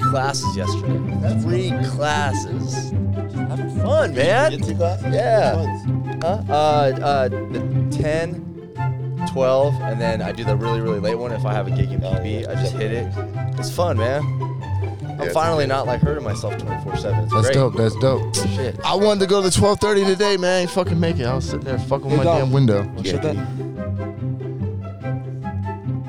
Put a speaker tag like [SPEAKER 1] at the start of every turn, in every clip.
[SPEAKER 1] classes yesterday.
[SPEAKER 2] That's
[SPEAKER 1] Three classes. Having fun, man.
[SPEAKER 2] You get two classes?
[SPEAKER 1] Yeah.
[SPEAKER 2] Which ones?
[SPEAKER 1] Huh? Uh, uh, the 10, 12, and then I do the really, really late one if I have a gig in PB. I just hit it. It's fun, man. I'm
[SPEAKER 2] it's
[SPEAKER 1] finally not like hurting myself 24 7. It's
[SPEAKER 3] That's
[SPEAKER 1] great.
[SPEAKER 3] dope. That's dope.
[SPEAKER 1] Shit.
[SPEAKER 3] I wanted to go to 12:30 today, man. I ain't fucking make it. I was sitting there fucking with my
[SPEAKER 2] dog.
[SPEAKER 3] damn window.
[SPEAKER 2] Yeah,
[SPEAKER 4] shut
[SPEAKER 2] dude.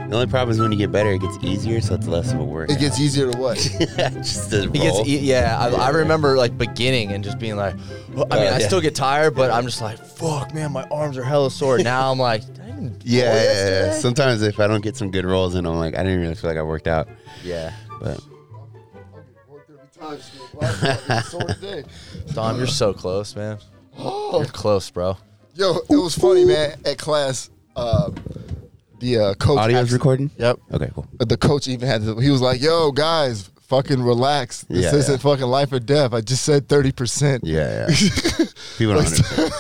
[SPEAKER 4] The only problem is when you get better, it gets easier, so it's less of a work.
[SPEAKER 3] It gets easier to what?
[SPEAKER 4] just a roll.
[SPEAKER 1] It gets, e- yeah, I, I remember like beginning and just being like, well, I
[SPEAKER 4] Uh,
[SPEAKER 1] mean, I
[SPEAKER 4] yeah.
[SPEAKER 1] still get tired, but I'm just like, fuck, man, my arms are hella sore. Now I'm like, "Did I even
[SPEAKER 4] yeah,
[SPEAKER 1] roll
[SPEAKER 4] yeah, yeah.
[SPEAKER 1] yesterday?"
[SPEAKER 4] Sometimes if I don't get some good rolls, and I'm like, I didn't really feel like I worked out,
[SPEAKER 1] yeah.
[SPEAKER 4] but
[SPEAKER 3] Oh,
[SPEAKER 1] Dom, you're so close, man.
[SPEAKER 3] Oh.
[SPEAKER 1] You're close, bro.
[SPEAKER 3] Yo, it was funny, man. At class, uh, the uh, coach.
[SPEAKER 4] audio's
[SPEAKER 3] actually-
[SPEAKER 4] recording.
[SPEAKER 3] Yep.
[SPEAKER 4] Okay, cool.
[SPEAKER 3] But the coach even had. To, he was like, "Yo, guys, fucking relax. This
[SPEAKER 4] Yeah,
[SPEAKER 3] isn't fucking life or death. I just said thirty percent."
[SPEAKER 4] Yeah, yeah. People don't understand.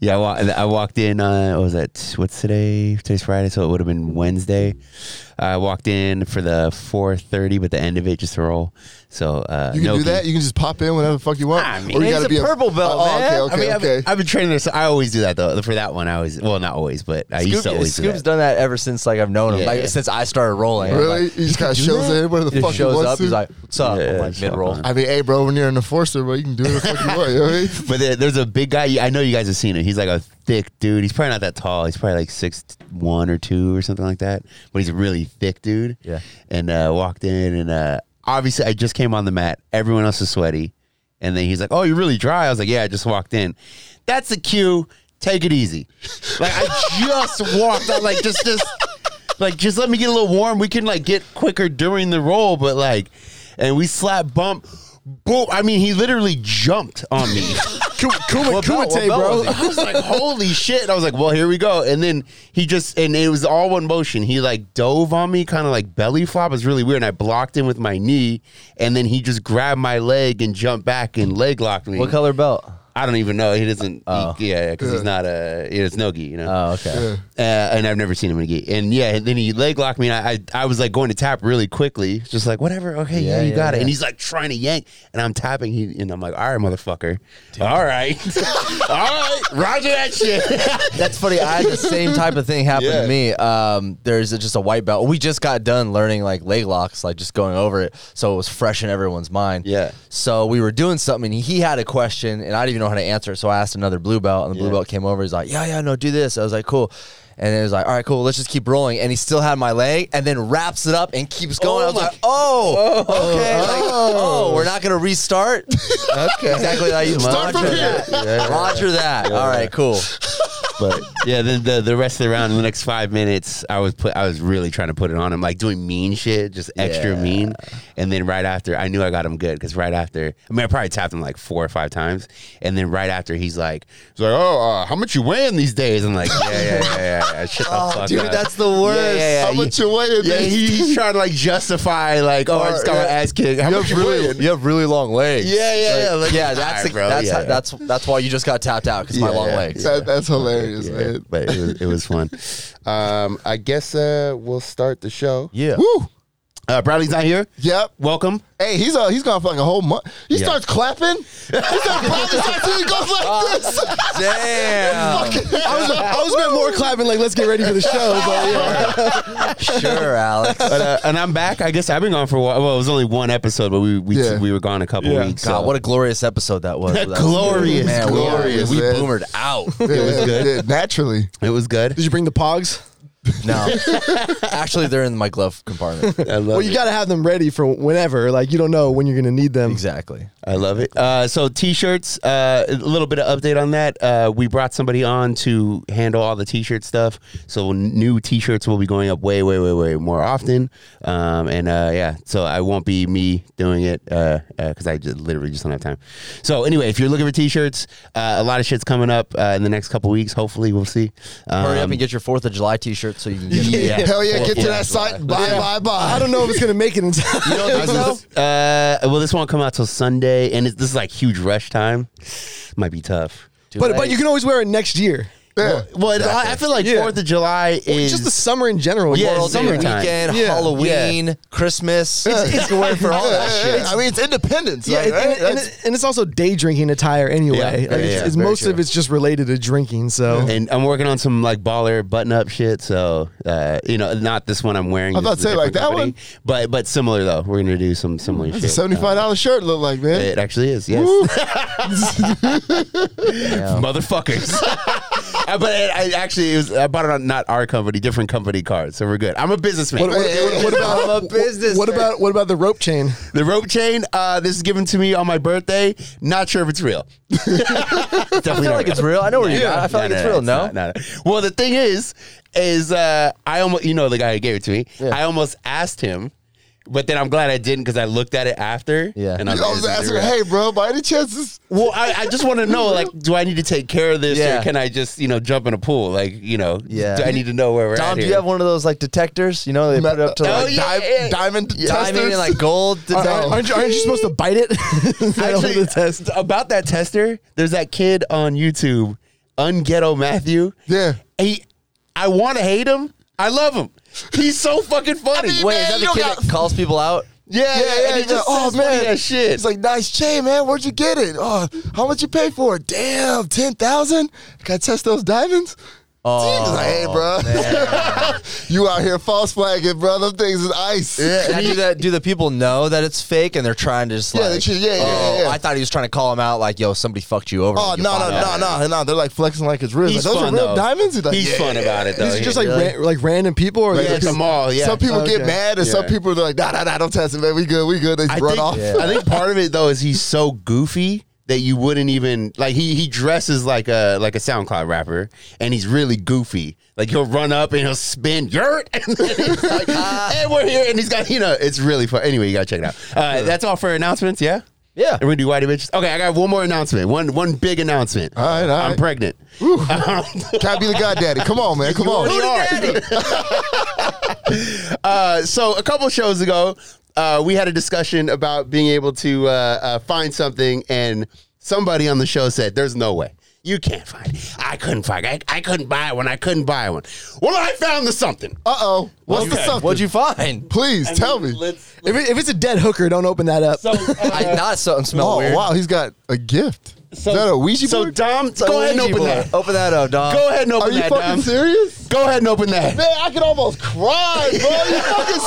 [SPEAKER 4] Yeah, I, wa- I walked in. Uh, what was that? What's today? Today's Friday, so it would have been Wednesday. I walked in for the four thirty, but the end of it just a roll. So uh,
[SPEAKER 3] You can
[SPEAKER 4] no
[SPEAKER 3] do that.
[SPEAKER 4] gi-
[SPEAKER 3] You can just pop in whenever the fuck you want.
[SPEAKER 4] I mean,
[SPEAKER 3] you
[SPEAKER 1] he's a purple belt,
[SPEAKER 3] oh,
[SPEAKER 1] man.
[SPEAKER 3] Okay,
[SPEAKER 4] I mean,
[SPEAKER 3] okay,
[SPEAKER 4] I've, been-
[SPEAKER 3] okay.
[SPEAKER 4] I've been training this. I always do that though. For that one, I always well, not always, but I used to
[SPEAKER 1] Scoop,
[SPEAKER 4] always
[SPEAKER 1] Scoop's
[SPEAKER 4] do that.
[SPEAKER 1] done that ever since like I've known him,
[SPEAKER 4] Yeah,
[SPEAKER 1] like
[SPEAKER 4] yeah.
[SPEAKER 1] since I started rolling. I'm
[SPEAKER 3] Really?
[SPEAKER 1] like,
[SPEAKER 3] He just kinda
[SPEAKER 1] "You can
[SPEAKER 3] shows
[SPEAKER 1] do that?"
[SPEAKER 3] it where the
[SPEAKER 1] He just
[SPEAKER 3] fuck he
[SPEAKER 1] shows
[SPEAKER 3] wants
[SPEAKER 1] up.
[SPEAKER 3] to.
[SPEAKER 1] He's like, "What's up?"
[SPEAKER 4] Yeah,
[SPEAKER 1] I'm
[SPEAKER 4] yeah,
[SPEAKER 1] like
[SPEAKER 4] it's
[SPEAKER 1] mid roll.
[SPEAKER 4] fine.
[SPEAKER 3] I mean, hey, bro, when you're an enforcer, bro, you can do whatever the fuck you want. You know what I mean?
[SPEAKER 4] But there, there's a big guy. I know you guys have seen him. He's like a thick dude. He's probably not that tall. He's probably like six one or two or something like that. But he's a really thick dude.
[SPEAKER 1] Yeah.
[SPEAKER 4] And uh, walked in, and uh, obviously I just came on the mat. Everyone else is sweaty, and then he's like, "Oh, you're really dry." I was like, "Yeah, I just walked in." That's a cue. Take it easy. Like I just walked. out like just just like just let me get a little warm. We can like get quicker during the roll, but like, and we slap bump. Boom! I mean, he literally jumped on me.
[SPEAKER 3] Kuma,
[SPEAKER 1] belt- what belt was
[SPEAKER 4] I was like, holy shit. And I was like, well, here we go. And then he just, and it was all one motion. He like dove on me, kind of like belly flop. It was really weird. And I blocked him with my knee. And then he just grabbed my leg and jumped back and leg locked me.
[SPEAKER 1] What color Oh. belt?
[SPEAKER 4] I don't even know. He doesn't, he- yeah, because he's not a, it's no gi, you know?
[SPEAKER 1] Oh, okay.
[SPEAKER 4] Uh, and I've never seen him in a gi. And yeah, and then he leg locked me, and I, I, I was like going to tap really quickly, just like whatever, okay, yeah,
[SPEAKER 1] Yeah,
[SPEAKER 4] you
[SPEAKER 1] yeah,
[SPEAKER 4] got it.
[SPEAKER 1] yeah.
[SPEAKER 4] And he's like trying to yank, and I'm tapping, he, and I'm like, all right, motherfucker, all right, all right, Roger that shit.
[SPEAKER 1] That's funny. I had the same type of thing happen
[SPEAKER 4] Yeah.
[SPEAKER 1] to me. Um, there's a, just a white belt. We just got done learning like leg locks, like just going over it, so it was fresh in everyone's mind.
[SPEAKER 4] Yeah.
[SPEAKER 1] So we were doing something, and he had a question, and I didn't even know how to answer it. So I asked another blue belt, and the blue
[SPEAKER 4] Yeah.
[SPEAKER 1] belt came over. He's like, "Yeah, yeah, no, do this." I was like, "Cool." And it was like, "All right, cool. Let's just keep rolling." And he still had my leg, and then wraps it up and keeps going. I was
[SPEAKER 4] my-
[SPEAKER 1] like, "Oh, okay, like, oh, we're not gonna restart." okay, exactly. Like,
[SPEAKER 3] Start
[SPEAKER 1] Roger
[SPEAKER 3] from
[SPEAKER 1] that. Roger that. All right, cool.
[SPEAKER 4] but yeah, then the, the rest of the round, the next five minutes, I was put, I was really trying to put it on him, like doing mean shit, just extra
[SPEAKER 1] Yeah.
[SPEAKER 4] mean. And then right after, I knew I got him good because right after, I mean, I probably tapped him like four or five times. And then right after, he's like, he's like, oh, uh, how much you weighing these days? I'm like, yeah, yeah, yeah, yeah, yeah. shut the fuck
[SPEAKER 1] Oh, Dude,
[SPEAKER 4] up.
[SPEAKER 1] that's the worst.
[SPEAKER 4] Yeah, yeah,
[SPEAKER 3] How
[SPEAKER 4] yeah.
[SPEAKER 3] much you weighing?
[SPEAKER 4] yeah,
[SPEAKER 3] man?
[SPEAKER 4] he, he's trying to like justify, like, oh, I just got my
[SPEAKER 3] Yeah.
[SPEAKER 4] ass kicked. How
[SPEAKER 3] You
[SPEAKER 4] much
[SPEAKER 3] have
[SPEAKER 4] you
[SPEAKER 3] really-
[SPEAKER 4] weighing?
[SPEAKER 1] You have really long legs.
[SPEAKER 4] Yeah, yeah, yeah. Like,
[SPEAKER 1] yeah, that's
[SPEAKER 4] "All
[SPEAKER 1] the,
[SPEAKER 4] right, bro,
[SPEAKER 1] that's
[SPEAKER 4] yeah,
[SPEAKER 1] how-
[SPEAKER 4] yeah."
[SPEAKER 1] that's that's why you just got tapped out because my
[SPEAKER 4] Yeah,
[SPEAKER 1] long
[SPEAKER 4] yeah,
[SPEAKER 1] legs.
[SPEAKER 3] That, that's hilarious,
[SPEAKER 4] Yeah,
[SPEAKER 3] man.
[SPEAKER 4] but it was, it was fun. um, I guess uh, we'll start the show.
[SPEAKER 1] Yeah.
[SPEAKER 3] Woo.
[SPEAKER 4] Uh, Bradley's not here.
[SPEAKER 3] Yep.
[SPEAKER 4] Welcome.
[SPEAKER 3] Hey, he's uh, he's gone for like a whole month. He
[SPEAKER 4] Yeah.
[SPEAKER 3] starts clapping. He starts clapping. He goes like this.
[SPEAKER 1] Damn.
[SPEAKER 5] I was, I was been more clapping like let's get ready for the show, but yeah.
[SPEAKER 1] sure, Alex.
[SPEAKER 4] But, uh, and I'm back. I guess I've been gone for a while. Well, it was only one episode, but we we,
[SPEAKER 3] Yeah.
[SPEAKER 4] we were gone a couple
[SPEAKER 5] Yeah.
[SPEAKER 4] weeks.
[SPEAKER 1] God,
[SPEAKER 4] so-
[SPEAKER 1] what a glorious episode that was. That-
[SPEAKER 4] Glorious,
[SPEAKER 1] man, we-
[SPEAKER 3] glorious,
[SPEAKER 1] We,
[SPEAKER 3] man.
[SPEAKER 1] boomered out.
[SPEAKER 3] It was good. naturally.
[SPEAKER 4] it was good.
[SPEAKER 5] Did you bring the pogs?
[SPEAKER 1] No, actually, they're in my glove compartment.
[SPEAKER 4] I love
[SPEAKER 5] Well, you
[SPEAKER 4] it.
[SPEAKER 5] got to have them ready for whenever. Like you don't know when you're gonna need them.
[SPEAKER 1] Exactly.
[SPEAKER 4] I love it. Uh, so t-shirts. Uh, a little bit of update on that. Uh, we brought somebody on to handle all the t-shirt stuff. So new t-shirts will be going up way, way, way, way more often. Um, and uh, yeah, so I won't be me doing it because uh 'cause I just literally just don't have time. So anyway, if you're looking for t-shirts, uh, a lot of shit's coming up uh, in the next couple weeks. Hopefully, we'll see. Um,
[SPEAKER 1] Hurry up and get your Fourth of July T-shirt so you can get.
[SPEAKER 4] Yeah.
[SPEAKER 3] Hell yeah,
[SPEAKER 4] Well,
[SPEAKER 3] get to
[SPEAKER 4] yeah.
[SPEAKER 3] that site. Bye, bye, bye.
[SPEAKER 5] I don't know if it's gonna make it in time.
[SPEAKER 4] Uh, well, this won't come out till Sunday, and it's, this is like huge rush time. Might be tough.
[SPEAKER 5] but but you can always wear it next year.
[SPEAKER 3] Yeah.
[SPEAKER 4] Well, I I feel like
[SPEAKER 5] Yeah.
[SPEAKER 4] Fourth of July is
[SPEAKER 5] just the summer in general.
[SPEAKER 4] Yeah,
[SPEAKER 5] World
[SPEAKER 4] it's
[SPEAKER 5] Day.
[SPEAKER 1] Summer
[SPEAKER 4] summertime.
[SPEAKER 1] weekend,
[SPEAKER 5] Yeah.
[SPEAKER 1] Halloween, Christmas. It's, it's wear it for all that
[SPEAKER 3] Yeah, yeah, yeah.
[SPEAKER 1] shit.
[SPEAKER 3] I mean, it's independence.
[SPEAKER 5] Yeah,
[SPEAKER 3] like,
[SPEAKER 5] and,
[SPEAKER 3] right?
[SPEAKER 5] and- and
[SPEAKER 3] That's-
[SPEAKER 5] it- and it's also day drinking attire anyway.
[SPEAKER 4] Yeah,
[SPEAKER 5] Like,
[SPEAKER 4] yeah,
[SPEAKER 5] it's,
[SPEAKER 4] yeah,
[SPEAKER 5] it's
[SPEAKER 4] very
[SPEAKER 5] most of
[SPEAKER 4] true.
[SPEAKER 5] it's just related to drinking. So
[SPEAKER 4] and I'm working on some like baller button up shit. So uh, you know, not this one I'm wearing.
[SPEAKER 3] I was
[SPEAKER 4] This is
[SPEAKER 3] about
[SPEAKER 4] a
[SPEAKER 3] to say, like,
[SPEAKER 4] different
[SPEAKER 3] that
[SPEAKER 4] company.
[SPEAKER 3] one?
[SPEAKER 4] but but similar though. We're gonna do some similar shit. Uh,
[SPEAKER 3] That's a seventy-five dollar shirt look like, man.
[SPEAKER 4] It actually is, yes. Motherfuckers. I- but it, I actually, it was, I bought it on not our company, different company card, so we're good. I'm a businessman.
[SPEAKER 5] What-
[SPEAKER 3] Hey, hey, hey,
[SPEAKER 5] What about-
[SPEAKER 1] I'm a business.
[SPEAKER 5] what about what about the rope chain?
[SPEAKER 4] the rope chain, uh, this is given to me on my birthday. Not sure if it's real. Definitely
[SPEAKER 1] I feel
[SPEAKER 4] not
[SPEAKER 1] like it's real. I know where you got. it. I feel
[SPEAKER 4] No,
[SPEAKER 1] like
[SPEAKER 4] no,
[SPEAKER 1] it's
[SPEAKER 4] no,
[SPEAKER 1] real. No,
[SPEAKER 4] not, no, no. Well, the thing is, is uh, I almost, you know, the guy who gave it to me. I almost asked him, but then I'm glad I didn't because I looked at it after.
[SPEAKER 1] Yeah.
[SPEAKER 4] and
[SPEAKER 3] I
[SPEAKER 4] I was, like,
[SPEAKER 3] was
[SPEAKER 4] "Is it
[SPEAKER 3] asking,
[SPEAKER 4] real?"
[SPEAKER 3] hey, bro, by any chance, this-
[SPEAKER 4] Well, I, I just want to know, like, do I need to take care of this,
[SPEAKER 1] Yeah.
[SPEAKER 4] or can I just, you know, jump in a pool? Like, you know,
[SPEAKER 1] Yeah.
[SPEAKER 4] do I need to know where we're at
[SPEAKER 1] Dom, do
[SPEAKER 4] here?
[SPEAKER 1] you have one of those like detectors? You know, they put it up to
[SPEAKER 4] Oh,
[SPEAKER 1] like
[SPEAKER 4] yeah,
[SPEAKER 3] di-
[SPEAKER 4] yeah, yeah.
[SPEAKER 3] diamond
[SPEAKER 1] diamond
[SPEAKER 3] testers?
[SPEAKER 1] and like gold.
[SPEAKER 5] Are,
[SPEAKER 1] detector.
[SPEAKER 5] aren't, you, aren't you supposed to bite it? Is that what
[SPEAKER 4] Actually,
[SPEAKER 5] it says?
[SPEAKER 4] about that tester, there's that kid on YouTube, Unghetto Matthew.
[SPEAKER 3] Yeah.
[SPEAKER 4] He, I want to hate him. I love him. He's so fucking funny.
[SPEAKER 3] mean,
[SPEAKER 1] Wait,
[SPEAKER 3] man,
[SPEAKER 1] is that
[SPEAKER 3] you
[SPEAKER 1] the
[SPEAKER 3] don't
[SPEAKER 1] kid
[SPEAKER 3] got-
[SPEAKER 1] that calls people out?
[SPEAKER 4] yeah, yeah, and he just
[SPEAKER 3] oh
[SPEAKER 4] says funny
[SPEAKER 3] man,
[SPEAKER 4] ass shit.
[SPEAKER 3] It's like nice chain, man. Where'd you get it? Oh, how much you pay for it? Damn, ten thousand. Can I test those diamonds?
[SPEAKER 1] Oh,
[SPEAKER 3] Jesus, like, hey, bro, you out here false flagging, bro. Them things is ice.
[SPEAKER 1] Now, do that? Do the people know that it's fake and they're trying to just
[SPEAKER 3] Yeah,
[SPEAKER 1] like?
[SPEAKER 3] they should- yeah, yeah,
[SPEAKER 1] oh,
[SPEAKER 3] yeah, yeah.
[SPEAKER 1] I thought he was trying to call him out, like, "Yo, somebody fucked you over."
[SPEAKER 3] Oh
[SPEAKER 1] when you
[SPEAKER 3] no no
[SPEAKER 1] bought that.
[SPEAKER 3] no no no! They're like flexing like it's real. Like,
[SPEAKER 4] He's
[SPEAKER 3] those
[SPEAKER 4] fun
[SPEAKER 3] are real
[SPEAKER 4] though.
[SPEAKER 3] diamonds. He's, like,
[SPEAKER 4] He's
[SPEAKER 3] yeah,
[SPEAKER 4] fun
[SPEAKER 3] yeah,
[SPEAKER 4] about it though.
[SPEAKER 5] These are just like
[SPEAKER 1] really?
[SPEAKER 5] ra- like random Oh, people, or
[SPEAKER 4] yeah,
[SPEAKER 5] they're
[SPEAKER 4] at the
[SPEAKER 5] just-
[SPEAKER 4] mall. Yeah,
[SPEAKER 3] Some people
[SPEAKER 5] Okay.
[SPEAKER 3] get mad, and some
[SPEAKER 4] Yeah.
[SPEAKER 3] people are like, nah, nah, nah, don't test it, man. We good, we good. They
[SPEAKER 4] I
[SPEAKER 3] run
[SPEAKER 4] think,
[SPEAKER 3] off.
[SPEAKER 4] I think part of it though is he's so goofy that you wouldn't even like he he dresses like a like a SoundCloud rapper and he's really goofy. Like he'll run up and he'll spin yurt and then he's like, and we're here and he's got you know it's really fun. Anyway, you gotta check it out. Uh, that's all for announcements. Yeah.
[SPEAKER 1] Yeah.
[SPEAKER 4] And we do whitey bitches. Okay, I got one more announcement. One one big announcement.
[SPEAKER 3] All right, all
[SPEAKER 4] I'm
[SPEAKER 3] right.
[SPEAKER 4] pregnant. Um,
[SPEAKER 3] Can I be the goddaddy? Come on, man. Come on.
[SPEAKER 4] Already are. uh, so a couple shows ago, uh, we had a discussion about being able to uh, uh, find something, and somebody on the show said, "There's no way." You can't find it. I couldn't find it. I, I couldn't buy one. I couldn't buy one. Well, I found the something.
[SPEAKER 3] Uh oh. What's the
[SPEAKER 4] Okay.
[SPEAKER 3] something?
[SPEAKER 1] What'd you find?
[SPEAKER 3] Please tell me.
[SPEAKER 5] If, it, if it's a dead hooker, don't open that up.
[SPEAKER 3] uh,
[SPEAKER 1] I not something smell
[SPEAKER 3] Oh
[SPEAKER 1] weird.
[SPEAKER 3] wow, he's got a gift. Is that a Ouija
[SPEAKER 4] so
[SPEAKER 3] board?
[SPEAKER 4] Dom,
[SPEAKER 1] It's a
[SPEAKER 4] go ahead and
[SPEAKER 1] Ouija
[SPEAKER 4] open
[SPEAKER 1] board.
[SPEAKER 4] that.
[SPEAKER 1] Open that up, Dom.
[SPEAKER 4] Go ahead and open
[SPEAKER 3] Are you
[SPEAKER 4] that,
[SPEAKER 3] fucking
[SPEAKER 4] Dom.
[SPEAKER 3] serious?
[SPEAKER 4] Go ahead and open that.
[SPEAKER 3] Man, I could almost cry, bro. You fucking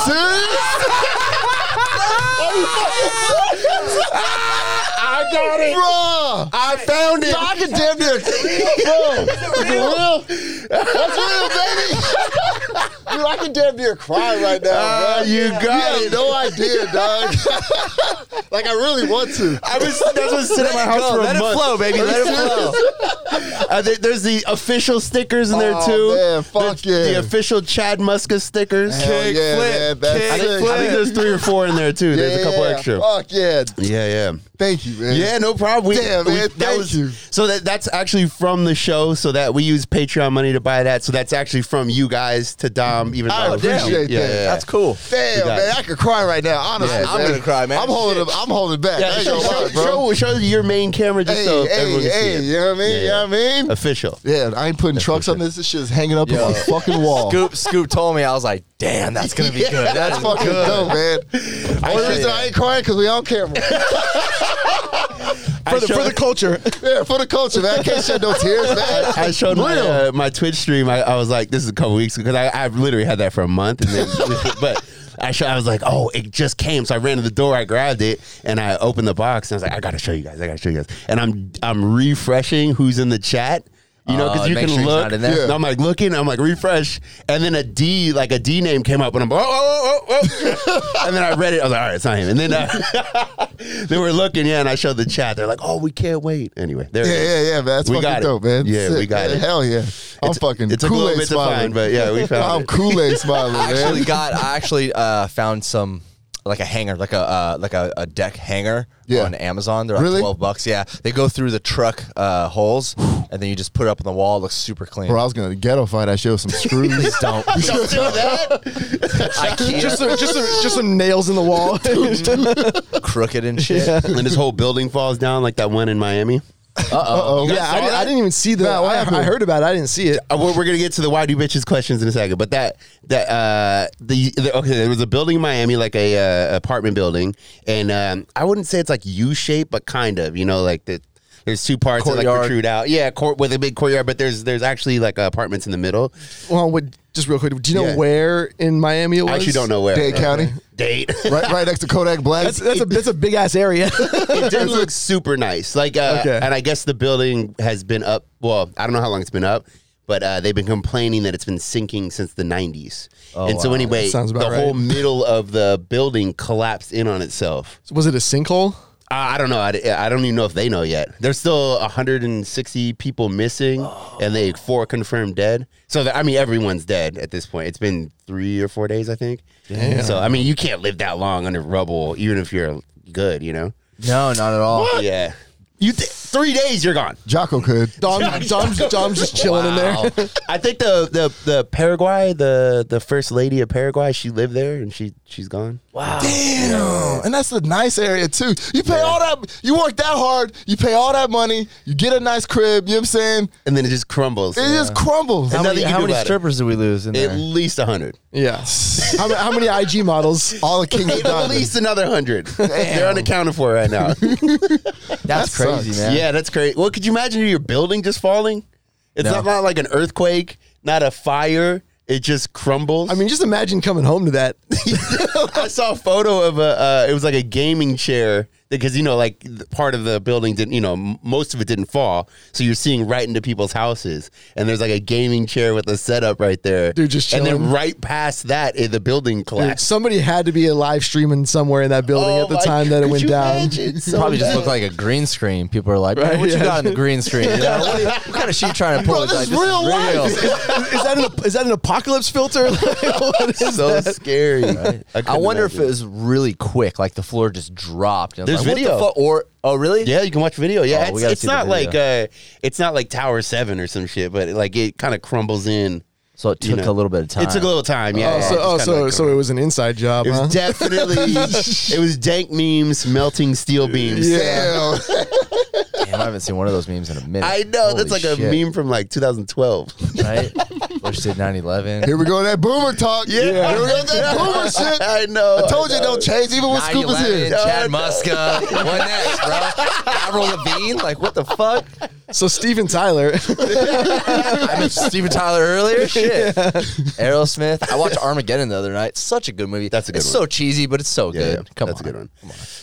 [SPEAKER 3] serious?
[SPEAKER 4] I got it.
[SPEAKER 3] Bro.
[SPEAKER 4] I found it.
[SPEAKER 3] Bro, I could damn near bro. Is it real? That's real, baby. Dude, I could damn near cry right now,
[SPEAKER 4] Ah,
[SPEAKER 3] bro.
[SPEAKER 4] you got
[SPEAKER 3] have
[SPEAKER 4] it.
[SPEAKER 3] no idea, dog. like I really want to.
[SPEAKER 4] I was that's what sitting in my house
[SPEAKER 1] Go,
[SPEAKER 4] for a
[SPEAKER 1] let it
[SPEAKER 4] month.
[SPEAKER 1] flow, baby.
[SPEAKER 4] Are you
[SPEAKER 1] Let it
[SPEAKER 4] serious?
[SPEAKER 1] flow.
[SPEAKER 4] Uh, there, there's the official stickers in there
[SPEAKER 3] Oh,
[SPEAKER 4] too.
[SPEAKER 3] man, fuck
[SPEAKER 4] the, the
[SPEAKER 3] yeah.
[SPEAKER 4] official Chad Muska stickers.
[SPEAKER 3] Hell
[SPEAKER 1] Kick,
[SPEAKER 3] yeah,
[SPEAKER 1] flip,
[SPEAKER 3] man, that's
[SPEAKER 1] kick,
[SPEAKER 4] I,
[SPEAKER 3] sick.
[SPEAKER 4] think, I think there's three or four in there too. There's a couple
[SPEAKER 3] Yeah, Oh.
[SPEAKER 4] extra.
[SPEAKER 3] Fuck yeah.
[SPEAKER 4] Yeah, yeah.
[SPEAKER 3] Thank you, man.
[SPEAKER 4] Yeah, no problem. We,
[SPEAKER 3] Damn,
[SPEAKER 4] we-
[SPEAKER 3] man,
[SPEAKER 4] that
[SPEAKER 3] thank
[SPEAKER 4] was,
[SPEAKER 3] you.
[SPEAKER 4] So that that's actually from the show. So that we use Patreon money to buy that. So that's actually from you guys to Dom. Even
[SPEAKER 3] I
[SPEAKER 4] though
[SPEAKER 3] appreciate
[SPEAKER 4] yeah,
[SPEAKER 3] that.
[SPEAKER 4] Yeah,
[SPEAKER 1] That's cool.
[SPEAKER 4] You
[SPEAKER 3] Damn,
[SPEAKER 4] got
[SPEAKER 3] man,
[SPEAKER 4] it.
[SPEAKER 3] I could cry right now. Honestly,
[SPEAKER 1] Yeah, I'm
[SPEAKER 3] man.
[SPEAKER 1] gonna cry, man.
[SPEAKER 3] I'm holding, I'm holding back.
[SPEAKER 4] yeah.
[SPEAKER 3] I ain't
[SPEAKER 4] show,
[SPEAKER 3] gonna lie,
[SPEAKER 4] show,
[SPEAKER 3] bro.
[SPEAKER 4] show, show your main camera just
[SPEAKER 3] hey,
[SPEAKER 4] so everyone
[SPEAKER 3] hey,
[SPEAKER 4] can
[SPEAKER 3] hey,
[SPEAKER 4] see
[SPEAKER 3] you
[SPEAKER 4] it.
[SPEAKER 3] know what I mean? You know what I mean?
[SPEAKER 4] Official.
[SPEAKER 3] Yeah, I ain't putting trucks on this. This shit's hanging up
[SPEAKER 1] Yo.
[SPEAKER 3] on my fucking wall.
[SPEAKER 1] Scoop, Scoop told me. I was like, "Damn, that's gonna be good. That's
[SPEAKER 3] That's fucking
[SPEAKER 1] good."
[SPEAKER 3] dope, man. Only
[SPEAKER 4] should-
[SPEAKER 3] reason I ain't crying because we on camera.
[SPEAKER 4] I
[SPEAKER 5] for, the,
[SPEAKER 4] show-
[SPEAKER 5] for the culture.
[SPEAKER 3] yeah, for the culture, man. I can't shed no tears, man.
[SPEAKER 4] I showed my, uh, my Twitch stream. I, I was like, this is a couple weeks ago because I, I've literally had that for a month. And then, but I, showed, I was like, oh, it just came. So I ran to the door, I grabbed it, and I opened the box. And I was like, I got to show you guys. I got to show you guys. And I'm I'm refreshing who's in the chat. You know,
[SPEAKER 1] Uh,
[SPEAKER 4] because you
[SPEAKER 1] make
[SPEAKER 4] can
[SPEAKER 1] sure he's
[SPEAKER 4] look.
[SPEAKER 1] not in there.
[SPEAKER 4] And I'm like looking. I'm like refresh, and then a D, like a D name came up, and I'm like, oh, oh, oh, oh. and then I read it. I was like, all right, it's not him. And then uh, they were looking, yeah, and I showed the chat. They're like, oh, we can't wait. Anyway, there. it
[SPEAKER 3] Yeah,
[SPEAKER 4] is.
[SPEAKER 3] yeah, yeah, man. That's
[SPEAKER 4] We
[SPEAKER 3] fucking
[SPEAKER 4] got it.
[SPEAKER 3] dope, man.
[SPEAKER 4] Yeah,
[SPEAKER 3] Sick,
[SPEAKER 4] we got
[SPEAKER 3] man.
[SPEAKER 4] it.
[SPEAKER 3] Hell yeah. I'm
[SPEAKER 4] It's-
[SPEAKER 3] fucking
[SPEAKER 4] It took a little
[SPEAKER 3] Kool-Aid
[SPEAKER 4] bit
[SPEAKER 3] smiling.
[SPEAKER 4] to find, but yeah, we found
[SPEAKER 3] I'm
[SPEAKER 4] it.
[SPEAKER 3] Kool-Aid smiling,
[SPEAKER 1] I actually
[SPEAKER 3] man.
[SPEAKER 1] got. I actually uh, found some like a hanger, like a uh, like a, a deck hanger
[SPEAKER 3] Yeah.
[SPEAKER 1] on Amazon. They're like
[SPEAKER 3] Really?
[SPEAKER 1] twelve bucks. Yeah, they go through the truck uh, holes, and then you just put it up on the wall. It looks super clean.
[SPEAKER 3] Bro, I was gonna ghetto fight that shit with some screws.
[SPEAKER 1] Please don't.
[SPEAKER 4] Don't do that.
[SPEAKER 1] IKEA
[SPEAKER 5] just, some, just, some, just some nails in the wall.
[SPEAKER 1] crooked and shit.
[SPEAKER 4] and this whole building falls down like that one in Miami.
[SPEAKER 5] Uh-oh.
[SPEAKER 4] guys
[SPEAKER 5] Yeah,
[SPEAKER 4] saw
[SPEAKER 5] I, didn't-
[SPEAKER 4] that?
[SPEAKER 5] I didn't even see that.
[SPEAKER 4] No, what
[SPEAKER 5] I,
[SPEAKER 4] happened?
[SPEAKER 5] I heard about it. I didn't see it.
[SPEAKER 4] Uh, we're, we're gonna get to the why do bitches questions in a second, but that that uh, the, the okay, there was a building in Miami, like a uh, apartment building, and um, I wouldn't say it's like U shaped, but kind of, you know, like the there's two parts that like
[SPEAKER 1] Courtyard.
[SPEAKER 4] protrude out, yeah, court with a big courtyard, but there's there's actually like apartments in the middle.
[SPEAKER 5] Well, wait, just real quick, do you know
[SPEAKER 4] Yeah.
[SPEAKER 5] where in Miami it was?
[SPEAKER 4] I actually don't know where
[SPEAKER 3] Dade County,
[SPEAKER 4] date.
[SPEAKER 3] right, right next to Kodak Black.
[SPEAKER 5] That's that's a that's a big ass area.
[SPEAKER 4] it did look super nice. Like, uh,
[SPEAKER 5] Okay.
[SPEAKER 4] and I guess the building has been up. Well, I don't know how long it's been up, but uh, they've been complaining that it's been sinking since the '90s. and so, anyway,
[SPEAKER 5] Oh, That sounds
[SPEAKER 4] the
[SPEAKER 5] about
[SPEAKER 4] whole
[SPEAKER 5] right.
[SPEAKER 4] middle of the building collapsed in on itself.
[SPEAKER 5] was it a sinkhole?
[SPEAKER 4] Uh, I don't know. I, I don't even know if they know yet. There's still 160 people missing, and they four confirmed dead. So that, I mean, everyone's dead at this point. It's been three or four days, I think. So I mean, you can't live that long under rubble, even if you're good, you know.
[SPEAKER 1] No, not at all.
[SPEAKER 4] Yeah. You th- three days, you're gone.
[SPEAKER 3] Jocko could.
[SPEAKER 5] Dom, Dom's, Dom's just chilling in there.
[SPEAKER 4] I think the, the the Paraguay, the the first lady of Paraguay, she lived there and she she's gone.
[SPEAKER 1] Wow.
[SPEAKER 3] Damn, and that's a nice area too. You pay all that, you work that hard, you pay all that money, you get a nice crib. You know what I'm saying? It
[SPEAKER 4] And then it just crumbles.
[SPEAKER 3] just crumbles.
[SPEAKER 1] How
[SPEAKER 4] And
[SPEAKER 1] many,
[SPEAKER 4] nothing you
[SPEAKER 1] how
[SPEAKER 4] do
[SPEAKER 1] many
[SPEAKER 4] about it.
[SPEAKER 1] strippers do we lose in
[SPEAKER 4] At
[SPEAKER 1] there?
[SPEAKER 4] least a hundred.
[SPEAKER 5] Yeah. How, ma- how many IG models?
[SPEAKER 3] all the kingdom
[SPEAKER 4] At
[SPEAKER 3] diamonds.
[SPEAKER 4] least another hundred. They're unaccounted for right now.
[SPEAKER 1] That's
[SPEAKER 3] that
[SPEAKER 1] crazy,
[SPEAKER 3] sucks.
[SPEAKER 1] man.
[SPEAKER 4] yeah, that's crazy. Well, could you imagine your building just falling? It's
[SPEAKER 1] No.
[SPEAKER 4] not, not like an earthquake, not a fire. It just crumbles.
[SPEAKER 5] I mean, just imagine coming home to that.
[SPEAKER 4] I saw a photo of a. Uh, it was like a gaming chair because you know, like the part of the building didn't. You know, m- most of it didn't fall, so you're seeing right into people's houses. And there's like a gaming chair with a setup right there,
[SPEAKER 5] Dude, just
[SPEAKER 4] and then
[SPEAKER 5] chilling.
[SPEAKER 4] right past that, eh, the building
[SPEAKER 5] Dude,
[SPEAKER 4] collapsed.
[SPEAKER 5] somebody had to be live streaming somewhere in that building
[SPEAKER 4] Oh
[SPEAKER 5] at the
[SPEAKER 4] my-
[SPEAKER 5] time that it
[SPEAKER 4] could
[SPEAKER 5] went
[SPEAKER 4] you
[SPEAKER 5] down.
[SPEAKER 4] imagine? So
[SPEAKER 1] Probably just
[SPEAKER 4] bad.
[SPEAKER 1] look like a green screen. People are like, "Man, what you
[SPEAKER 5] yeah.
[SPEAKER 1] got in the green screen? You know, what, what kind of shit you trying to pull?
[SPEAKER 3] Bro,
[SPEAKER 1] It's
[SPEAKER 3] this
[SPEAKER 1] like,
[SPEAKER 3] is real life.
[SPEAKER 5] is that an is that an apocalypse filter? oh, What is
[SPEAKER 4] so
[SPEAKER 5] that?
[SPEAKER 4] scary.
[SPEAKER 1] I
[SPEAKER 4] couldn't
[SPEAKER 1] wonder if it
[SPEAKER 4] imagine.
[SPEAKER 1] was really quick, like the floor just dropped. and I was
[SPEAKER 4] There's
[SPEAKER 1] like, what the
[SPEAKER 4] video.
[SPEAKER 1] fu- or oh, really?
[SPEAKER 4] Yeah, you can watch video.
[SPEAKER 1] Oh,
[SPEAKER 4] Yeah,
[SPEAKER 1] we
[SPEAKER 4] it's,
[SPEAKER 1] gotta
[SPEAKER 4] it's
[SPEAKER 1] see the
[SPEAKER 4] not
[SPEAKER 1] video.
[SPEAKER 4] like uh, it's not like Tower Seven or some shit, but like it kind of crumbles in.
[SPEAKER 1] So it took
[SPEAKER 4] you know.
[SPEAKER 1] a little bit of time.
[SPEAKER 4] It took a little time. Yeah.
[SPEAKER 5] Oh,
[SPEAKER 4] yeah,
[SPEAKER 5] so,
[SPEAKER 4] just
[SPEAKER 5] oh,
[SPEAKER 4] kinda,
[SPEAKER 5] so,
[SPEAKER 4] like,
[SPEAKER 5] so it was an inside job,
[SPEAKER 4] It
[SPEAKER 5] huh?
[SPEAKER 4] was definitely it was dank memes melting steel beams.
[SPEAKER 5] yeah.
[SPEAKER 1] Damn, I haven't seen one of those memes in a minute.
[SPEAKER 4] I know that's
[SPEAKER 1] Holy
[SPEAKER 4] like a
[SPEAKER 1] shit,
[SPEAKER 4] meme from like 2012.
[SPEAKER 1] right? Which did 9/11.
[SPEAKER 3] Here we go, with that boomer talk. Yeah, here we go, with that boomer shit. I
[SPEAKER 4] I know.
[SPEAKER 3] told you it don't change, even when Scoop is
[SPEAKER 1] 9/11,
[SPEAKER 3] here.
[SPEAKER 1] Chad Muska. What next, bro? Avril Levine? Like, what the fuck?
[SPEAKER 5] So Steven Tyler,
[SPEAKER 1] I mentioned Steven Tyler earlier. Shit. Aerosmith. I watched Armageddon the other night. Such a good movie.
[SPEAKER 4] That's a good
[SPEAKER 1] It's
[SPEAKER 4] one.
[SPEAKER 1] so cheesy, but it's so
[SPEAKER 4] Yeah,
[SPEAKER 1] good. Come
[SPEAKER 4] that's
[SPEAKER 1] on.
[SPEAKER 4] a good one.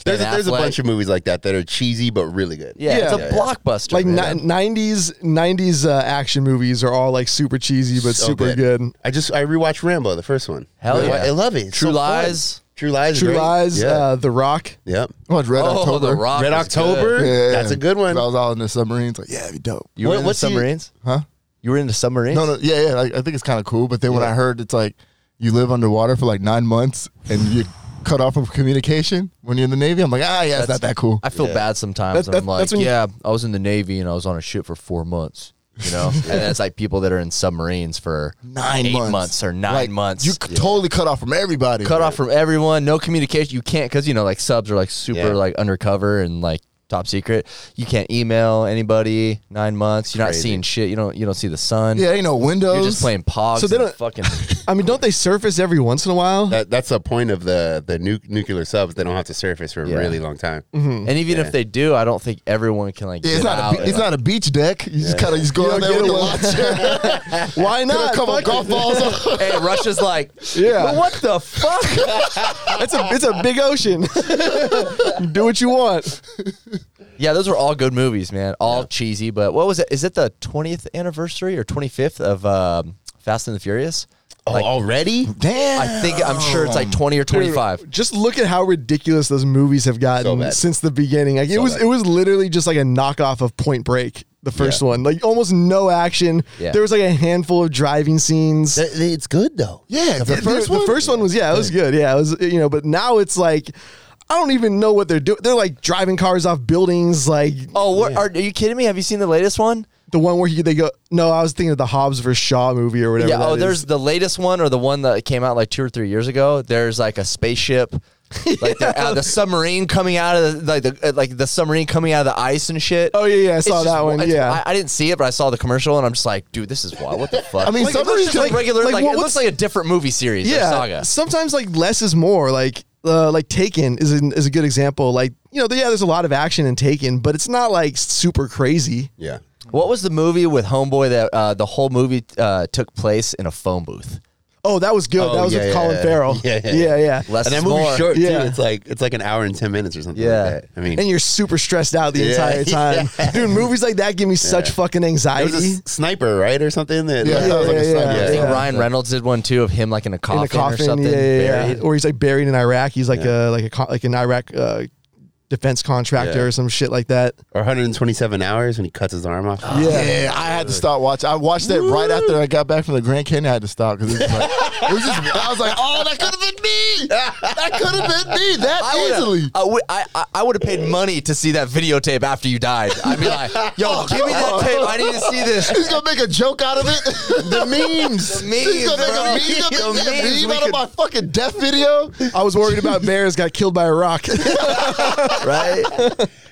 [SPEAKER 4] There's a,
[SPEAKER 1] Ben
[SPEAKER 4] there's a
[SPEAKER 1] Affleck.
[SPEAKER 4] bunch of movies like that that are cheesy but really good.
[SPEAKER 1] Yeah,
[SPEAKER 5] Yeah.
[SPEAKER 1] it's a
[SPEAKER 5] Yeah,
[SPEAKER 4] yeah.
[SPEAKER 1] blockbuster.
[SPEAKER 5] like
[SPEAKER 1] man.
[SPEAKER 5] nineties nineties uh, action movies, are all like super cheesy but
[SPEAKER 4] So
[SPEAKER 5] super good.
[SPEAKER 4] I just I rewatched Rambo, the first one.
[SPEAKER 1] Hell
[SPEAKER 4] I-
[SPEAKER 1] yeah.
[SPEAKER 4] I love it. It's
[SPEAKER 1] True
[SPEAKER 4] so fun.
[SPEAKER 1] Lies.
[SPEAKER 4] True Lies. is
[SPEAKER 5] True
[SPEAKER 4] great.
[SPEAKER 5] Lies,
[SPEAKER 4] Yeah.
[SPEAKER 5] uh, The Rock.
[SPEAKER 4] yep.
[SPEAKER 3] I watched Red
[SPEAKER 1] Oh,
[SPEAKER 3] October.
[SPEAKER 1] The Rock.
[SPEAKER 4] Red
[SPEAKER 1] was good.
[SPEAKER 4] October.
[SPEAKER 3] Yeah,
[SPEAKER 4] That's a good one.
[SPEAKER 3] I was all in the submarines. Like, yeah, it'd be dope.
[SPEAKER 1] You
[SPEAKER 4] What-
[SPEAKER 1] were in the
[SPEAKER 4] what's the-
[SPEAKER 1] submarines?
[SPEAKER 3] Huh?
[SPEAKER 1] You were in the submarines?
[SPEAKER 3] No, no, yeah, yeah. Like, I think it's kind of cool. But then when I heard it's like you live underwater for like nine months and you cut off of communication when you're in the Navy, I'm like, ah, yeah, it's not that cool.
[SPEAKER 1] I feel bad sometimes.
[SPEAKER 5] That-
[SPEAKER 1] and I'm
[SPEAKER 5] that-
[SPEAKER 1] like,
[SPEAKER 5] that's when you-
[SPEAKER 1] yeah, I was in the Navy and I was on a ship for four months. You know, and then it's like people that are in submarines for
[SPEAKER 3] nine
[SPEAKER 1] eight
[SPEAKER 3] months.
[SPEAKER 1] or nine
[SPEAKER 3] Like,
[SPEAKER 1] months.
[SPEAKER 3] You c- totally cut off from everybody.
[SPEAKER 1] cut off from everyone, no communication. You can't because you know, like subs are like super
[SPEAKER 4] Yeah.
[SPEAKER 1] like undercover and like top secret. You can't email anybody. Nine months, you're not
[SPEAKER 4] Crazy.
[SPEAKER 1] seeing shit. You don't you don't see the sun.
[SPEAKER 3] Yeah, ain't no windows.
[SPEAKER 1] you're just playing pogs.
[SPEAKER 5] So they
[SPEAKER 1] and
[SPEAKER 5] don't-
[SPEAKER 1] fucking.
[SPEAKER 5] I mean, don't they surface every once in a while?
[SPEAKER 4] That, that's the point of the the nu- nuclear subs. They don't have to surface for a
[SPEAKER 1] Yeah. Mm-hmm.
[SPEAKER 4] really long time.
[SPEAKER 1] and even if they do, I don't think everyone can like.
[SPEAKER 3] Yeah, it's
[SPEAKER 1] get
[SPEAKER 3] not
[SPEAKER 1] out
[SPEAKER 3] a be- it's
[SPEAKER 1] and-
[SPEAKER 3] not a beach deck. You just kind of just go out there with the launcher.
[SPEAKER 5] Why not?
[SPEAKER 3] a couple
[SPEAKER 5] Fuck
[SPEAKER 3] golf
[SPEAKER 5] it.
[SPEAKER 3] balls.
[SPEAKER 1] Hey, Russia's like,
[SPEAKER 5] Yeah.
[SPEAKER 1] "Well, what the fuck?
[SPEAKER 5] It's a it's a big ocean. Do what you want.
[SPEAKER 1] Yeah, those were all good movies, man. All cheesy, but what was it? Is it the 20th anniversary or 25th of um, Fast and the Furious?
[SPEAKER 4] Oh, already?
[SPEAKER 3] Damn.
[SPEAKER 1] I think I'm sure it's like 20 or 25.
[SPEAKER 5] Just look at how ridiculous those movies have gotten
[SPEAKER 4] bad.
[SPEAKER 5] since the beginning. Like it
[SPEAKER 4] So
[SPEAKER 5] was
[SPEAKER 4] bad.
[SPEAKER 5] it was literally just like a knockoff of Point Break, the first one. Like almost no action.
[SPEAKER 1] Yeah.
[SPEAKER 5] There was like a handful of driving scenes.
[SPEAKER 4] Th- It's good though.
[SPEAKER 3] yeah,
[SPEAKER 5] the first one? the first one was yeah, it was good. Yeah, it was you know, but now it's like I don't even know what they're doing. They're like driving cars off buildings, like
[SPEAKER 1] Oh, what, are, are you kidding me? Have you seen the latest one?
[SPEAKER 5] the one where he, they go. No, I was thinking of the Hobbs versus Shaw movie or whatever.
[SPEAKER 1] Yeah.
[SPEAKER 5] that
[SPEAKER 1] Oh,
[SPEAKER 5] is.
[SPEAKER 1] there's the latest one or the one that came out like two or three years ago. There's like a spaceship like the, uh, the submarine coming out of the, like the uh, like the submarine coming out of the ice and shit.
[SPEAKER 5] Oh, yeah, yeah, I
[SPEAKER 1] It's
[SPEAKER 5] saw
[SPEAKER 1] just-
[SPEAKER 5] that one.
[SPEAKER 1] I-
[SPEAKER 5] Yeah.
[SPEAKER 1] I, I didn't see it, but I saw the commercial, and I'm just like, dude, this is wild. What the fuck?
[SPEAKER 3] I mean,
[SPEAKER 1] like, it looks
[SPEAKER 3] submarines
[SPEAKER 1] just like,
[SPEAKER 3] like-
[SPEAKER 1] regular.
[SPEAKER 5] like,
[SPEAKER 1] Like,
[SPEAKER 5] what-
[SPEAKER 1] it
[SPEAKER 5] what's-
[SPEAKER 1] looks like a different movie series. Yeah, saga.
[SPEAKER 5] Sometimes like less is more. Like uh, like Taken is an, is a good example. Like you know, yeah, there's a lot of action in Taken, but it's not like super crazy.
[SPEAKER 4] Yeah.
[SPEAKER 1] What was the movie with Homeboy that uh, the whole movie uh, took place in a phone booth?
[SPEAKER 5] Oh, that was good.
[SPEAKER 4] Oh,
[SPEAKER 5] that was
[SPEAKER 4] yeah,
[SPEAKER 5] with
[SPEAKER 4] yeah,
[SPEAKER 5] Colin
[SPEAKER 4] yeah.
[SPEAKER 5] Farrell.
[SPEAKER 4] Yeah, yeah.
[SPEAKER 5] yeah, yeah.
[SPEAKER 1] Less
[SPEAKER 4] and that
[SPEAKER 1] is
[SPEAKER 4] movie's
[SPEAKER 1] more.
[SPEAKER 4] short
[SPEAKER 5] Yeah.
[SPEAKER 4] too. It's like it's like an hour and ten minutes or something.
[SPEAKER 1] Yeah.
[SPEAKER 4] like that. I mean,
[SPEAKER 5] And you're super stressed out the
[SPEAKER 4] Yeah,
[SPEAKER 5] entire time,
[SPEAKER 4] yeah.
[SPEAKER 5] dude. Movies like that give me such fucking
[SPEAKER 4] there
[SPEAKER 5] anxiety.
[SPEAKER 4] was a s- sniper, right, or something. That,
[SPEAKER 3] Yeah,
[SPEAKER 4] that
[SPEAKER 3] yeah,
[SPEAKER 4] was like a
[SPEAKER 5] yeah,
[SPEAKER 4] sniper.
[SPEAKER 5] yeah.
[SPEAKER 1] I think
[SPEAKER 5] Yeah.
[SPEAKER 1] Ryan Reynolds did one too of him like in a coffin,
[SPEAKER 5] in a coffin,
[SPEAKER 1] or something.
[SPEAKER 5] yeah, yeah, yeah.
[SPEAKER 1] buried.
[SPEAKER 5] or he's like buried in Iraq. He's like a like a co- like an Iraq uh, defense contractor
[SPEAKER 4] Yeah.
[SPEAKER 5] or some shit like that.
[SPEAKER 4] Or 127 hours when he cuts his arm off.
[SPEAKER 3] Yeah, I had to stop watching. I watched that right after I got back from the Grand Canyon. I had to stop because it, was like, it was just. I was like, "Oh, that could have been me. That could have been me that
[SPEAKER 1] would've-
[SPEAKER 3] easily."
[SPEAKER 1] I would I, I, I would have paid money to see that videotape after you died. I'd be like,
[SPEAKER 5] Oh,
[SPEAKER 1] yo, give me that tape. I need to see this.
[SPEAKER 3] He's gonna make a joke out of it. the memes.
[SPEAKER 1] The memes,
[SPEAKER 3] He's gonna make
[SPEAKER 1] bro.
[SPEAKER 3] a meme, he's
[SPEAKER 1] The
[SPEAKER 3] gonna make a
[SPEAKER 1] memes
[SPEAKER 3] meme
[SPEAKER 1] we
[SPEAKER 3] out of
[SPEAKER 1] could-
[SPEAKER 3] my fucking death video.
[SPEAKER 5] I was worried about bears got killed by a rock.
[SPEAKER 4] right?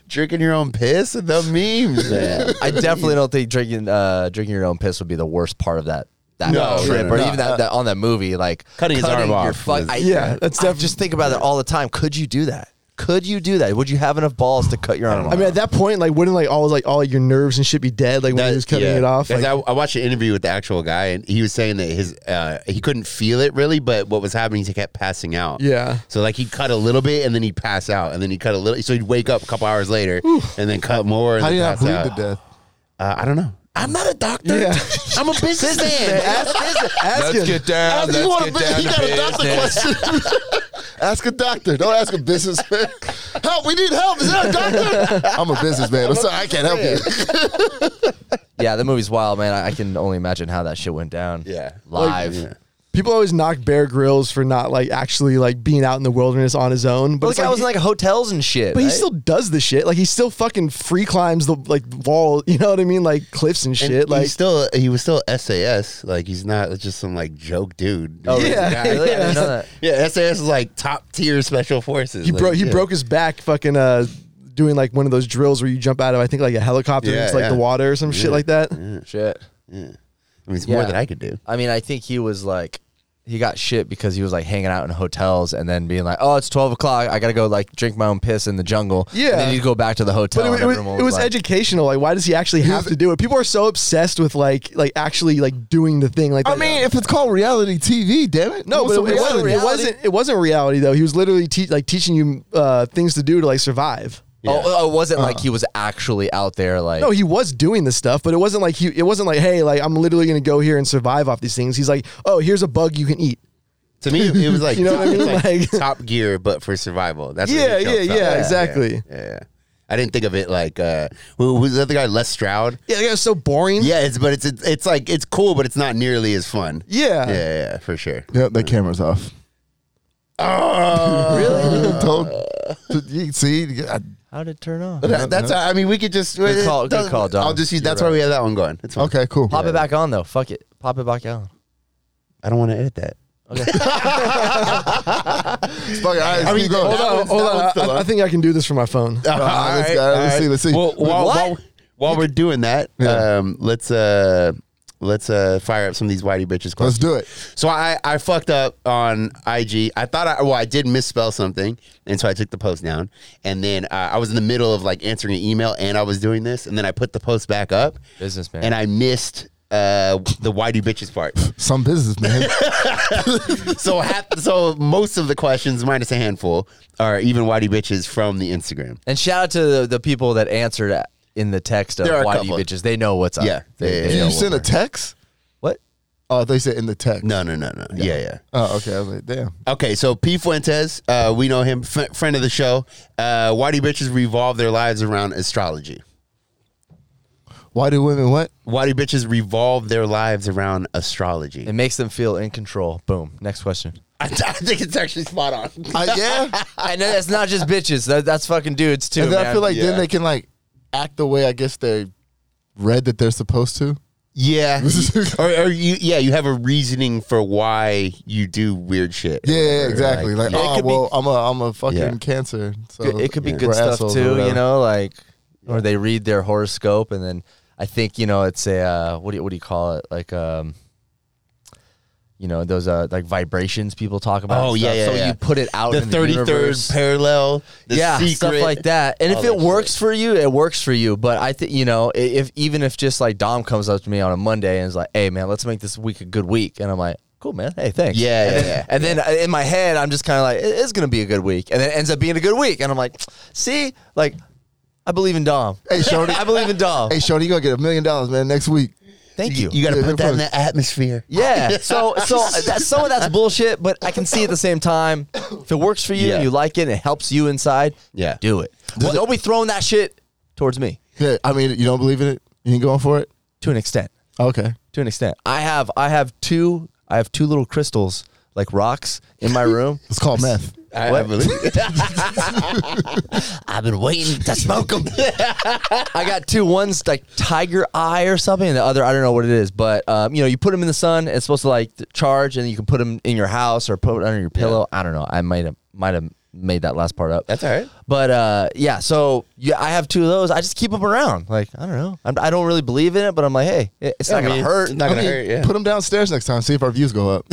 [SPEAKER 4] Drinking your own piss and the memes, man.
[SPEAKER 1] I definitely don't think drinking uh, drinking your own piss would be the worst part of that. That
[SPEAKER 4] No,
[SPEAKER 1] trip,
[SPEAKER 4] no, no,
[SPEAKER 1] or
[SPEAKER 4] no.
[SPEAKER 1] even that, that on that movie, like
[SPEAKER 4] Cutting his arm
[SPEAKER 1] your
[SPEAKER 4] off
[SPEAKER 1] fuck-
[SPEAKER 4] was-
[SPEAKER 1] I-
[SPEAKER 5] Yeah, that's
[SPEAKER 1] I just think about that all the time. Could you do that? Could you do that? Would you have enough balls to cut your arm off?
[SPEAKER 5] I mean, at that point, like, wouldn't like all like all your nerves and shit be dead? Like when he was cutting
[SPEAKER 4] yeah.
[SPEAKER 5] it off.
[SPEAKER 4] Because
[SPEAKER 5] Like,
[SPEAKER 4] I, I watched an interview with the actual guy, and he was saying that his uh, he couldn't feel it really, but what was happening is he kept passing out.
[SPEAKER 5] Yeah.
[SPEAKER 4] So like he'd cut a little bit, and then he'd pass out, and then he'd cut a little. So he'd wake up a couple hours later, and then cut more. And
[SPEAKER 3] How do
[SPEAKER 4] then
[SPEAKER 3] you not
[SPEAKER 4] pass
[SPEAKER 3] bleed
[SPEAKER 4] out.
[SPEAKER 3] to death?
[SPEAKER 4] Uh, I don't know. I'm not a doctor.
[SPEAKER 5] Yeah.
[SPEAKER 4] I'm a businessman.
[SPEAKER 5] ask, ask him.
[SPEAKER 1] down.
[SPEAKER 3] Ask- you wanna be- you got a doctor question. ask a doctor. Don't ask a businessman. Help! We need help. Is there a doctor? I'm a businessman. I'm sorry, I can't help you.
[SPEAKER 1] yeah, the movie's wild, man. I, I can only imagine how that shit went down.
[SPEAKER 4] Yeah.
[SPEAKER 1] live.
[SPEAKER 4] Like-
[SPEAKER 5] People always knock Bear Grylls for not like actually like being out in the wilderness on his own. But
[SPEAKER 1] But
[SPEAKER 5] it's
[SPEAKER 1] the guy
[SPEAKER 5] like,
[SPEAKER 1] was in like hotels and shit.
[SPEAKER 5] but he
[SPEAKER 1] right?
[SPEAKER 5] still does the shit. Like he still fucking free climbs the like wall. You know what I mean? Like cliffs and shit.
[SPEAKER 4] And
[SPEAKER 5] like
[SPEAKER 4] he's still he was still SAS. Like he's not just some like joke dude.
[SPEAKER 1] Oh,
[SPEAKER 5] really? Yeah.
[SPEAKER 4] yeah.
[SPEAKER 1] Really? I didn't know that.
[SPEAKER 4] Yeah, SAS is like top tier special forces.
[SPEAKER 5] he
[SPEAKER 4] Like,
[SPEAKER 5] broke he
[SPEAKER 4] yeah.
[SPEAKER 5] broke his back fucking uh doing like one of those drills where you jump out of I think like a helicopter
[SPEAKER 4] Yeah,
[SPEAKER 5] into like
[SPEAKER 4] yeah.
[SPEAKER 5] the water or some shit like that.
[SPEAKER 1] shit.
[SPEAKER 4] I mean, it's
[SPEAKER 1] Yeah.
[SPEAKER 4] more than I could do.
[SPEAKER 1] I mean, I think he was like, he got shit because he was like hanging out in hotels and then being like, oh, it's 12 o'clock. I got to go like drink my own piss in the jungle.
[SPEAKER 5] Yeah.
[SPEAKER 1] And then he'd go back to the hotel.
[SPEAKER 5] But
[SPEAKER 1] and
[SPEAKER 5] it, wa- it was,
[SPEAKER 1] everyone
[SPEAKER 5] it was
[SPEAKER 1] like-
[SPEAKER 5] educational. Like, why does he actually have to do it? People are so obsessed with like, like actually like doing the thing. Like,
[SPEAKER 3] I
[SPEAKER 5] that-
[SPEAKER 3] mean, if it's called reality TV, damn it.
[SPEAKER 5] no,
[SPEAKER 3] What's
[SPEAKER 5] but
[SPEAKER 3] the
[SPEAKER 5] it, wasn't.
[SPEAKER 3] reality?
[SPEAKER 5] It wasn't. It wasn't reality though. He was literally te- like teaching you uh, things to do to like survive.
[SPEAKER 1] Oh, oh, it wasn't like he was actually out there like.
[SPEAKER 5] No, he was doing this stuff, but it wasn't like he. It wasn't like, hey, like I'm literally gonna go here and survive off these things. He's like, oh, here's a bug you can eat.
[SPEAKER 4] To me, it was like
[SPEAKER 5] You know what I mean?
[SPEAKER 4] like,
[SPEAKER 5] Like-
[SPEAKER 4] Top Gear, but for survival. That's what
[SPEAKER 5] Yeah,
[SPEAKER 4] he jokes
[SPEAKER 5] yeah,
[SPEAKER 4] about.
[SPEAKER 5] yeah, exactly.
[SPEAKER 4] Yeah, yeah. I didn't think of it like uh, who who's the other guy? Les Stroud.
[SPEAKER 5] Yeah, that was so boring.
[SPEAKER 4] Yeah, it's but it's it's, it's like it's cool, but it's not nearly as fun.
[SPEAKER 5] Yeah.
[SPEAKER 4] yeah, yeah for sure.
[SPEAKER 3] Yep, the camera's off.
[SPEAKER 4] Oh,
[SPEAKER 3] Don't, you see, I-
[SPEAKER 1] How did it turn on?
[SPEAKER 4] That- that's I mean, we could just
[SPEAKER 1] Good call-
[SPEAKER 4] it
[SPEAKER 1] good
[SPEAKER 4] doesn't-
[SPEAKER 1] call, Dom.
[SPEAKER 4] I'll just use.
[SPEAKER 1] You're
[SPEAKER 4] That's why we have that one going. It's fine.
[SPEAKER 3] okay, cool.
[SPEAKER 1] Pop it back on though. Fuck it. Pop it back on.
[SPEAKER 4] I don't want to edit that.
[SPEAKER 3] Fuck it, all right,
[SPEAKER 4] I mean,
[SPEAKER 3] keep going.
[SPEAKER 4] hold
[SPEAKER 5] Hold on,
[SPEAKER 4] one's-
[SPEAKER 5] Oh, hold
[SPEAKER 4] that
[SPEAKER 5] on.
[SPEAKER 4] one's still
[SPEAKER 5] I, I
[SPEAKER 4] up.
[SPEAKER 5] think I can do this from my phone.
[SPEAKER 4] All
[SPEAKER 3] right, let's go. Let's see, let's see.
[SPEAKER 4] Well, while,
[SPEAKER 1] What?
[SPEAKER 4] while, while we're doing that,
[SPEAKER 3] Yeah.
[SPEAKER 4] um, let's uh, let's uh, fire up some of these whitey bitches. Questions.
[SPEAKER 3] Let's do it.
[SPEAKER 4] So I, I fucked up on IG. I thought I well I did misspell something, and so I took the post down. And then uh, I was in the middle of like answering an email, and I was doing this, and then I put the post back up.
[SPEAKER 1] Businessman.
[SPEAKER 4] And I missed uh, the whitey bitches part.
[SPEAKER 3] Some business, man.
[SPEAKER 4] so half, so most of the questions, minus a handful, are even whitey bitches from the Instagram.
[SPEAKER 1] And shout out to the, the people that answered at- in the text of
[SPEAKER 4] There are a
[SPEAKER 1] why do you
[SPEAKER 4] couple.
[SPEAKER 1] bitches. They know what's up.
[SPEAKER 4] Yeah.
[SPEAKER 1] They, they
[SPEAKER 4] Yeah, yeah,
[SPEAKER 1] know
[SPEAKER 3] you
[SPEAKER 1] what
[SPEAKER 3] sent a
[SPEAKER 1] we're-
[SPEAKER 3] text?
[SPEAKER 1] What?
[SPEAKER 3] Oh, they said in the text.
[SPEAKER 4] No, no, no, no. Yeah, yeah.
[SPEAKER 3] Oh, okay. I was like, damn.
[SPEAKER 4] Okay, so P. Fuentes, uh, we know him, f- friend of the show. Uh, whitey bitches revolve their lives around astrology.
[SPEAKER 3] Why do women what?
[SPEAKER 4] Whitey bitches revolve their lives around astrology.
[SPEAKER 1] It makes them feel in control. Boom. Next question.
[SPEAKER 4] I, I think it's actually spot on.
[SPEAKER 3] Uh, yeah.
[SPEAKER 1] I know that's not just bitches. That, that's fucking dudes too.
[SPEAKER 3] and then I
[SPEAKER 1] man.
[SPEAKER 3] feel like
[SPEAKER 4] Yeah.
[SPEAKER 3] then they can like act the way I guess they read that they're supposed to.
[SPEAKER 4] Yeah. or, or you yeah, you have a reasoning for why you do weird shit.
[SPEAKER 3] Yeah, yeah, exactly. Like,
[SPEAKER 1] It
[SPEAKER 3] oh
[SPEAKER 1] could be-
[SPEAKER 3] well, I'm a I'm a fucking
[SPEAKER 4] Yeah.
[SPEAKER 3] cancer. So
[SPEAKER 1] Good- it could be
[SPEAKER 3] yeah.
[SPEAKER 1] good
[SPEAKER 3] we're
[SPEAKER 1] stuff
[SPEAKER 3] assholes or
[SPEAKER 1] too, you
[SPEAKER 3] whatever.
[SPEAKER 1] know, like or they read their horoscope and then I think you know it's a uh, what do you, what do you call it like um you know those uh like vibrations people talk about. and
[SPEAKER 4] Oh, yeah,
[SPEAKER 1] stuff.
[SPEAKER 4] yeah,
[SPEAKER 1] So
[SPEAKER 4] yeah.
[SPEAKER 1] you put it out
[SPEAKER 4] the
[SPEAKER 1] in
[SPEAKER 4] thirty third
[SPEAKER 1] universe.
[SPEAKER 4] parallel, the
[SPEAKER 1] yeah,
[SPEAKER 4] secret.
[SPEAKER 1] stuff like that. And if
[SPEAKER 4] all
[SPEAKER 1] it
[SPEAKER 4] that
[SPEAKER 1] works for you, it works for you. But I think you know, i- if even if just like Dom comes up to me on a Monday and is like, "Hey, man, let's make this week a good week," and I'm like, "Cool, man. Hey, thanks."
[SPEAKER 4] Yeah,
[SPEAKER 1] and
[SPEAKER 4] yeah,
[SPEAKER 1] then,
[SPEAKER 4] yeah.
[SPEAKER 1] And then uh, in my head, I'm just kind of like, "It- "It's gonna be a good week," and then it ends up being a good week, and I'm like, "See, like, I believe in Dom.
[SPEAKER 3] Hey, Shorty.
[SPEAKER 1] I believe in Dom.
[SPEAKER 3] Hey, Shorty, you gonna get a million dollars, man, next week.
[SPEAKER 1] Thank you."
[SPEAKER 4] You got to put
[SPEAKER 3] Yeah, no
[SPEAKER 4] that in
[SPEAKER 3] problem.
[SPEAKER 4] the atmosphere.
[SPEAKER 1] yeah, so so that, some of that's bullshit, but I can see at the same time if it works for you,
[SPEAKER 4] Yeah.
[SPEAKER 1] you like it, it helps you inside.
[SPEAKER 4] Yeah.
[SPEAKER 1] do it. Well, don't be throwing that shit towards me.
[SPEAKER 3] Yeah, I mean, you don't believe in it? You ain't going for it?
[SPEAKER 1] to an extent
[SPEAKER 3] Okay.
[SPEAKER 1] to an extent i have i have two i have two little crystals like rocks in my room
[SPEAKER 3] It's called meth.
[SPEAKER 4] I, I
[SPEAKER 1] What?
[SPEAKER 4] believe. I've been waiting to smoke them.
[SPEAKER 1] i got two ones like tiger eye or something and the other i don't know what it is but um, you know you put them in the sun it's supposed to like th- charge and you can put them in your house or put it under your pillow i don't know i might have might have made that last part up
[SPEAKER 4] That's all right.
[SPEAKER 1] but uh, yeah so yeah i have two of those i just keep them around like i don't know I'm, i don't really believe in it but i'm like hey it- it's
[SPEAKER 4] Yeah,
[SPEAKER 1] not
[SPEAKER 4] I
[SPEAKER 1] gonna
[SPEAKER 4] mean,
[SPEAKER 1] hurt
[SPEAKER 4] it's not gonna
[SPEAKER 3] I mean,
[SPEAKER 4] hurt, yeah.
[SPEAKER 3] Put them downstairs next time. See if our views go up.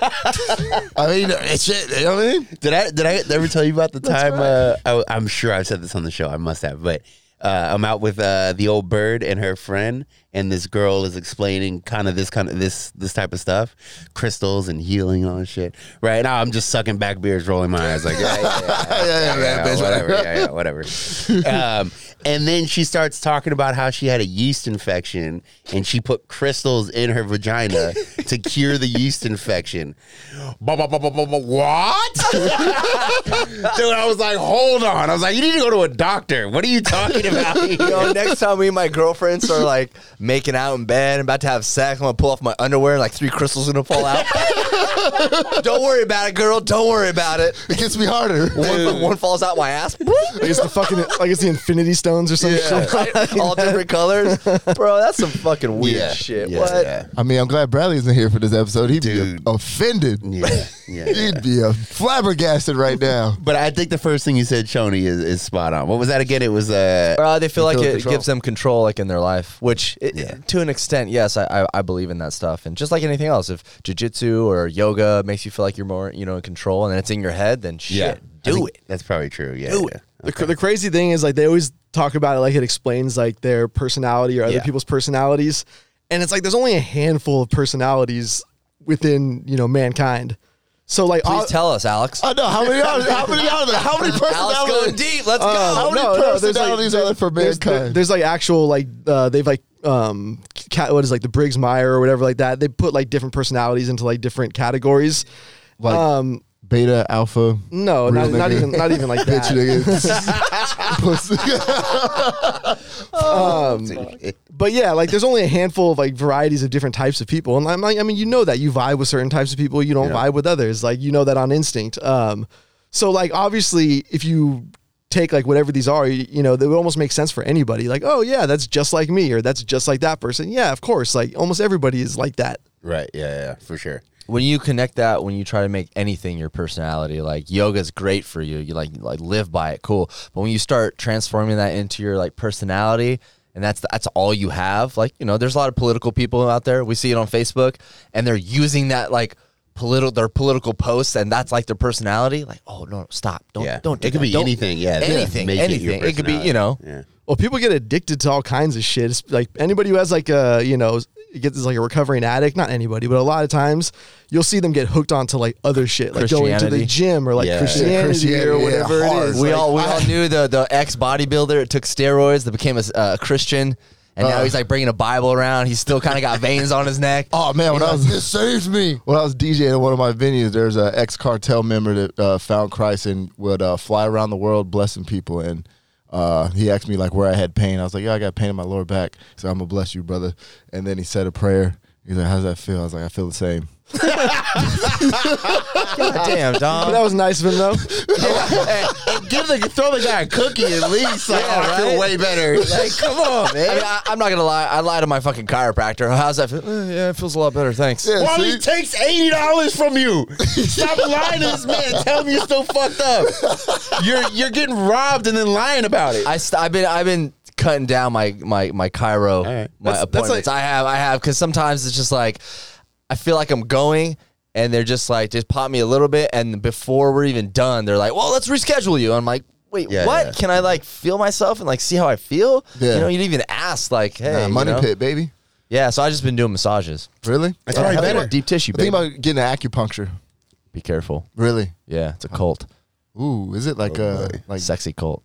[SPEAKER 3] I mean, it's shit. You know what I mean?
[SPEAKER 4] Did I did I ever tell you about the time? Uh, I, I'm sure I've said this on the show. I must have, but uh, I'm out with uh, the old bird and her friend, and this girl is explaining kind of this kind of this this type of stuff, crystals and healing and all that shit. Right now, I'm just sucking back beers, rolling my eyes like, yeah, yeah, yeah,
[SPEAKER 3] yeah, yeah, bitch,
[SPEAKER 4] whatever, yeah, yeah, whatever. um, and then she starts talking about how she had a yeast infection, and she put crystals in her vagina to cure the yeast infection. Ba- ba- ba- ba- ba- ba- What? Dude, I was like, hold on. I was like, you need to go to a doctor. What are you talking about?
[SPEAKER 1] Yo, next time me and my girlfriends are like making out in bed and about to have sex, I'm gonna pull off my underwear and like three crystals gonna fall out. Don't worry about it, girl. Don't worry about it.
[SPEAKER 3] It gets me harder.
[SPEAKER 1] One, one falls out my ass,
[SPEAKER 5] Like it's the fucking like it's the Infinity Stones or some shit.
[SPEAKER 1] all different colors, bro. That's some fucking weird
[SPEAKER 4] Yeah,
[SPEAKER 1] shit.
[SPEAKER 4] yeah,
[SPEAKER 1] what?
[SPEAKER 4] yeah.
[SPEAKER 3] I mean, I'm glad Bradley isn't here for this episode. He'd
[SPEAKER 4] Dude.
[SPEAKER 3] be offended.
[SPEAKER 4] Yeah, yeah,
[SPEAKER 3] He'd be uh, flabbergasted right now.
[SPEAKER 4] But I think the first thing you said, Shoney, is, is spot on. What was that again? It was uh,
[SPEAKER 1] Uh, they feel like
[SPEAKER 3] Control,
[SPEAKER 1] it
[SPEAKER 3] control.
[SPEAKER 1] gives them control, like in their life, which it,
[SPEAKER 4] Yeah.
[SPEAKER 1] to an extent, yes, I, I, I believe in that stuff. And just like anything else, if jujitsu or yoga makes you feel like you're more, you know, in control, and it's in your head, then shit,
[SPEAKER 4] yeah. I
[SPEAKER 1] do
[SPEAKER 4] think
[SPEAKER 1] it.
[SPEAKER 4] That's probably true. Yeah,
[SPEAKER 1] Do
[SPEAKER 4] yeah.
[SPEAKER 1] it.
[SPEAKER 5] The, cr- the crazy thing is like they always talk about it like it explains like their personality or other
[SPEAKER 1] Yeah.
[SPEAKER 5] people's personalities, and it's like there's only a handful of personalities within you know mankind. So like
[SPEAKER 1] Please
[SPEAKER 5] ob-
[SPEAKER 1] tell us, Alex.
[SPEAKER 3] I know how many are there? How many are there? How many
[SPEAKER 1] Alex going
[SPEAKER 3] personalities?
[SPEAKER 1] deep. Let's
[SPEAKER 5] Uh,
[SPEAKER 1] go.
[SPEAKER 3] How many
[SPEAKER 5] there's, like,
[SPEAKER 3] personalities are there for
[SPEAKER 5] there's-
[SPEAKER 3] mankind?
[SPEAKER 5] There's like actual like uh, they've like um cat what is like the Briggs Meyer or whatever like that. They put like different personalities into like different categories.
[SPEAKER 3] Like
[SPEAKER 5] Um,
[SPEAKER 3] beta, alpha.
[SPEAKER 5] no,
[SPEAKER 3] real
[SPEAKER 5] not, not
[SPEAKER 3] nigga.
[SPEAKER 5] even not even like
[SPEAKER 3] Bitch,
[SPEAKER 5] that.
[SPEAKER 3] nigga. Pussy.
[SPEAKER 5] But yeah, like there's only a handful of like varieties of different types of people, and I'm like, I mean, you know that you vibe with certain types of people, you don't vibe with others. Like you know that on instinct. Um, so like obviously, if you take like whatever these are, you, you know, they would almost make sense for anybody. Like, oh yeah, that's just like me, or that's just like that person. Yeah, of course. Like almost everybody is like that.
[SPEAKER 4] Right. Yeah, yeah, yeah, for sure.
[SPEAKER 1] when you connect that when you try to make anything your personality like yoga's great for you you like like live by it cool but when you start transforming that into your like personality and that's that's all you have like you know there's a lot of political people out there we see it on facebook and they're using that like political their political posts and that's like their personality like oh no stop don't
[SPEAKER 4] Yeah.
[SPEAKER 1] don't do
[SPEAKER 4] It could
[SPEAKER 1] that.
[SPEAKER 4] be
[SPEAKER 1] Don't-
[SPEAKER 4] anything, yeah.
[SPEAKER 1] anything
[SPEAKER 4] Make it your
[SPEAKER 1] anything it, could be you know
[SPEAKER 4] personality. Yeah.
[SPEAKER 5] Well, people get addicted to all kinds of shit. It's like anybody who has like a you know gets is like a recovering addict. Not anybody, but a lot of times you'll see them get hooked onto like other shit, like going to the
[SPEAKER 1] Christianity.
[SPEAKER 5] gym or like
[SPEAKER 4] Yeah.
[SPEAKER 5] Christianity,
[SPEAKER 3] Christianity,
[SPEAKER 5] or
[SPEAKER 3] yeah,
[SPEAKER 5] whatever
[SPEAKER 3] hard.
[SPEAKER 5] it is.
[SPEAKER 1] we
[SPEAKER 5] Like,
[SPEAKER 1] all we all knew the the ex bodybuilder took steroids that became a s- a Christian, and now
[SPEAKER 3] Uh.
[SPEAKER 1] he's like bringing a Bible around. He's still kind of got veins on his neck.
[SPEAKER 3] Oh man, when I was this saves me. When I was DJing at one of my venues, there's an ex cartel member that uh, found Christ and would uh, fly around the world blessing people. And uh, he asked me like where I had pain. I was like, yeah, I got pain in my lower back. So I'm gonna bless you, brother. And then he said a prayer. He's like, how's that feel? I was like, I feel the same.
[SPEAKER 1] Damn, dog.
[SPEAKER 5] That was nice of him though.
[SPEAKER 4] Give the throw the guy a cookie at least. Like,
[SPEAKER 1] Yeah,
[SPEAKER 4] oh, I feel
[SPEAKER 1] right?
[SPEAKER 4] way better.
[SPEAKER 1] Like, come on, man. I am not gonna lie. I lied to my fucking chiropractor. How's that feel? "Eh, yeah, it feels a lot better. Thanks.
[SPEAKER 3] Yeah,
[SPEAKER 4] Why
[SPEAKER 3] see?
[SPEAKER 4] he takes eighty dollars from you? Stop lying to this man. Tell him you're still fucked up. You're you're getting robbed and then lying about it.
[SPEAKER 1] I st- I've been I've been cutting down my my my Cairo
[SPEAKER 4] right.
[SPEAKER 1] my
[SPEAKER 5] That's- that's
[SPEAKER 1] appointments. I have I have because sometimes it's just like I feel like I'm going and they're just like just pop me a little bit and before we're even done they're like well let's reschedule you. I'm like wait
[SPEAKER 4] Yeah,
[SPEAKER 1] what?
[SPEAKER 4] yeah.
[SPEAKER 1] Can I like feel myself and like see how I feel?
[SPEAKER 3] Yeah.
[SPEAKER 1] You know you didn't even ask like hey
[SPEAKER 3] Nah,
[SPEAKER 1] you
[SPEAKER 3] money
[SPEAKER 1] know?
[SPEAKER 3] pit, baby.
[SPEAKER 1] Yeah, so I have just been doing massages.
[SPEAKER 3] Really?
[SPEAKER 4] That's probably
[SPEAKER 1] Hell yeah,
[SPEAKER 4] better.
[SPEAKER 1] Deep tissue.
[SPEAKER 3] Think
[SPEAKER 1] Baby.
[SPEAKER 3] about getting an acupuncture.
[SPEAKER 1] Be careful.
[SPEAKER 3] Really?
[SPEAKER 1] Yeah, it's a cult,
[SPEAKER 3] Ooh, is it like
[SPEAKER 1] Oh,
[SPEAKER 3] uh like
[SPEAKER 1] sexy cult.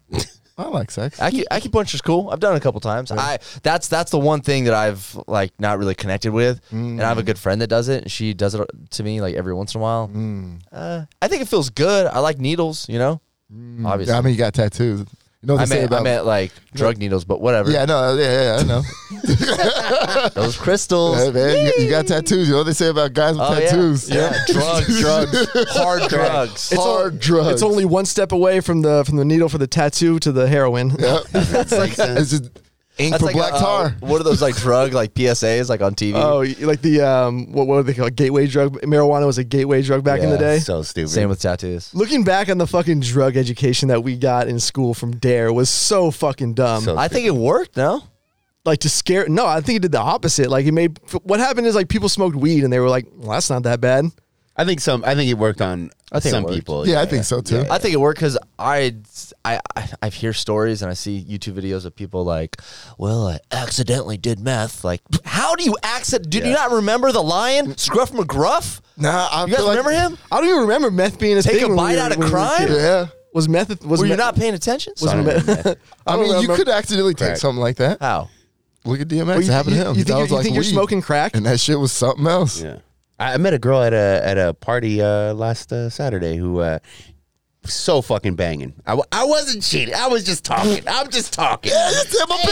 [SPEAKER 3] I like sex.
[SPEAKER 1] Acu- acupuncture's cool. I've done it a couple times. I that's that's the one thing that I've like not really connected with. And I have a
[SPEAKER 3] Mm.
[SPEAKER 1] good friend that does it, and she does it to me like every once in a while.
[SPEAKER 3] Mm.
[SPEAKER 1] Uh, I think it feels good. I like needles, you know. Obviously,
[SPEAKER 3] Mm. Yeah, I mean, you got tattoos. You know what
[SPEAKER 1] I
[SPEAKER 3] they say
[SPEAKER 1] meant, I
[SPEAKER 3] about
[SPEAKER 1] meant like drug needles, but whatever.
[SPEAKER 3] Yeah, no, yeah, yeah, I know.
[SPEAKER 1] those crystals.
[SPEAKER 3] Hey, man, you, you got tattoos. You know what they say about guys with
[SPEAKER 1] Oh, yeah.
[SPEAKER 3] tattoos?
[SPEAKER 1] Yeah, drugs, drugs, hard drugs.
[SPEAKER 5] It's all-
[SPEAKER 3] Hard drugs.
[SPEAKER 5] It's only one step away from the from the needle for the tattoo to the heroin.
[SPEAKER 3] Yep. it's like it's just ink
[SPEAKER 1] That's
[SPEAKER 3] for
[SPEAKER 1] like
[SPEAKER 3] black
[SPEAKER 1] a, uh,
[SPEAKER 3] tar.
[SPEAKER 1] what are those like drug like PSAs like on TV?
[SPEAKER 5] Oh, y- like the um, what what were they called? Gateway drug. Marijuana was a gateway drug back in the
[SPEAKER 1] Yeah,
[SPEAKER 5] day.
[SPEAKER 4] So stupid.
[SPEAKER 1] Same with tattoos.
[SPEAKER 5] Looking back on the fucking drug education that we got in school from Dare was so fucking dumb.
[SPEAKER 4] So-
[SPEAKER 1] I think it worked. No,
[SPEAKER 5] like to scare. No, I think it did the opposite. Like it made. f- What happened is like people smoked weed and they were like, "Well, that's not that bad."
[SPEAKER 4] I think some. I think it worked on
[SPEAKER 1] I think it
[SPEAKER 4] some
[SPEAKER 1] worked.
[SPEAKER 4] people.
[SPEAKER 3] Yeah, I think so too.
[SPEAKER 1] I think it worked because I, I, I, I hear stories and I see YouTube videos of people like, well, I accidentally did meth. Like, how do you accident? Did you
[SPEAKER 4] Yeah.
[SPEAKER 1] not remember the lion, Scruff McGruff?
[SPEAKER 3] Nah, I
[SPEAKER 1] You guys
[SPEAKER 3] feel like-
[SPEAKER 1] remember him?
[SPEAKER 5] I don't even remember meth being a
[SPEAKER 1] Take
[SPEAKER 5] thing.
[SPEAKER 1] a
[SPEAKER 5] when we
[SPEAKER 1] bite
[SPEAKER 5] were-
[SPEAKER 1] out of
[SPEAKER 5] when we were
[SPEAKER 1] crime?
[SPEAKER 5] kids.
[SPEAKER 3] Yeah.
[SPEAKER 5] Was meth? Was
[SPEAKER 1] Were you
[SPEAKER 5] meth-
[SPEAKER 1] not paying attention? Sorry.
[SPEAKER 5] meth-
[SPEAKER 3] I
[SPEAKER 5] don't
[SPEAKER 3] mean, you
[SPEAKER 5] remember.
[SPEAKER 3] could accidentally take
[SPEAKER 4] Crack.
[SPEAKER 3] something like that.
[SPEAKER 1] How?
[SPEAKER 3] Look at DMX.
[SPEAKER 5] Oh,
[SPEAKER 3] it happened
[SPEAKER 5] you,
[SPEAKER 3] to him.
[SPEAKER 5] You think,
[SPEAKER 3] That
[SPEAKER 5] you're,
[SPEAKER 3] was
[SPEAKER 5] you
[SPEAKER 3] like
[SPEAKER 5] think you're
[SPEAKER 3] weed.
[SPEAKER 5] smoking crack?
[SPEAKER 3] and that shit was something else.
[SPEAKER 4] Yeah. I, I met a girl at a at a party uh, last uh, Saturday who uh, so fucking banging. I, w- I wasn't cheating. I was just talking. I'm just talking.
[SPEAKER 3] I'm a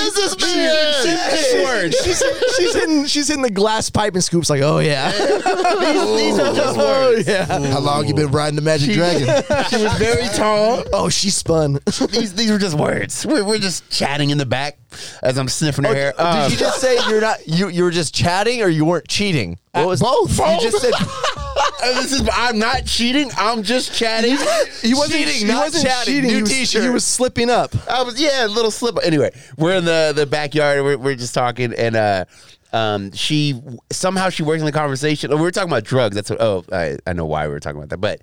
[SPEAKER 4] Words.
[SPEAKER 5] she's, she's hitting she's hitting the glass pipe and scoops like, oh yeah,
[SPEAKER 4] These are just
[SPEAKER 5] oh
[SPEAKER 4] words.
[SPEAKER 5] yeah,
[SPEAKER 3] How long you been riding the Magic Dragon?
[SPEAKER 4] She was very tall.
[SPEAKER 5] oh she spun.
[SPEAKER 4] These these were just words. We're, we're just chatting in the back as I'm sniffing her hair. Um,
[SPEAKER 1] Did you just say you're not? You you were just chatting or you weren't cheating? What was
[SPEAKER 3] Both.
[SPEAKER 1] You just said
[SPEAKER 4] uh, this is. I'm not cheating. I'm just chatting.
[SPEAKER 5] He wasn't
[SPEAKER 1] Cheating,
[SPEAKER 5] he
[SPEAKER 1] not
[SPEAKER 5] wasn't
[SPEAKER 1] chatting.
[SPEAKER 5] cheating.
[SPEAKER 1] New
[SPEAKER 5] he, was,
[SPEAKER 1] t-shirt.
[SPEAKER 5] he was slipping up.
[SPEAKER 4] I was yeah, a little slip. Anyway, we're in the the backyard. We're, we're just talking, and uh, um, she somehow she works in the conversation. Oh, We were talking about drugs. That's what. Oh, I, I know why we were talking about that, but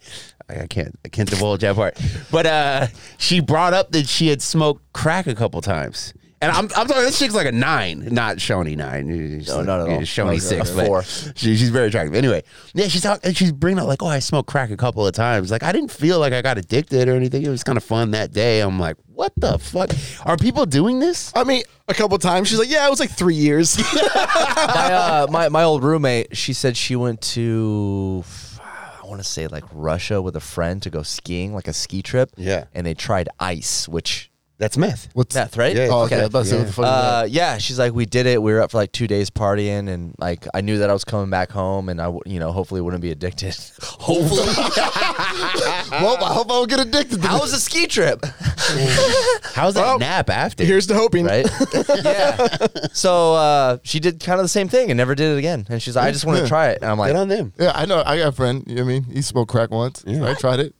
[SPEAKER 4] I, I can't I can't divulge that part. But uh, she brought up that she had smoked crack a couple times. And I'm, I'm talking, this chick's like a nine, not Shoney nine. No,
[SPEAKER 1] not at all.
[SPEAKER 4] Shoney
[SPEAKER 1] No,
[SPEAKER 4] six,
[SPEAKER 1] no,
[SPEAKER 4] but
[SPEAKER 1] four.
[SPEAKER 4] she, she's very attractive. Anyway, yeah, she's talk, and she's bringing up like, oh, I smoked crack a couple of times. Like, I didn't feel like I got addicted or anything. It was kind of fun that day. I'm like, what the fuck? Are people doing this?
[SPEAKER 5] I mean, a couple times she's like, yeah, it was like three years.
[SPEAKER 1] my, uh, my my old roommate, she said she went to I want to say like Russia with a friend to go skiing, like a ski trip.
[SPEAKER 4] Yeah.
[SPEAKER 1] and they tried ice, which
[SPEAKER 4] That's meth.
[SPEAKER 3] What's
[SPEAKER 1] meth, right?
[SPEAKER 4] Yeah,
[SPEAKER 3] Oh, okay. I was about to say,
[SPEAKER 4] Yeah.
[SPEAKER 3] what the fuck is
[SPEAKER 1] Uh, yeah, she's like, we did it. We were up for like two days partying, and like I knew that I was coming back home, and I, w- you know, hopefully wouldn't be addicted. hopefully,
[SPEAKER 3] that? Well, I hope I don't get addicted to
[SPEAKER 1] how
[SPEAKER 3] this.
[SPEAKER 1] was the ski trip?
[SPEAKER 4] How's that nap after?
[SPEAKER 5] Here's to hoping.
[SPEAKER 1] Right? yeah. So uh, she did kind of the same thing and never did it again. And she's like, I just want to try it. And I'm like,
[SPEAKER 4] Get on them.
[SPEAKER 3] Yeah, I know. I got a friend. You know what I mean? He smoked crack once. I tried it.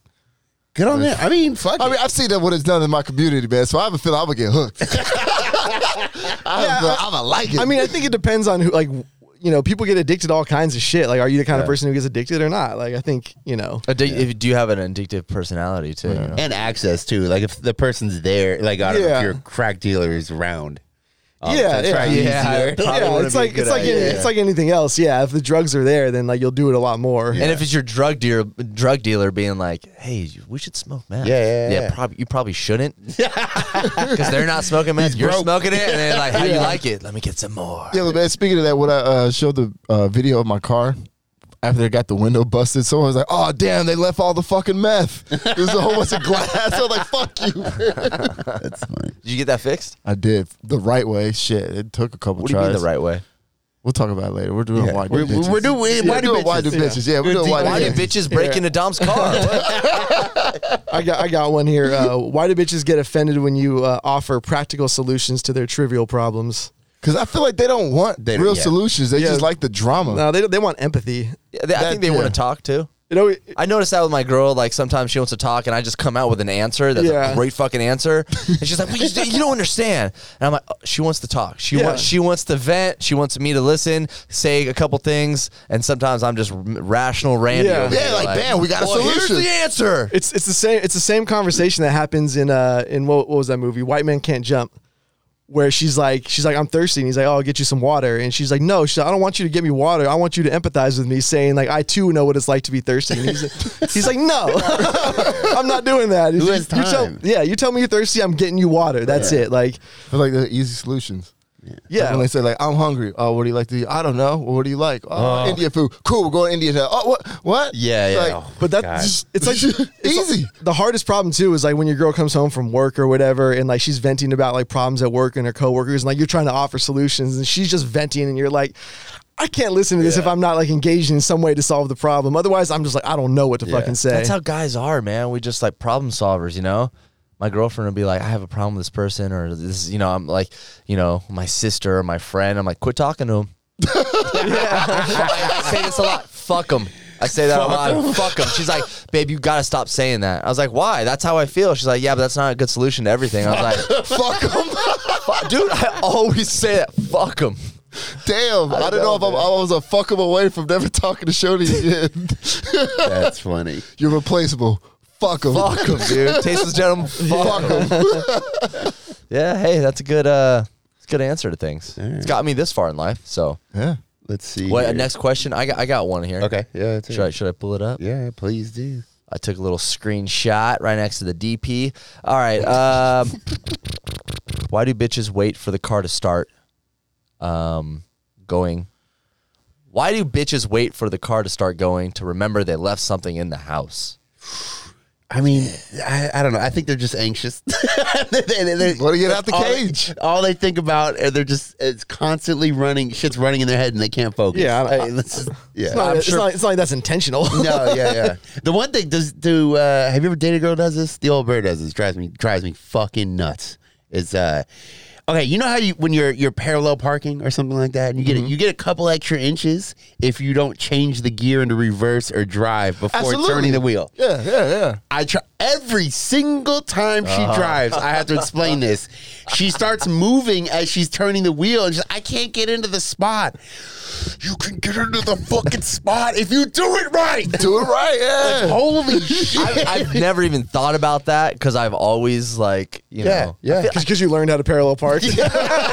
[SPEAKER 4] Get on them. I mean, fuck.
[SPEAKER 3] I
[SPEAKER 4] it.
[SPEAKER 3] mean, I've seen that what it's done in my community, man. So I have a feeling I'm gonna get hooked. I have uh, a feeling I'm gonna like it.
[SPEAKER 5] Uh, I mean, I think it depends on who. Like, you know, people get addicted to all kinds of shit. Like, are you the kind of person who gets addicted or not? Like, I think you know.
[SPEAKER 1] Addic- if, do you have an addictive personality too? You know?
[SPEAKER 4] and access too. Like if the person's there, like I don't know
[SPEAKER 5] Yeah.
[SPEAKER 4] if your crack dealer is around. Um,
[SPEAKER 5] Yeah,
[SPEAKER 4] that's
[SPEAKER 5] yeah.
[SPEAKER 4] right,
[SPEAKER 1] Yeah,
[SPEAKER 4] easier.
[SPEAKER 1] it probably
[SPEAKER 5] yeah,
[SPEAKER 1] wouldn't
[SPEAKER 5] it's
[SPEAKER 1] be a
[SPEAKER 5] like
[SPEAKER 1] good
[SPEAKER 5] it's like
[SPEAKER 1] idea.
[SPEAKER 5] any- it's like anything else. Yeah, if the drugs are there, then like you'll do it a lot more.
[SPEAKER 1] And if it's your drug dealer, drug dealer being like, "Hey, we should smoke meth."
[SPEAKER 4] Yeah, yeah, yeah.
[SPEAKER 1] Probably you probably shouldn't because they're not smoking meth. You're
[SPEAKER 4] broke.
[SPEAKER 1] smoking it, and they're like, "How do you like it? Let me get some more."
[SPEAKER 3] Yeah, look, man. Speaking of that, when I uh, showed the uh, video of my car after they got the window busted, someone was like, "Oh, damn! They left all the fucking meth. There's a whole bunch of glass." I was like, "Fuck you."
[SPEAKER 1] Did you get that fixed?
[SPEAKER 3] I did the right way. Shit, it took a couple
[SPEAKER 1] What do
[SPEAKER 3] tries.
[SPEAKER 1] you mean the right way?
[SPEAKER 3] We'll talk about it later. We're doing
[SPEAKER 5] Yeah.
[SPEAKER 3] why do
[SPEAKER 4] We're,
[SPEAKER 3] bitches.
[SPEAKER 4] we're doing
[SPEAKER 3] yeah,
[SPEAKER 4] why do
[SPEAKER 3] doing why do
[SPEAKER 4] bitches.
[SPEAKER 3] bitches. Yeah, we're
[SPEAKER 4] We're
[SPEAKER 3] doing
[SPEAKER 4] deep-
[SPEAKER 3] why,
[SPEAKER 1] Why
[SPEAKER 3] do
[SPEAKER 1] did bitches break into Dom's car? What?
[SPEAKER 5] I got I got one here. Uh, why do bitches get offended when you uh, offer practical solutions to their trivial problems?
[SPEAKER 3] Because I feel like they don't want
[SPEAKER 4] They don't-
[SPEAKER 3] real
[SPEAKER 4] yeah.
[SPEAKER 3] solutions. They
[SPEAKER 5] Yeah.
[SPEAKER 3] just like the drama.
[SPEAKER 5] No, they they want empathy.
[SPEAKER 1] Oh. Yeah, they- I think they
[SPEAKER 3] yeah.
[SPEAKER 1] want to talk too.
[SPEAKER 5] You know,
[SPEAKER 1] I noticed that with my girl. Like sometimes she wants to talk, and I just come out with an answer that's
[SPEAKER 5] Yeah.
[SPEAKER 1] a great fucking answer, and she's like, "But you, you don't understand." And I'm like, oh, "She wants to talk. She
[SPEAKER 5] Yeah.
[SPEAKER 1] wants. She wants to vent. She wants me to listen, say a couple things." And sometimes I'm just r- rational Randy.
[SPEAKER 5] Yeah.
[SPEAKER 1] over
[SPEAKER 3] Yeah,
[SPEAKER 1] here,
[SPEAKER 3] like, "Damn, we got a
[SPEAKER 1] "Well, Here's
[SPEAKER 3] solution."
[SPEAKER 1] the answer.
[SPEAKER 5] it's it's the same it's the same conversation that happens in uh in what, what was that movie White Man Can't Jump, where she's like she's like I'm thirsty and he's like oh I'll get you some water and she's like no she's like, I don't want you to get me water I want you to empathize with me saying like I too know what it's like to be thirsty and he's, he's like no I'm not doing that
[SPEAKER 4] Who has
[SPEAKER 5] You tell,
[SPEAKER 4] time?
[SPEAKER 5] yeah you tell me you're thirsty I'm getting you water that's it like
[SPEAKER 3] I feel like they're easy solutions. Like
[SPEAKER 5] yeah
[SPEAKER 3] when they say like I'm hungry. Oh, what do you like to eat? I don't know. Well, what do you like? Oh, Indian food. Cool. We're going to India. Now. Oh, what? What?
[SPEAKER 4] Uh, Yeah, yeah.
[SPEAKER 3] Like,
[SPEAKER 4] Oh,
[SPEAKER 5] But
[SPEAKER 4] God.
[SPEAKER 5] that's just- it's like it's like-
[SPEAKER 3] Easy.
[SPEAKER 5] the hardest problem too is like when your girl comes home from work or whatever, and like she's venting about like problems at work and her coworkers, and like you're trying to offer solutions, and she's just venting, and you're like, I can't listen to this if I'm not like engaged in some way to solve the problem. Otherwise, I'm just like I don't know what to fucking say.
[SPEAKER 1] That's how guys are, man. We just like problem solvers, you know. My girlfriend would be like, "I have a problem with this person," or this, you know. I'm like, you know, my sister or my friend. I'm like, quit talking to him. I, I say this a lot. Fuck them. I say that a lot. Fuck them. She's like, babe, you gotta stop saying that. I was like, why? That's how I feel. She's like, yeah, but that's not a good solution to everything. I was like,
[SPEAKER 3] Fuck them.
[SPEAKER 1] "Fuck- dude, I always say that. Fuck them.
[SPEAKER 3] Damn. I, do didn't know,
[SPEAKER 1] know,
[SPEAKER 3] if I'm, I was a fuck 'em away from never talking to Shoney again.
[SPEAKER 4] That's funny.
[SPEAKER 3] You're replaceable. Fuck them.
[SPEAKER 1] Fuck them, dude. Tasteless gentleman. Fuck them. yeah. Hey, that's a good. uh it's a Good answer to things. It's got me this far in life. So,
[SPEAKER 3] Yeah.
[SPEAKER 4] Let's see.
[SPEAKER 1] what
[SPEAKER 4] here.
[SPEAKER 1] next question? I got I got one here.
[SPEAKER 4] Okay. Yeah. That's it.
[SPEAKER 1] Should I should I pull it up?
[SPEAKER 4] Yeah. Please do.
[SPEAKER 1] I took a little screenshot right next to the DP. All right. Um, why do bitches wait for the car to start um, going? Why do bitches wait for the car to start going to remember they left something in the house?
[SPEAKER 4] I mean, I, I don't know. I think they're just anxious. they, they, they,
[SPEAKER 3] Wanna get out the
[SPEAKER 4] all they-
[SPEAKER 3] cage.
[SPEAKER 4] all they think about, are they're just it's constantly running. Shit's running in their head, and they can't focus.
[SPEAKER 5] Yeah, I-
[SPEAKER 4] I mean, this is-
[SPEAKER 5] it's,
[SPEAKER 4] yeah.
[SPEAKER 5] not,
[SPEAKER 1] I'm
[SPEAKER 5] it's
[SPEAKER 1] sure-
[SPEAKER 5] not- it's not like that's intentional.
[SPEAKER 4] no, yeah, yeah. The one thing does do. Uh, have you ever dated a girl who does this? The old bird does this. Drives me drives me fucking nuts. Is uh, okay. You know how you when you're you're parallel parking or something like that, and you get a, you get a couple extra inches if you don't change the gear into reverse or drive before turning the wheel.
[SPEAKER 3] Yeah, yeah, yeah.
[SPEAKER 4] I try every single time she drives. I have to explain this. She starts moving as she's turning the wheel, and she's like, I can't get into the spot. You can get into the fucking spot if you do it right.
[SPEAKER 3] Do it right. Yeah.
[SPEAKER 4] Holy shit!
[SPEAKER 1] I, I've never even thought about that because I've always like you
[SPEAKER 4] Yeah,
[SPEAKER 1] know
[SPEAKER 4] yeah.
[SPEAKER 5] because you learned how to parallel park.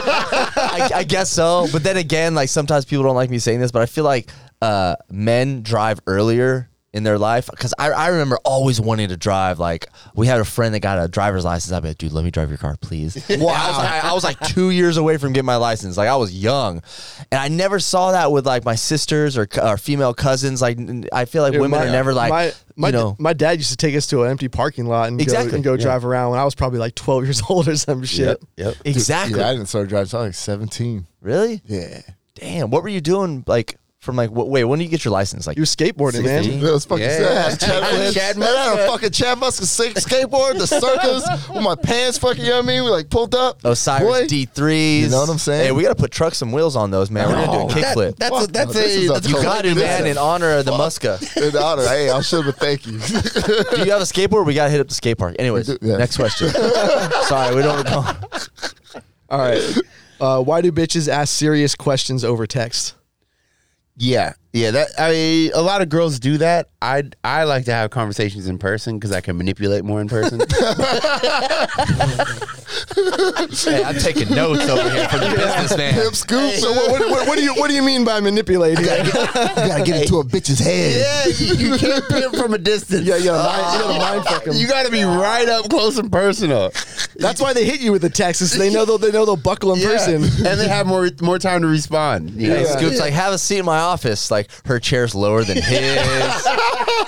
[SPEAKER 1] I, I guess so. But then again, like sometimes people don't like me saying this, but I feel like uh, men drive earlier in their life because I, I remember always wanting to drive. Like we had a friend that got a driver's license. I'd be like, dude, let me drive your car, please. Wow. I, was like, I was like two years away from getting my license. Like I was young, and I never saw that with like my sisters or, co- or female cousins. Like n- I feel like
[SPEAKER 5] Dude,
[SPEAKER 1] women
[SPEAKER 5] my-
[SPEAKER 1] are never like
[SPEAKER 5] my, my,
[SPEAKER 1] you
[SPEAKER 5] da-
[SPEAKER 1] know.
[SPEAKER 5] my dad used to take us to an empty parking lot and
[SPEAKER 1] Exactly,
[SPEAKER 5] go, and go drive around when I was probably like 12 years old or some shit.
[SPEAKER 4] Yep.
[SPEAKER 1] Exactly.
[SPEAKER 3] Yeah, I didn't start driving. till I was like 17.
[SPEAKER 1] really?
[SPEAKER 3] Yeah.
[SPEAKER 1] Damn. What were you doing? Like from like wh- wait, when did you get your license? Like
[SPEAKER 5] You were skateboarding, man.
[SPEAKER 3] That was fucking
[SPEAKER 4] Yeah.
[SPEAKER 3] sad. Chad,
[SPEAKER 4] Chad
[SPEAKER 3] man, I had a fucking Chad Muska skateboard, the circus, with my pants fucking, you know what I mean? We like pulled up. Boy.
[SPEAKER 1] Osiris D threes.
[SPEAKER 3] You know what I'm saying? Oh.
[SPEAKER 1] Hey, we gotta put trucks and wheels on those, man. We're gonna do a
[SPEAKER 4] Oh, That-
[SPEAKER 1] kickflip.
[SPEAKER 4] that's a,
[SPEAKER 3] Fuck
[SPEAKER 4] that's
[SPEAKER 3] no, this
[SPEAKER 4] a,
[SPEAKER 3] is a
[SPEAKER 4] that's a
[SPEAKER 3] You
[SPEAKER 1] you
[SPEAKER 3] cool-
[SPEAKER 1] got it,
[SPEAKER 3] this
[SPEAKER 1] man.
[SPEAKER 3] is-
[SPEAKER 1] In honor of the Muska.
[SPEAKER 3] In honor. Hey, I should have. Thank you.
[SPEAKER 1] Do you have a skateboard? We gotta hit up the skate park. Anyways,
[SPEAKER 3] We do- yeah.
[SPEAKER 1] next question. Sorry, we don't. Know.
[SPEAKER 5] All right. Uh, why do bitches ask serious questions over text?
[SPEAKER 4] Yeah, yeah. That I a lot of girls do that. I I like to have conversations in person because I can manipulate more in person.
[SPEAKER 1] Hey, I'm taking notes over here from the business man.
[SPEAKER 3] Pimp scoop.
[SPEAKER 5] So what, what, what, what do you what do you mean by manipulating?
[SPEAKER 3] gotta get into a bitch's head.
[SPEAKER 4] yeah, you, you can't pimp from a distance.
[SPEAKER 5] Yeah, you gotta mind- Uh, you gotta mind fuck 'em.
[SPEAKER 4] You gotta be right up close and personal.
[SPEAKER 5] That's why they hit you with the text. Is they know they'll they know they'll buckle in
[SPEAKER 4] Yeah.
[SPEAKER 5] person.
[SPEAKER 4] and they have more more time to respond. you know?
[SPEAKER 1] Hey, Scoop's like, have a seat in my office. Like her chair's lower than his.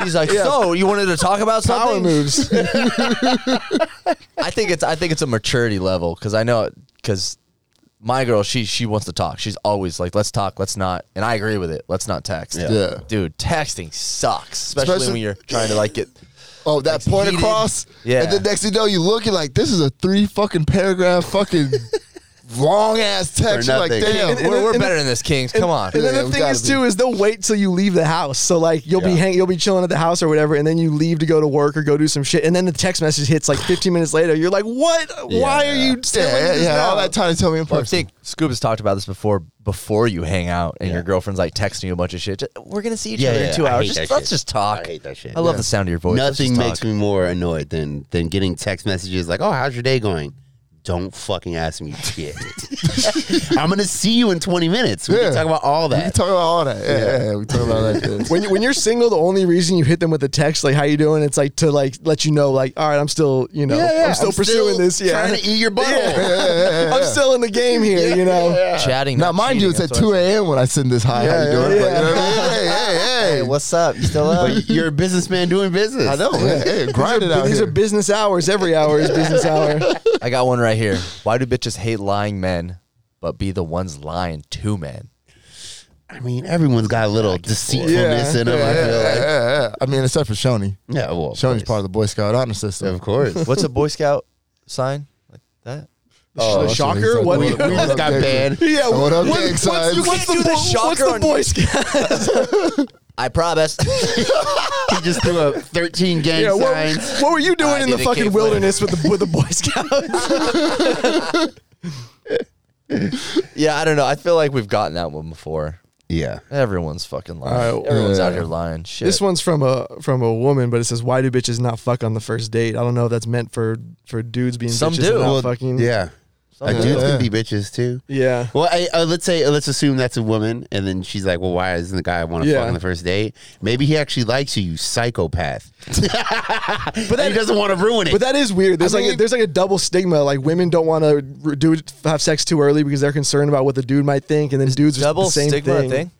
[SPEAKER 1] He's like, so you wanted to talk about something?
[SPEAKER 5] Power moves.
[SPEAKER 1] I think it's I think it's a maturity level because I know because my girl, she she wants to talk. She's always like, let's talk, let's not. And I agree with it. Let's not text.
[SPEAKER 3] Yeah.
[SPEAKER 1] Dude, texting sucks, especially,
[SPEAKER 3] Especially-
[SPEAKER 1] when you're trying to like get.
[SPEAKER 3] Oh, that point
[SPEAKER 1] heated.
[SPEAKER 3] across.
[SPEAKER 1] Yeah.
[SPEAKER 3] And then next thing you know, you look and like this is a three fucking paragraph fucking long ass text. You're like,
[SPEAKER 4] nothing.
[SPEAKER 3] damn.
[SPEAKER 5] And-
[SPEAKER 1] We're, we're
[SPEAKER 5] and-
[SPEAKER 1] better than this, Kings. Come on.
[SPEAKER 5] And then
[SPEAKER 3] Yeah,
[SPEAKER 5] the
[SPEAKER 3] we
[SPEAKER 5] thing
[SPEAKER 3] gotta
[SPEAKER 5] is
[SPEAKER 3] be.
[SPEAKER 5] too is they'll wait till you leave the house. So like you'll be
[SPEAKER 4] Yeah.
[SPEAKER 5] hang, you'll be chilling at the house or whatever, and then you leave to go to work or go do some shit, and then the text message hits like 15 minutes later. You're like, what? Why are you still
[SPEAKER 3] yeah, yeah, yeah. All that time to tell me in
[SPEAKER 1] Well, I
[SPEAKER 3] person.
[SPEAKER 1] think Scoop has talked about this before. Before you hang out and your girlfriend's like texting you a bunch of shit, just, we're gonna see each
[SPEAKER 4] Yeah,
[SPEAKER 1] other
[SPEAKER 4] yeah,
[SPEAKER 1] in two
[SPEAKER 4] I
[SPEAKER 1] hours.
[SPEAKER 4] hate
[SPEAKER 1] Just,
[SPEAKER 4] that
[SPEAKER 1] let's
[SPEAKER 4] shit.
[SPEAKER 1] just talk.
[SPEAKER 4] I hate that shit.
[SPEAKER 1] I love
[SPEAKER 4] Yeah.
[SPEAKER 1] the sound of your voice. Let's
[SPEAKER 4] Nothing
[SPEAKER 1] just
[SPEAKER 4] makes
[SPEAKER 1] talk.
[SPEAKER 4] me more annoyed than than getting text messages like, "Oh, how's your day going?" Don't fucking ask me shit. I'm gonna see you in 20 minutes. We
[SPEAKER 3] Yeah.
[SPEAKER 4] can talk about all
[SPEAKER 3] We can
[SPEAKER 4] that.
[SPEAKER 3] talk about all that. Yeah, yeah, yeah, we talk about that. shit.
[SPEAKER 5] when, you- when you're single, the only reason you hit them with a text like "How you doing?" It's like to like let you know like, all right, I'm still you know I'm still pursuing this. Yeah,
[SPEAKER 4] trying to eat your butthole.
[SPEAKER 5] I'm still in the game here. you know,
[SPEAKER 1] Chatting.
[SPEAKER 3] Now,
[SPEAKER 1] not
[SPEAKER 3] mind you, it's
[SPEAKER 1] cheating,
[SPEAKER 3] at
[SPEAKER 1] that's what
[SPEAKER 3] 2 a.m. when I send this hi. how
[SPEAKER 5] Yeah,
[SPEAKER 3] you doing?
[SPEAKER 5] yeah,
[SPEAKER 3] But, you know what I mean? Hey, hey, hey.
[SPEAKER 1] I'm- Hey, what's up? You still up?
[SPEAKER 4] But you're a businessman doing business.
[SPEAKER 3] I know. Hey, hey, grind it out
[SPEAKER 5] these
[SPEAKER 3] here.
[SPEAKER 5] are business hours. Every hour is business hour.
[SPEAKER 1] I got one right here. Why do bitches hate lying men, but be the ones lying to men?
[SPEAKER 4] I mean, everyone's got a little deceitfulness in them. I
[SPEAKER 3] yeah,
[SPEAKER 4] feel
[SPEAKER 3] yeah,
[SPEAKER 4] like.
[SPEAKER 3] yeah, yeah. I mean, except for Shoni.
[SPEAKER 4] Yeah, well,
[SPEAKER 3] Shoni's part of the Boy Scout honor system.
[SPEAKER 4] Of course.
[SPEAKER 1] What's a Boy Scout sign like that?
[SPEAKER 4] Oh,
[SPEAKER 5] The
[SPEAKER 3] that's what he
[SPEAKER 5] shocker?
[SPEAKER 3] said.
[SPEAKER 5] What-
[SPEAKER 3] What up,
[SPEAKER 4] we
[SPEAKER 3] what
[SPEAKER 4] just
[SPEAKER 3] up,
[SPEAKER 4] got
[SPEAKER 3] Jason?
[SPEAKER 4] banned.
[SPEAKER 5] Yeah,
[SPEAKER 3] What up,
[SPEAKER 5] what-
[SPEAKER 3] gang
[SPEAKER 5] what's, the-
[SPEAKER 3] signs?
[SPEAKER 5] what's the,
[SPEAKER 1] You can't do the
[SPEAKER 5] Boy- what's
[SPEAKER 1] shocker
[SPEAKER 5] the
[SPEAKER 1] on
[SPEAKER 5] Boy
[SPEAKER 1] me.
[SPEAKER 5] Scout?
[SPEAKER 1] I promise.
[SPEAKER 4] He just threw up 13 gang
[SPEAKER 5] Yeah, what,
[SPEAKER 4] signs.
[SPEAKER 5] what were you doing
[SPEAKER 1] I
[SPEAKER 5] in the
[SPEAKER 1] did a
[SPEAKER 5] fucking
[SPEAKER 1] kickflip.
[SPEAKER 5] wilderness with the with the Boy Scouts?
[SPEAKER 1] yeah, I don't know. I feel like we've gotten that one before.
[SPEAKER 4] Yeah.
[SPEAKER 1] Everyone's fucking lying.
[SPEAKER 5] Alright,
[SPEAKER 1] Everyone's
[SPEAKER 3] yeah.
[SPEAKER 1] out here lying. Shit.
[SPEAKER 5] this one's from a from a woman, but it says, "Why do bitches not fuck on the first date?" I don't know if that's meant for for dudes being
[SPEAKER 1] Some
[SPEAKER 5] bitches
[SPEAKER 1] do.
[SPEAKER 5] and not
[SPEAKER 1] Well,
[SPEAKER 5] fucking.
[SPEAKER 4] Yeah. Like,
[SPEAKER 3] Yeah.
[SPEAKER 4] dudes can be bitches too.
[SPEAKER 5] yeah.
[SPEAKER 4] Well, I, uh, let's say let's assume that's a woman, and then she's like, "Well, why isn't the guy I want to
[SPEAKER 5] Yeah.
[SPEAKER 4] fuck on the first date? Maybe he actually likes you, you psychopath. but he doesn't want to ruin it.
[SPEAKER 5] But that is weird. There's like a,
[SPEAKER 3] mean-
[SPEAKER 5] there's like a double stigma. Like women don't want to do have sex too early because they're concerned about what the dude might think, and then dudes are
[SPEAKER 1] double
[SPEAKER 5] the same
[SPEAKER 1] stigma
[SPEAKER 5] thing.
[SPEAKER 1] thing.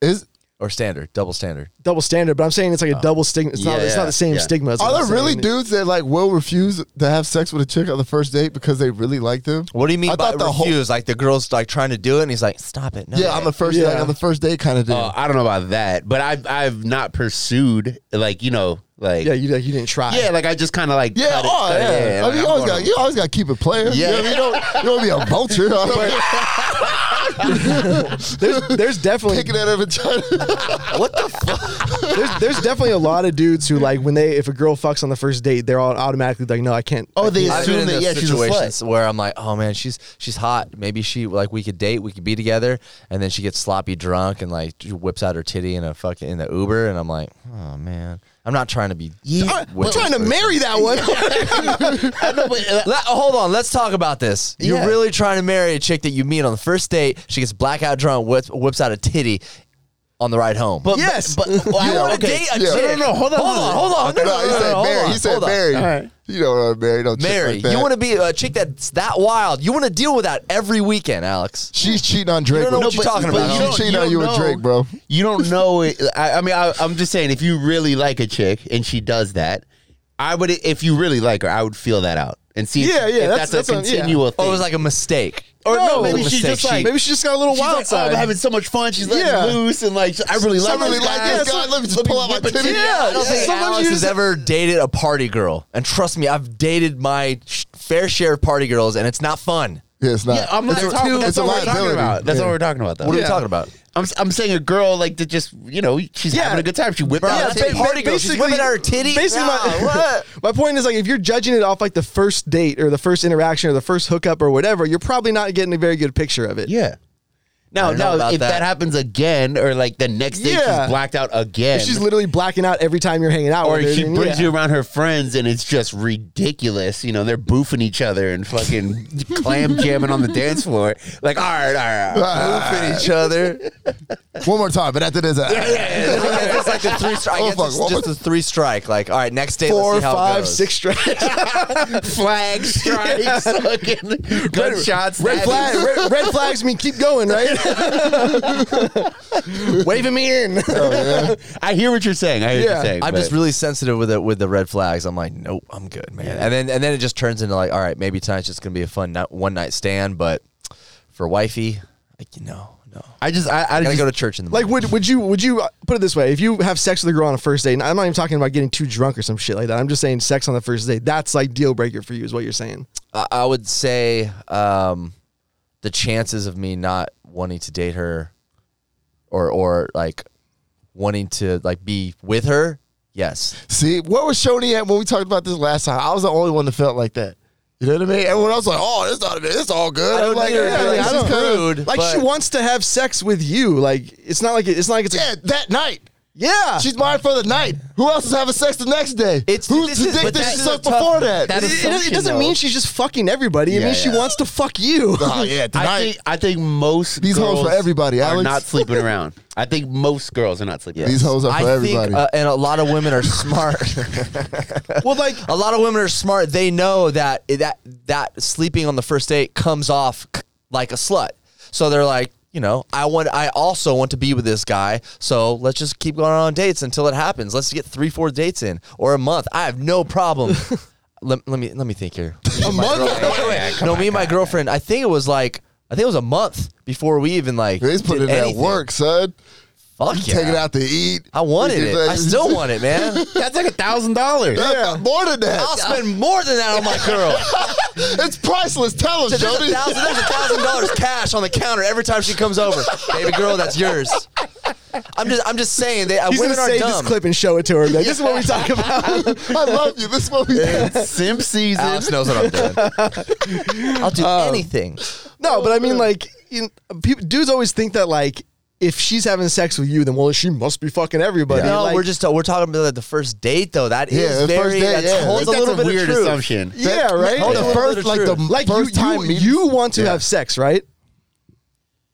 [SPEAKER 3] Is
[SPEAKER 1] or standard, double standard.
[SPEAKER 5] Double standard. But I'm saying it's like a double stigma. It's not
[SPEAKER 4] Yeah,
[SPEAKER 5] it's not
[SPEAKER 4] Oh. yeah,
[SPEAKER 5] the same
[SPEAKER 4] yeah.
[SPEAKER 5] stigma. is
[SPEAKER 3] are
[SPEAKER 5] what I'm
[SPEAKER 3] there really
[SPEAKER 5] saying.
[SPEAKER 3] dudes that like will refuse to have sex with a chick on the first date because they really like them?
[SPEAKER 1] What do you mean
[SPEAKER 3] I
[SPEAKER 1] by
[SPEAKER 3] thought the whole-
[SPEAKER 1] refuse? like the girl's like trying to do it, and he's like, "Stop it!" No.
[SPEAKER 3] Yeah, on the first
[SPEAKER 5] Yeah.
[SPEAKER 3] like, on the first date kind of dude.
[SPEAKER 4] Uh, I don't know about that, but I've I've not pursued like you know like
[SPEAKER 5] Yeah, you like you didn't try.
[SPEAKER 4] yeah, like I just kind of like
[SPEAKER 3] yeah,
[SPEAKER 4] cut it-
[SPEAKER 3] oh,
[SPEAKER 4] cut it,
[SPEAKER 3] yeah. I
[SPEAKER 4] like,
[SPEAKER 3] mean, you
[SPEAKER 4] I'm
[SPEAKER 3] always
[SPEAKER 4] going
[SPEAKER 3] got you always got to keep it player.
[SPEAKER 4] Yeah.
[SPEAKER 3] you, know, you don't you don't be a vulture. I don't
[SPEAKER 5] there's there's definitely
[SPEAKER 3] picking at a vagina.
[SPEAKER 1] What the fuck?
[SPEAKER 5] there's, there's definitely a lot of dudes who like when they if a girl fucks on the first date, they're all automatically like, no, I can't.
[SPEAKER 4] Oh, they
[SPEAKER 1] I've been
[SPEAKER 4] assume
[SPEAKER 1] in
[SPEAKER 4] that
[SPEAKER 1] those
[SPEAKER 4] yeah, she's a
[SPEAKER 1] situations
[SPEAKER 4] slut.
[SPEAKER 1] where I'm like, "Oh man, she's she's hot. Maybe she like we could date, we could be together." And then she gets sloppy drunk and like she whips out her titty in a fucking in the Uber, and I'm like, "Oh man, I'm not trying to be."
[SPEAKER 5] I'm trying to marry that one.
[SPEAKER 4] I know, but uh,
[SPEAKER 1] Let- hold on, let's talk about this. You're
[SPEAKER 4] Yeah.
[SPEAKER 1] really trying to marry a chick that you meet on the first date. She gets blackout drunk, whips, whips out a titty on the ride home.
[SPEAKER 4] but
[SPEAKER 5] Yes.
[SPEAKER 4] but, but
[SPEAKER 1] you
[SPEAKER 4] I
[SPEAKER 1] want to
[SPEAKER 4] okay.
[SPEAKER 1] date a
[SPEAKER 3] yeah.
[SPEAKER 1] chick?
[SPEAKER 4] no,
[SPEAKER 3] No,
[SPEAKER 4] no, hold on,
[SPEAKER 1] hold on, hold on. No,
[SPEAKER 3] no,
[SPEAKER 1] no,
[SPEAKER 3] he
[SPEAKER 1] no,
[SPEAKER 3] said
[SPEAKER 1] no, hold
[SPEAKER 3] Mary.
[SPEAKER 1] on,
[SPEAKER 3] He said
[SPEAKER 1] hold on.
[SPEAKER 3] Mary.
[SPEAKER 4] Alright.
[SPEAKER 3] You don't want to marry. Don't chick
[SPEAKER 1] Mary,
[SPEAKER 3] like that.
[SPEAKER 1] you want to be a chick that's that wild. You want to deal with that every weekend, Alex.
[SPEAKER 3] She's cheating on Drake.
[SPEAKER 1] You don't know
[SPEAKER 3] with-
[SPEAKER 1] what you're talking about.
[SPEAKER 3] She's
[SPEAKER 1] You don't-
[SPEAKER 3] cheating on you with
[SPEAKER 4] know-
[SPEAKER 3] Drake, bro.
[SPEAKER 4] You don't know it. I, I mean, I, I'm just saying, if you really like a chick and she does that, I would. If you really like her, I would feel that out and see. if-
[SPEAKER 5] Yeah, yeah,
[SPEAKER 4] if
[SPEAKER 5] that's-
[SPEAKER 4] that's,
[SPEAKER 5] that's
[SPEAKER 4] a
[SPEAKER 5] on- yeah.
[SPEAKER 4] continual thing.
[SPEAKER 1] Or Oh, it was like a mistake.
[SPEAKER 4] or
[SPEAKER 5] No,
[SPEAKER 4] no, maybe
[SPEAKER 1] it
[SPEAKER 4] she's
[SPEAKER 1] was a
[SPEAKER 4] just
[SPEAKER 1] mistake.
[SPEAKER 4] like.
[SPEAKER 5] Maybe she just got a little
[SPEAKER 4] She's
[SPEAKER 5] wild
[SPEAKER 4] like, oh,
[SPEAKER 5] side.
[SPEAKER 4] I'm having so much fun. She's letting
[SPEAKER 5] Yeah.
[SPEAKER 4] loose and like I really like.
[SPEAKER 3] I really
[SPEAKER 4] this
[SPEAKER 3] like
[SPEAKER 4] guy.
[SPEAKER 3] this guy. Let me just pull out my titty.
[SPEAKER 1] I don't
[SPEAKER 5] Yeah,
[SPEAKER 1] think
[SPEAKER 5] sometimes
[SPEAKER 1] Alex
[SPEAKER 5] you
[SPEAKER 1] has
[SPEAKER 5] just-
[SPEAKER 1] ever dated a party girl. And trust me, I've dated my sh- fair share of party girls, and it's not fun.
[SPEAKER 3] Yeah, it's not.
[SPEAKER 4] Yeah, I'm not
[SPEAKER 3] It's a-
[SPEAKER 4] talking.
[SPEAKER 3] It's
[SPEAKER 4] That's
[SPEAKER 3] a
[SPEAKER 4] what we're talking
[SPEAKER 3] liability.
[SPEAKER 4] about. That's
[SPEAKER 3] Yeah.
[SPEAKER 4] what we're talking about. Though.
[SPEAKER 1] What are we
[SPEAKER 5] Yeah.
[SPEAKER 1] talking about?
[SPEAKER 4] I'm I'm saying a girl like that just you know she's
[SPEAKER 5] Yeah.
[SPEAKER 4] having a good time. She whipped
[SPEAKER 1] Bro,
[SPEAKER 4] out.
[SPEAKER 1] that's
[SPEAKER 4] a
[SPEAKER 1] a
[SPEAKER 4] titty.
[SPEAKER 1] party girl. She's
[SPEAKER 5] basically-
[SPEAKER 1] whipping out her titty.
[SPEAKER 5] basically my-
[SPEAKER 1] Nah, what?
[SPEAKER 5] My point is like if you're judging it off like the first date or the first interaction or the first hookup or whatever, you're probably not getting a very good picture of it.
[SPEAKER 4] Yeah. Now,
[SPEAKER 1] don't know
[SPEAKER 4] now,
[SPEAKER 1] about
[SPEAKER 4] if that.
[SPEAKER 1] that.
[SPEAKER 4] happens again, or like the next day
[SPEAKER 5] Yeah.
[SPEAKER 4] she's blacked out again,
[SPEAKER 5] If she's literally blacking out every time you're hanging out
[SPEAKER 4] or
[SPEAKER 5] with her,
[SPEAKER 4] she
[SPEAKER 5] then
[SPEAKER 4] brings
[SPEAKER 5] yeah.
[SPEAKER 4] you around her friends, and it's just ridiculous. You know, they're boofing each other and fucking clam jamming on the dance floor. Like, all right, all right, all right.
[SPEAKER 1] Boofing each other.
[SPEAKER 3] One more time, but after this, uh,
[SPEAKER 1] I guess it's like the three strike. I
[SPEAKER 3] Oh,
[SPEAKER 1] guess
[SPEAKER 3] fuck,
[SPEAKER 1] it's
[SPEAKER 3] what
[SPEAKER 1] just the three strike. Like, all right, next day,
[SPEAKER 5] four,
[SPEAKER 1] let's see how it
[SPEAKER 5] five,
[SPEAKER 1] goes.
[SPEAKER 5] six strikes.
[SPEAKER 4] flag strikes, fucking gunshots,
[SPEAKER 5] red
[SPEAKER 4] stabbings.
[SPEAKER 5] flag, red, red flags mean keep going, right? Waving me in.
[SPEAKER 4] Oh, I hear what you're saying. I hear what
[SPEAKER 5] Yeah.
[SPEAKER 4] you're saying.
[SPEAKER 1] I'm
[SPEAKER 4] but-
[SPEAKER 1] just really sensitive with it with the red flags. I'm like, nope, I'm good, man. And then and then it just turns into like, all right, maybe tonight's just gonna be a fun night, one night stand, but for wifey. Like, no, no.
[SPEAKER 4] I just I, I,
[SPEAKER 1] I gotta
[SPEAKER 4] just,
[SPEAKER 1] go to church in the
[SPEAKER 5] Like,
[SPEAKER 1] morning.
[SPEAKER 5] would would you would you uh, put it this way? If you have sex with a girl on a first date, and I'm not even talking about getting too drunk or some shit like that. I'm just saying sex on the first date. That's like deal breaker for you, is what you're saying.
[SPEAKER 1] I, I would say um, the chances of me not wanting to date her, or or like wanting to like be with her. Yes,
[SPEAKER 3] See, what was Shoney at when we talked about this last time? I was the only one that felt like that. You know what I mean? Everyone else was like, oh, it's not, it's all good. I'm like,
[SPEAKER 1] know,
[SPEAKER 3] yeah,
[SPEAKER 1] like,
[SPEAKER 3] it's
[SPEAKER 1] I don't-
[SPEAKER 3] just kinda-
[SPEAKER 1] rude,
[SPEAKER 5] Like, she
[SPEAKER 1] but-
[SPEAKER 5] wants to have sex with you. Like, it's not like it, it's not like it's
[SPEAKER 3] yeah,
[SPEAKER 5] a,
[SPEAKER 3] that night.
[SPEAKER 5] yeah.
[SPEAKER 3] She's mine for the night. Who else is having sex the next day?
[SPEAKER 1] It's-
[SPEAKER 3] who's
[SPEAKER 1] this
[SPEAKER 3] to
[SPEAKER 1] is-
[SPEAKER 3] think
[SPEAKER 1] but
[SPEAKER 3] that
[SPEAKER 1] that
[SPEAKER 3] she
[SPEAKER 1] is
[SPEAKER 3] sucked
[SPEAKER 1] a tough-
[SPEAKER 3] before that?
[SPEAKER 4] that
[SPEAKER 5] It,
[SPEAKER 4] is-
[SPEAKER 5] it- it doesn't mean she's just fucking everybody. It
[SPEAKER 4] Yeah,
[SPEAKER 5] means she
[SPEAKER 4] yeah.
[SPEAKER 5] wants to fuck you.
[SPEAKER 3] oh yeah,
[SPEAKER 4] I
[SPEAKER 3] tonight.
[SPEAKER 4] think I think most
[SPEAKER 3] These hoes
[SPEAKER 4] girls
[SPEAKER 3] for everybody,
[SPEAKER 4] are
[SPEAKER 3] Alex.
[SPEAKER 4] not sleeping around. I think most girls are not sleeping.
[SPEAKER 3] These hoes are
[SPEAKER 1] I
[SPEAKER 3] for everybody.
[SPEAKER 1] think, uh, and a lot of women are smart.
[SPEAKER 5] well, like
[SPEAKER 1] a lot of women are smart. They know that that that sleeping on the first date comes off k- like a slut. So they're like, you know, I want. I also want to be with this guy. So let's just keep going on dates until it happens. Let's get three, four dates in or a month. I have no problem. let, let me let me think here.
[SPEAKER 5] a month.
[SPEAKER 1] no, me and my girlfriend. I think it was like. I think it was a month before we even like.
[SPEAKER 3] He's putting in
[SPEAKER 1] did
[SPEAKER 3] that
[SPEAKER 1] anything.
[SPEAKER 3] work, son.
[SPEAKER 1] Fuck yeah.
[SPEAKER 3] Taking out to eat.
[SPEAKER 1] I wanted it. I still want it, man.
[SPEAKER 4] That's like a thousand dollars.
[SPEAKER 3] Yeah, more than that.
[SPEAKER 1] I'll spend more than that on my girl.
[SPEAKER 3] it's priceless. Tell us,
[SPEAKER 1] There's a
[SPEAKER 3] Jody.
[SPEAKER 1] thousand, there's a thousand dollars cash on the counter every time she comes over. Baby girl, that's yours. I'm just, I'm just saying that uh,
[SPEAKER 5] He's gonna
[SPEAKER 1] women are
[SPEAKER 5] save this
[SPEAKER 1] dumb.
[SPEAKER 5] clip and show it to her. Like, this is what we talk about.
[SPEAKER 3] I love you. This is what we did.
[SPEAKER 4] Simp season.
[SPEAKER 1] Alex knows what I'm doing. I'll do anything.
[SPEAKER 5] No, but I mean, like, you people, dudes always think that, like, if she's having sex with you, then, well, she must be fucking everybody.
[SPEAKER 1] No,
[SPEAKER 5] Like,
[SPEAKER 1] we're just we're talking about the first date though. That is
[SPEAKER 3] Yeah, the first
[SPEAKER 1] very
[SPEAKER 3] date,
[SPEAKER 1] that
[SPEAKER 3] yeah.
[SPEAKER 1] holds
[SPEAKER 4] I think
[SPEAKER 1] a little
[SPEAKER 4] that's
[SPEAKER 1] bit
[SPEAKER 4] weird
[SPEAKER 1] of truth.
[SPEAKER 4] assumption.
[SPEAKER 5] Yeah, right?
[SPEAKER 3] Oh,
[SPEAKER 1] Yeah.
[SPEAKER 3] the first, like the
[SPEAKER 5] like,
[SPEAKER 3] first
[SPEAKER 5] you,
[SPEAKER 3] time
[SPEAKER 5] you,
[SPEAKER 3] meeting.
[SPEAKER 5] you want to have sex, right?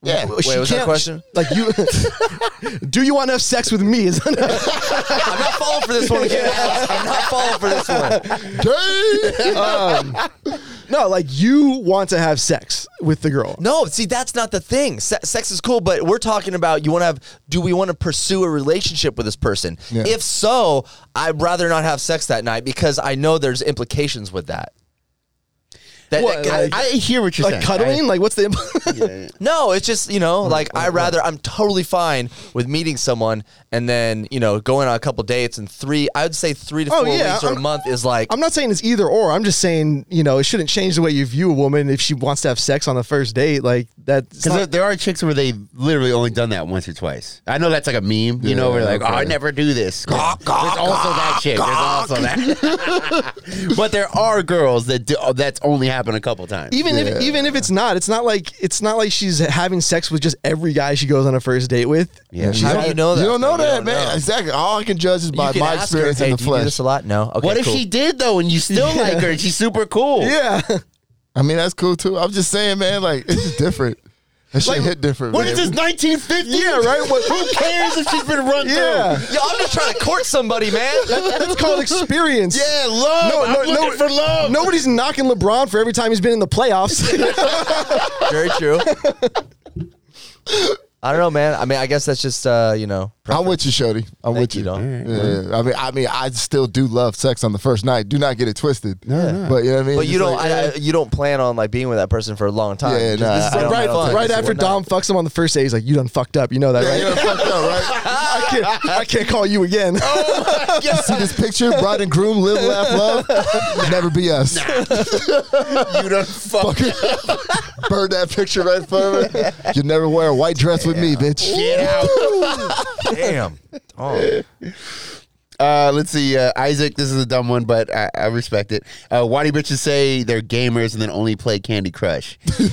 [SPEAKER 3] yeah.
[SPEAKER 5] She
[SPEAKER 1] Wait, was that a
[SPEAKER 5] can't-
[SPEAKER 1] question?
[SPEAKER 5] Like, you, do you want to have sex with me? Is that-
[SPEAKER 1] I'm not falling for this one again. Alex. I'm not falling for this one.
[SPEAKER 3] Dang.
[SPEAKER 5] no, like, you want to have sex with the girl.
[SPEAKER 1] No, see, that's not the thing. Se- sex is cool, but we're talking about you want to have. Do we want to pursue a relationship with this person?
[SPEAKER 3] Yeah.
[SPEAKER 1] If so, I'd rather not have sex that night because I know there's implications with that. That,
[SPEAKER 5] What,
[SPEAKER 1] that-
[SPEAKER 5] like-
[SPEAKER 4] I hear what you're
[SPEAKER 5] Like,
[SPEAKER 4] saying.
[SPEAKER 5] cuddling? like, what's the.
[SPEAKER 1] no, it's just you know, like I rather I'm totally fine with meeting someone and then you know going on a couple dates and three. I would say three to
[SPEAKER 5] Oh,
[SPEAKER 1] four
[SPEAKER 5] yeah,
[SPEAKER 1] weeks or a
[SPEAKER 5] I'm-
[SPEAKER 1] month is like
[SPEAKER 5] I'm not saying it's either or. I'm just saying, you know, it shouldn't change the way you view a woman if she wants to have sex on the first date. Like, that's.
[SPEAKER 4] Because
[SPEAKER 5] not-
[SPEAKER 4] there, there are chicks where they've literally only done that once or twice. I know that's like a meme, you know, where like, oh, I never do this. There's also that chick. There's also that. but there are girls that do, oh, that's only happened a couple times.
[SPEAKER 5] even if even if it's not, it's not like it's not like she's having sex with just every guy she goes on a first date with.
[SPEAKER 4] Yeah.
[SPEAKER 1] How do you know that?
[SPEAKER 3] You don't know that, man.
[SPEAKER 1] know.
[SPEAKER 3] Exactly. All I can judge is by
[SPEAKER 1] you can
[SPEAKER 3] my
[SPEAKER 1] ask
[SPEAKER 3] experience
[SPEAKER 1] her, hey,
[SPEAKER 3] in the
[SPEAKER 1] do you do
[SPEAKER 3] flesh.
[SPEAKER 1] this a lot? No. Okay,
[SPEAKER 4] what if
[SPEAKER 1] cool.
[SPEAKER 4] she did though, and you still like her, and she's super cool?
[SPEAKER 5] Yeah.
[SPEAKER 3] I mean, that's cool too. I'm just saying, man. Like it's just different. That shit hit different.
[SPEAKER 4] What
[SPEAKER 3] man.
[SPEAKER 4] is this 1950? Yeah, right. who cares if she's been run
[SPEAKER 5] Yeah.
[SPEAKER 4] through?
[SPEAKER 1] Yo, I'm just trying to court somebody, man.
[SPEAKER 5] That's called experience.
[SPEAKER 4] Yeah, love.
[SPEAKER 5] No,
[SPEAKER 4] I'm
[SPEAKER 5] no,
[SPEAKER 4] looking
[SPEAKER 5] no.
[SPEAKER 4] for love.
[SPEAKER 5] Nobody's knocking LeBron for every time he's been in the playoffs.
[SPEAKER 1] Very true. I don't know, man. I mean, I guess that's just uh, you know.
[SPEAKER 3] I'm with you, Shody. I'm with
[SPEAKER 1] you,
[SPEAKER 3] you.
[SPEAKER 1] dog. Alright,
[SPEAKER 3] Yeah, yeah. I mean, I mean, I still do love sex on the first night. Do not get it twisted.
[SPEAKER 4] no.
[SPEAKER 3] But you know what I mean.
[SPEAKER 1] But you
[SPEAKER 3] Just
[SPEAKER 1] don't,
[SPEAKER 3] like,
[SPEAKER 1] I,
[SPEAKER 3] yeah.
[SPEAKER 5] eh.
[SPEAKER 1] I- you don't plan on like being with that person for a long time.
[SPEAKER 3] Yeah,
[SPEAKER 1] Just-
[SPEAKER 3] nah,
[SPEAKER 1] this is
[SPEAKER 3] I
[SPEAKER 1] like right,
[SPEAKER 3] don't- I don't
[SPEAKER 1] fun.
[SPEAKER 3] think
[SPEAKER 5] right
[SPEAKER 3] so.
[SPEAKER 5] after Dom fucks him on the first day, he's like, "You done fucked up." You know that,
[SPEAKER 3] Yeah,
[SPEAKER 5] right?
[SPEAKER 3] you know, fucked up, right?
[SPEAKER 5] I can't. I can't call you again.
[SPEAKER 1] Oh,
[SPEAKER 3] You see this picture, bride and groom, live, laugh, love. Never be us.
[SPEAKER 4] you don't fuck.
[SPEAKER 3] Burn that picture right in front of me. You never wear a white dress with me, bitch.
[SPEAKER 4] Get out.
[SPEAKER 1] Damn. Oh.
[SPEAKER 4] Uh, let's see, uh, Isaac. This is a dumb one, but I, I respect it. Uh, why do bitches say they're gamers and then only play Candy Crush?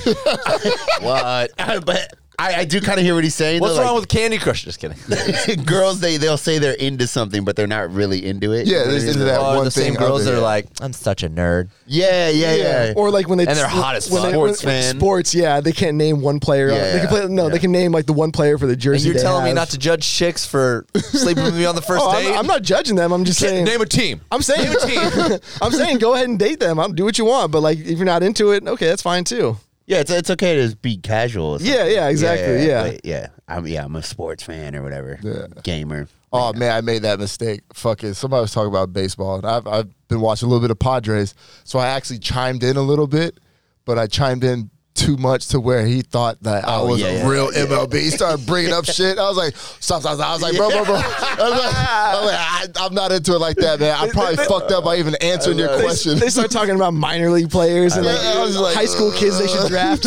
[SPEAKER 4] what? but I, I do kind of hear what he's saying.
[SPEAKER 1] What's
[SPEAKER 4] though,
[SPEAKER 1] wrong with Candy Crush? Just kidding.
[SPEAKER 4] with girls? They they'll say they're into something, but they're not really into it.
[SPEAKER 3] Yeah, there's into that
[SPEAKER 1] Oh,
[SPEAKER 3] one
[SPEAKER 1] the
[SPEAKER 3] thing.
[SPEAKER 1] same girls
[SPEAKER 3] other-
[SPEAKER 1] that are like, I'm such a nerd.
[SPEAKER 4] yeah, yeah, yeah.
[SPEAKER 5] Or like when they
[SPEAKER 1] And they're hot as
[SPEAKER 5] when
[SPEAKER 1] fuck.
[SPEAKER 5] they- when-
[SPEAKER 4] Sports fan.
[SPEAKER 5] Sports, yeah, they can't name one player.
[SPEAKER 4] Yeah,
[SPEAKER 5] they can
[SPEAKER 4] yeah,
[SPEAKER 5] play. No,
[SPEAKER 4] yeah.
[SPEAKER 5] they can name like the one player for the
[SPEAKER 1] And
[SPEAKER 5] jersey.
[SPEAKER 1] you're
[SPEAKER 5] they
[SPEAKER 1] telling me
[SPEAKER 5] have.
[SPEAKER 1] not to judge chicks for sleeping with me on the first
[SPEAKER 5] Oh,
[SPEAKER 1] date?
[SPEAKER 5] I'm, I'm not judging them. I'm just saying.
[SPEAKER 1] Name a team.
[SPEAKER 5] I'm saying, I'm saying, go ahead and date them. I'll do what you want, but like, if you're not into it, okay, that's fine too.
[SPEAKER 4] yeah, it's, it's okay to just be casual. or something.
[SPEAKER 5] Yeah, yeah, exactly, yeah.
[SPEAKER 4] but yeah. I'm yeah, I'm a sports fan or whatever. Gamer.
[SPEAKER 3] Oh man, I made that mistake. Fuck it. Somebody was talking about baseball, and I've I've been watching a little bit of Padres, so I actually chimed in a little bit, but I chimed in too much to where he thought that I was
[SPEAKER 4] yeah,
[SPEAKER 3] a
[SPEAKER 4] Oh, yeah,
[SPEAKER 3] real MLB. He started bringing up shit. I was like, stop, stop, stop. I was like, bro, bro, bro. I was like, I am not into it like that, man. I probably fucked up by even answering your
[SPEAKER 5] They-
[SPEAKER 3] question.
[SPEAKER 5] They start talking about minor league players and
[SPEAKER 3] I
[SPEAKER 5] like,
[SPEAKER 3] know, I was like,
[SPEAKER 5] high school kids they should draft.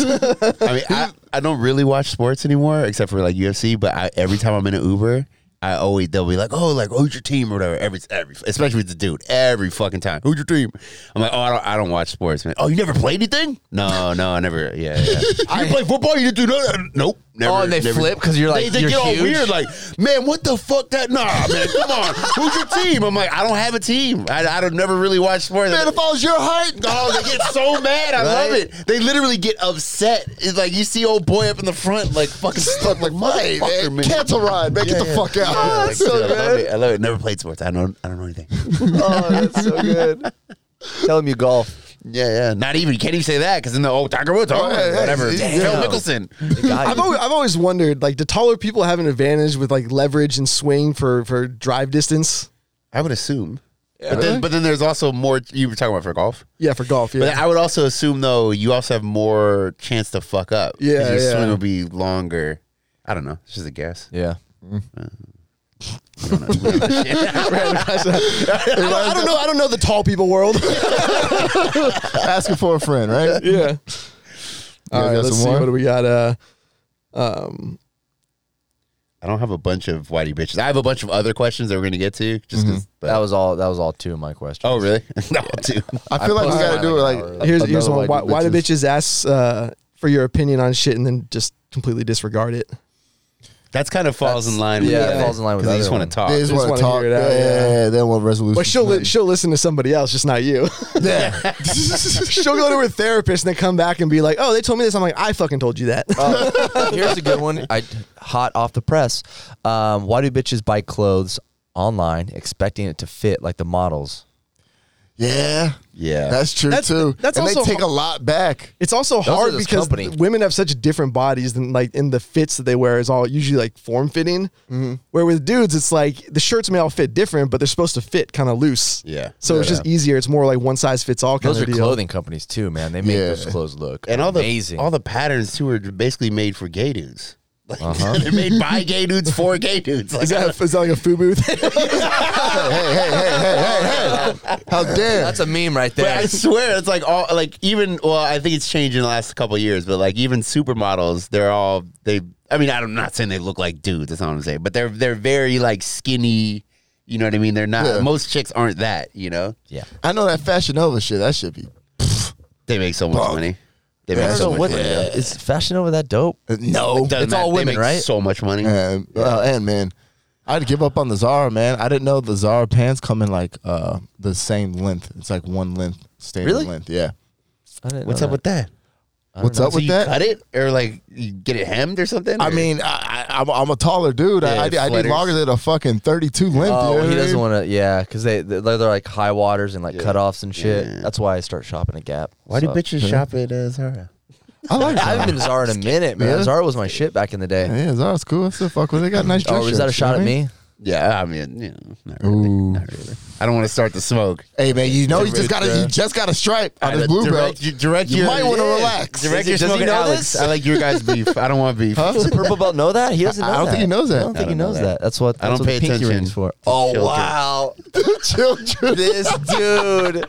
[SPEAKER 4] I mean, I, I don't really watch sports anymore except for like UFC. But I, every time I'm in an Uber, I always they'll be like, "Oh, like who's your team or whatever." Every every especially with the dude, every fucking time, "Who's your team?" I'm like, "Oh, I don't, I don't watch sports, man." Oh, you never played anything? No, no, I never. Yeah, yeah. you play football? You didn't do nothing? Nope. Never,
[SPEAKER 1] Oh, and they
[SPEAKER 4] never.
[SPEAKER 1] flip 'cause you're like,
[SPEAKER 4] they, they
[SPEAKER 1] you're
[SPEAKER 4] get
[SPEAKER 1] huge?
[SPEAKER 4] all weird, like, man, what the fuck? That nah, man, come on, who's your team? I'm like, I don't have a team. I, I don't never really watch sports.
[SPEAKER 3] man, if I was your height,
[SPEAKER 4] Oh, they get so mad. I love
[SPEAKER 1] Right?
[SPEAKER 4] it. They literally get upset. It's like you see old boy up in the front, like fucking stuck, like
[SPEAKER 3] hey, man, cancel ride, man. Get the
[SPEAKER 4] yeah.
[SPEAKER 3] fuck out.
[SPEAKER 4] Yeah, like,
[SPEAKER 3] So
[SPEAKER 4] dude, I love
[SPEAKER 3] bad.
[SPEAKER 4] it. I love it. Never played sports. I don't. I don't know anything.
[SPEAKER 1] oh, that's so good. Tell him you golf.
[SPEAKER 4] Yeah, yeah. Not even. Can't even say that because in the old Tiger Woods, oh,
[SPEAKER 3] Oh, yeah, yeah.
[SPEAKER 4] whatever.
[SPEAKER 3] Damn.
[SPEAKER 4] Phil Mickelson.
[SPEAKER 5] I've always, I've always wondered like do taller people have an advantage with like leverage and swing for for drive distance?
[SPEAKER 4] I would assume. But then, but then there's also more. You were talking about for golf.
[SPEAKER 5] Yeah, for golf.
[SPEAKER 4] But
[SPEAKER 5] Yeah,
[SPEAKER 4] I would also assume though, you also have more chance to fuck up. 'cause
[SPEAKER 5] Yeah,
[SPEAKER 4] your
[SPEAKER 5] yeah.
[SPEAKER 4] swing will be longer. I don't know. It's just a guess.
[SPEAKER 1] Yeah.
[SPEAKER 5] I, don't, I don't know. I don't know the tall people world.
[SPEAKER 3] Asking for a friend, right?
[SPEAKER 5] yeah. All
[SPEAKER 3] guys got
[SPEAKER 5] right. Let's
[SPEAKER 3] some
[SPEAKER 5] see
[SPEAKER 3] more?
[SPEAKER 5] what do we got. Uh, um,
[SPEAKER 4] I don't have a bunch of whitey bitches. I have a bunch of other questions that we're gonna get to. Just 'cause- but-
[SPEAKER 1] That was all. That was all two of my questions.
[SPEAKER 4] oh really? no, dude.
[SPEAKER 3] I feel like we
[SPEAKER 1] posted
[SPEAKER 3] gotta
[SPEAKER 1] mine
[SPEAKER 3] do it
[SPEAKER 1] like an
[SPEAKER 3] like
[SPEAKER 1] hour
[SPEAKER 5] here's here's
[SPEAKER 3] another
[SPEAKER 5] one. Why,
[SPEAKER 3] white
[SPEAKER 5] why do
[SPEAKER 3] bitches.
[SPEAKER 5] bitches ask uh, for your opinion on shit and then just completely disregard it?
[SPEAKER 4] That's kind of falls in line.
[SPEAKER 1] yeah,
[SPEAKER 4] with
[SPEAKER 1] it
[SPEAKER 4] the-
[SPEAKER 1] falls in line with
[SPEAKER 4] 'cause
[SPEAKER 1] the
[SPEAKER 4] They just
[SPEAKER 1] other
[SPEAKER 4] want
[SPEAKER 1] one.
[SPEAKER 4] to talk.
[SPEAKER 3] They just
[SPEAKER 5] Just
[SPEAKER 3] want
[SPEAKER 5] wanna
[SPEAKER 3] to talk.
[SPEAKER 5] hear it
[SPEAKER 3] Yeah,
[SPEAKER 5] out,
[SPEAKER 3] yeah, yeah. They want resolution.
[SPEAKER 5] But she'll li- she'll listen to somebody else, just not you.
[SPEAKER 3] yeah.
[SPEAKER 5] she'll go to her therapist and then come back and be like, "Oh, they told me this." I'm like, "I fucking told you that."
[SPEAKER 1] Uh, here's a good one. I hot off the press. Um, why do bitches buy clothes online expecting it to fit like the models?
[SPEAKER 3] Yeah.
[SPEAKER 4] Yeah.
[SPEAKER 3] That's true
[SPEAKER 5] That's-
[SPEAKER 3] too.
[SPEAKER 5] that's
[SPEAKER 3] and
[SPEAKER 5] also
[SPEAKER 3] they take
[SPEAKER 5] har-
[SPEAKER 3] a lot back.
[SPEAKER 5] It's also
[SPEAKER 1] are
[SPEAKER 5] hard
[SPEAKER 1] this
[SPEAKER 5] because
[SPEAKER 1] company.
[SPEAKER 5] women have such different bodies than like in the fits that they wear is all usually like form fitting. Where with dudes, it's like the shirts may all fit different, but they're supposed to fit kind of loose.
[SPEAKER 4] Yeah.
[SPEAKER 5] So it's just easier. It's more like one size fits all kind
[SPEAKER 1] Those are
[SPEAKER 5] of deal.
[SPEAKER 1] clothing companies too, man. They make
[SPEAKER 3] Yeah.
[SPEAKER 1] those clothes look
[SPEAKER 4] and all the
[SPEAKER 1] amazing.
[SPEAKER 4] all the patterns too are basically made for gay dudes. Like,
[SPEAKER 1] Uh-huh.
[SPEAKER 4] they're made by gay dudes for gay dudes. Like,
[SPEAKER 5] Is that, is that like a FUBU thing?
[SPEAKER 3] Hey, hey, hey, hey, hey, hey, hey. How dare.
[SPEAKER 1] That's a meme right
[SPEAKER 4] But I
[SPEAKER 1] there.
[SPEAKER 4] swear, it's like all like even well, I think it's changed in the last couple of years. But like even supermodels, they're all they. I mean, I'm not saying they look like dudes. That's not what I'm saying. But they're they're very like skinny. You know what I mean? They're not.
[SPEAKER 3] Yeah.
[SPEAKER 4] Most chicks aren't that. You know,
[SPEAKER 1] yeah.
[SPEAKER 3] I know that Fashion Nova shit. That should be.
[SPEAKER 4] they make so much
[SPEAKER 3] Fuck.
[SPEAKER 4] money. They
[SPEAKER 3] Yeah,
[SPEAKER 4] make so
[SPEAKER 1] So
[SPEAKER 4] much
[SPEAKER 1] what
[SPEAKER 4] money. though.
[SPEAKER 1] is fashion over that dope?
[SPEAKER 3] uh, No.
[SPEAKER 4] Doesn't
[SPEAKER 1] It's all
[SPEAKER 4] matter. They
[SPEAKER 1] women,
[SPEAKER 4] make
[SPEAKER 1] right?
[SPEAKER 4] So much money.
[SPEAKER 3] And, well, and man, I'd give up on the Zara, man. I didn't know the Zara pants come in like uh, the same length. It's like one length, standard
[SPEAKER 1] Really?
[SPEAKER 3] length. Yeah.
[SPEAKER 1] I didn't
[SPEAKER 4] What's
[SPEAKER 1] know
[SPEAKER 4] up
[SPEAKER 1] that.
[SPEAKER 4] with that?
[SPEAKER 3] What's up
[SPEAKER 4] so
[SPEAKER 3] with
[SPEAKER 4] you
[SPEAKER 3] that?
[SPEAKER 4] cut it or like you get it hemmed or something?
[SPEAKER 3] I
[SPEAKER 4] Or-
[SPEAKER 3] mean, I, I, I'm, I'm a taller dude.
[SPEAKER 4] Yeah,
[SPEAKER 3] I, I, need- I need
[SPEAKER 4] flatters.
[SPEAKER 3] longer than a fucking 32 length.
[SPEAKER 1] Oh,
[SPEAKER 3] you know
[SPEAKER 1] well,
[SPEAKER 3] what
[SPEAKER 1] he
[SPEAKER 3] I
[SPEAKER 1] doesn't
[SPEAKER 3] mean?
[SPEAKER 1] want to. Yeah, because they they're, they're like high waters and like cutoffs and shit.
[SPEAKER 4] Yeah.
[SPEAKER 1] That's why I start shopping at Gap.
[SPEAKER 4] why do
[SPEAKER 1] So-
[SPEAKER 4] bitches shop at uh, Zara?
[SPEAKER 3] I like
[SPEAKER 1] I
[SPEAKER 3] that.
[SPEAKER 1] haven't been to Zara in a minute, man.
[SPEAKER 3] Yeah.
[SPEAKER 1] Zara was my shit back in the day.
[SPEAKER 3] Yeah, Zara's cool. I still fuck with. it. They got nice dress
[SPEAKER 1] Oh, is that a
[SPEAKER 3] shirts, you
[SPEAKER 1] shot
[SPEAKER 3] know what
[SPEAKER 1] at
[SPEAKER 3] I mean?
[SPEAKER 1] me?
[SPEAKER 4] Yeah, I mean, you know, not really.
[SPEAKER 3] Ooh.
[SPEAKER 4] Not really. I don't want to start the smoke.
[SPEAKER 3] Hey man, you know you
[SPEAKER 4] Direct,
[SPEAKER 3] just got to
[SPEAKER 4] uh,
[SPEAKER 3] you just got a stripe on
[SPEAKER 4] Out
[SPEAKER 3] this
[SPEAKER 4] of-
[SPEAKER 3] blue
[SPEAKER 4] direct,
[SPEAKER 3] belt.
[SPEAKER 4] You, direct
[SPEAKER 3] You
[SPEAKER 4] your-
[SPEAKER 3] might wanna
[SPEAKER 4] yeah.
[SPEAKER 3] relax.
[SPEAKER 4] Direct
[SPEAKER 1] he-
[SPEAKER 4] your
[SPEAKER 1] does he
[SPEAKER 4] smoking
[SPEAKER 1] know
[SPEAKER 4] Alex.
[SPEAKER 1] this?
[SPEAKER 4] I like your guys' beef. I don't want beef.
[SPEAKER 1] Does the purple belt know that? He doesn't know
[SPEAKER 3] I don't
[SPEAKER 1] that.
[SPEAKER 3] think he knows that.
[SPEAKER 1] I don't think he
[SPEAKER 4] I don't know
[SPEAKER 1] knows that.
[SPEAKER 4] that.
[SPEAKER 1] That's what
[SPEAKER 4] I
[SPEAKER 1] that's
[SPEAKER 4] don't
[SPEAKER 1] what
[SPEAKER 4] pay
[SPEAKER 1] the pinky
[SPEAKER 4] attention
[SPEAKER 1] ring's for.
[SPEAKER 4] to
[SPEAKER 1] Oh
[SPEAKER 4] children.
[SPEAKER 1] wow.
[SPEAKER 3] Children.
[SPEAKER 1] This dude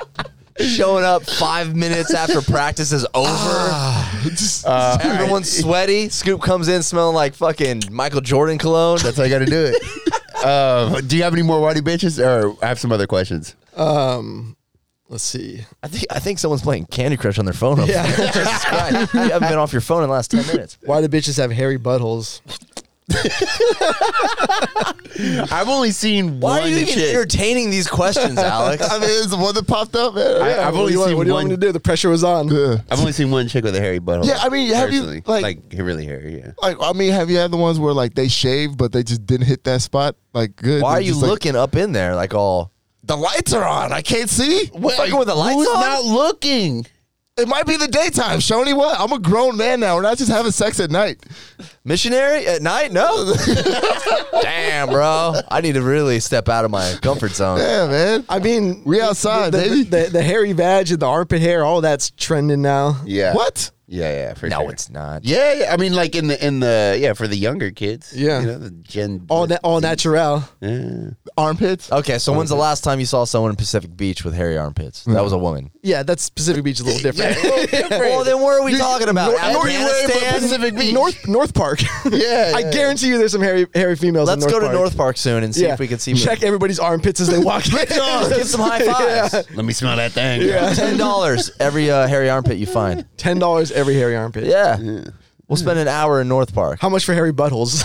[SPEAKER 1] showing up five minutes after practice is over. Uh,
[SPEAKER 3] Just-
[SPEAKER 1] Everyone's sweaty. Scoop comes in smelling like fucking Michael Jordan cologne.
[SPEAKER 4] That's how you got to do it. Uh, do you have any more whitey bitches, or I have some other questions?
[SPEAKER 5] um, let's see.
[SPEAKER 1] I think I think someone's playing Candy Crush on their phone. Over
[SPEAKER 5] Yeah.
[SPEAKER 1] there. Jesus Christ. You haven't been off your phone in the last ten minutes.
[SPEAKER 5] Why do bitches have hairy buttholes?
[SPEAKER 4] I've only seen
[SPEAKER 1] Why
[SPEAKER 4] one
[SPEAKER 1] are you even
[SPEAKER 4] chick.
[SPEAKER 1] entertaining these questions, Alex?
[SPEAKER 3] I mean, it's the one that popped up, man.
[SPEAKER 4] I- I've
[SPEAKER 5] What do
[SPEAKER 4] only
[SPEAKER 5] you want,
[SPEAKER 4] seen
[SPEAKER 5] what do you want
[SPEAKER 4] one.
[SPEAKER 5] me to do? The pressure was on.
[SPEAKER 3] Yeah.
[SPEAKER 4] I've only seen one chick with a hairy butthole.
[SPEAKER 3] Yeah, I mean, have you,
[SPEAKER 4] personally.
[SPEAKER 3] like-
[SPEAKER 4] like really hairy? Yeah.
[SPEAKER 3] Like, I mean, have you had the ones where like they shaved but they just didn't hit that spot? Like, good.
[SPEAKER 1] Why are
[SPEAKER 3] They're
[SPEAKER 1] you
[SPEAKER 3] just like,
[SPEAKER 1] looking up in there like all?
[SPEAKER 3] The lights are on. I can't see.
[SPEAKER 1] What, fucking with the lights
[SPEAKER 4] Who's
[SPEAKER 1] on?
[SPEAKER 4] not looking?
[SPEAKER 3] It might be the daytime. Shoney, what? I'm a grown man now. We're not just having sex at night.
[SPEAKER 1] Missionary at night? No. Damn, bro. I need to really step out of my comfort zone.
[SPEAKER 3] Yeah, man.
[SPEAKER 5] I mean,
[SPEAKER 3] We outside,
[SPEAKER 5] the,
[SPEAKER 3] baby.
[SPEAKER 5] The, the, the hairy badge and the armpit hair, all that's trending now.
[SPEAKER 4] Yeah.
[SPEAKER 3] What?
[SPEAKER 4] Yeah, yeah, for
[SPEAKER 1] No,
[SPEAKER 4] sure.
[SPEAKER 1] it's not.
[SPEAKER 4] Yeah, yeah, I mean, like in the in the yeah for the younger kids.
[SPEAKER 5] Yeah. Oh,
[SPEAKER 4] you know, the Gen
[SPEAKER 5] all na- all natural. Uh,
[SPEAKER 4] Yeah.
[SPEAKER 3] Armpits?
[SPEAKER 1] Okay, so when's the last time you saw someone in Pacific Beach with hairy armpits? That was a woman.
[SPEAKER 5] Yeah, that's Pacific Beach is a little different.
[SPEAKER 1] well, then what are we talking about?
[SPEAKER 5] Nor- Nor-
[SPEAKER 1] Afghanistan?
[SPEAKER 5] North North Park.
[SPEAKER 4] Yeah,
[SPEAKER 5] I
[SPEAKER 4] yeah.
[SPEAKER 5] guarantee you, there's some hairy hairy females. in
[SPEAKER 1] Let's go to
[SPEAKER 5] Park.
[SPEAKER 1] North Park soon and see if we can see.
[SPEAKER 5] Check everybody's armpits as they walk. in.
[SPEAKER 1] Let's give some high fives.
[SPEAKER 4] Let me smell that thing.
[SPEAKER 1] Ten dollars every uh, hairy armpit you find.
[SPEAKER 5] Ten dollars every hairy armpit.
[SPEAKER 1] Yeah. We'll spend an hour in North Park.
[SPEAKER 5] How much for hairy buttholes?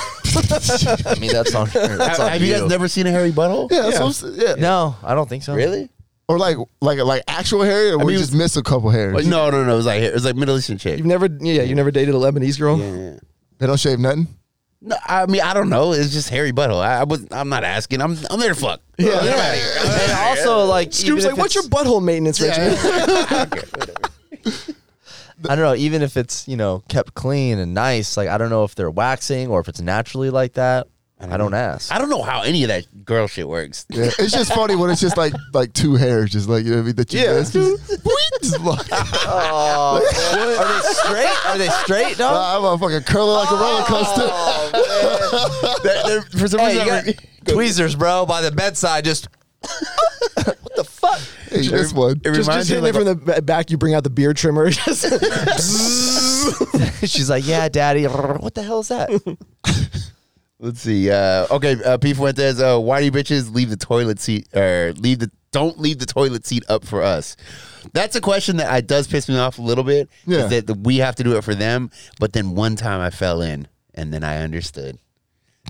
[SPEAKER 1] I mean, that's on. That's
[SPEAKER 4] Have,
[SPEAKER 1] on
[SPEAKER 4] have you guys never seen a hairy butthole?
[SPEAKER 3] Yeah, that's what I'm saying, yeah.
[SPEAKER 1] No, I don't think so.
[SPEAKER 4] Really?
[SPEAKER 3] Or like like like actual hair, or we
[SPEAKER 4] mean,
[SPEAKER 3] just miss a couple hairs.
[SPEAKER 4] Well, no, no, no. It was like it was like Middle Eastern shape.
[SPEAKER 5] You've never, yeah, you never dated a Lebanese girl.
[SPEAKER 4] Yeah.
[SPEAKER 3] they don't shave nothing.
[SPEAKER 4] No, I mean I don't know. It's just hairy butthole. I, I was I'm not asking. I'm I'm there to fuck. Yeah. Get out of here.
[SPEAKER 1] And also, like,
[SPEAKER 5] Scoop's like, what's your butthole maintenance regimen?
[SPEAKER 1] I don't know. Even if it's you know kept clean and nice, like I don't know if they're waxing or if it's naturally like that. I don't, ask.
[SPEAKER 4] I don't know how any of that girl shit works.
[SPEAKER 3] Yeah. It's just funny when it's just like like two hairs, just like you know what I mean, that you
[SPEAKER 5] Yeah.
[SPEAKER 3] miss. Just, just like,
[SPEAKER 1] Are they straight? Are they straight? No.
[SPEAKER 3] I'm a fucking curling like a
[SPEAKER 4] Oh.
[SPEAKER 3] roller coaster.
[SPEAKER 4] They're- they're- for some
[SPEAKER 1] Hey,
[SPEAKER 4] reason,
[SPEAKER 1] you
[SPEAKER 4] I'm-
[SPEAKER 1] got tweezers, bro, by the bedside. Just
[SPEAKER 3] Hey, this one.
[SPEAKER 4] it
[SPEAKER 5] Just,
[SPEAKER 4] reminds
[SPEAKER 5] just
[SPEAKER 4] me
[SPEAKER 5] hitting it
[SPEAKER 4] of like
[SPEAKER 5] from the ba- back, you bring out the beard trimmer. Just-
[SPEAKER 1] she's like, yeah, daddy. What the hell is that?
[SPEAKER 4] Let's see. Uh, okay, uh, P Fuentes. Uh, why do you bitches leave the toilet seat or leave the don't leave the toilet seat up for us? That's a question that I does piss me off a little bit.
[SPEAKER 3] Yeah.
[SPEAKER 4] Is that the, we have to do it for them? But then one time I fell in, and then I understood.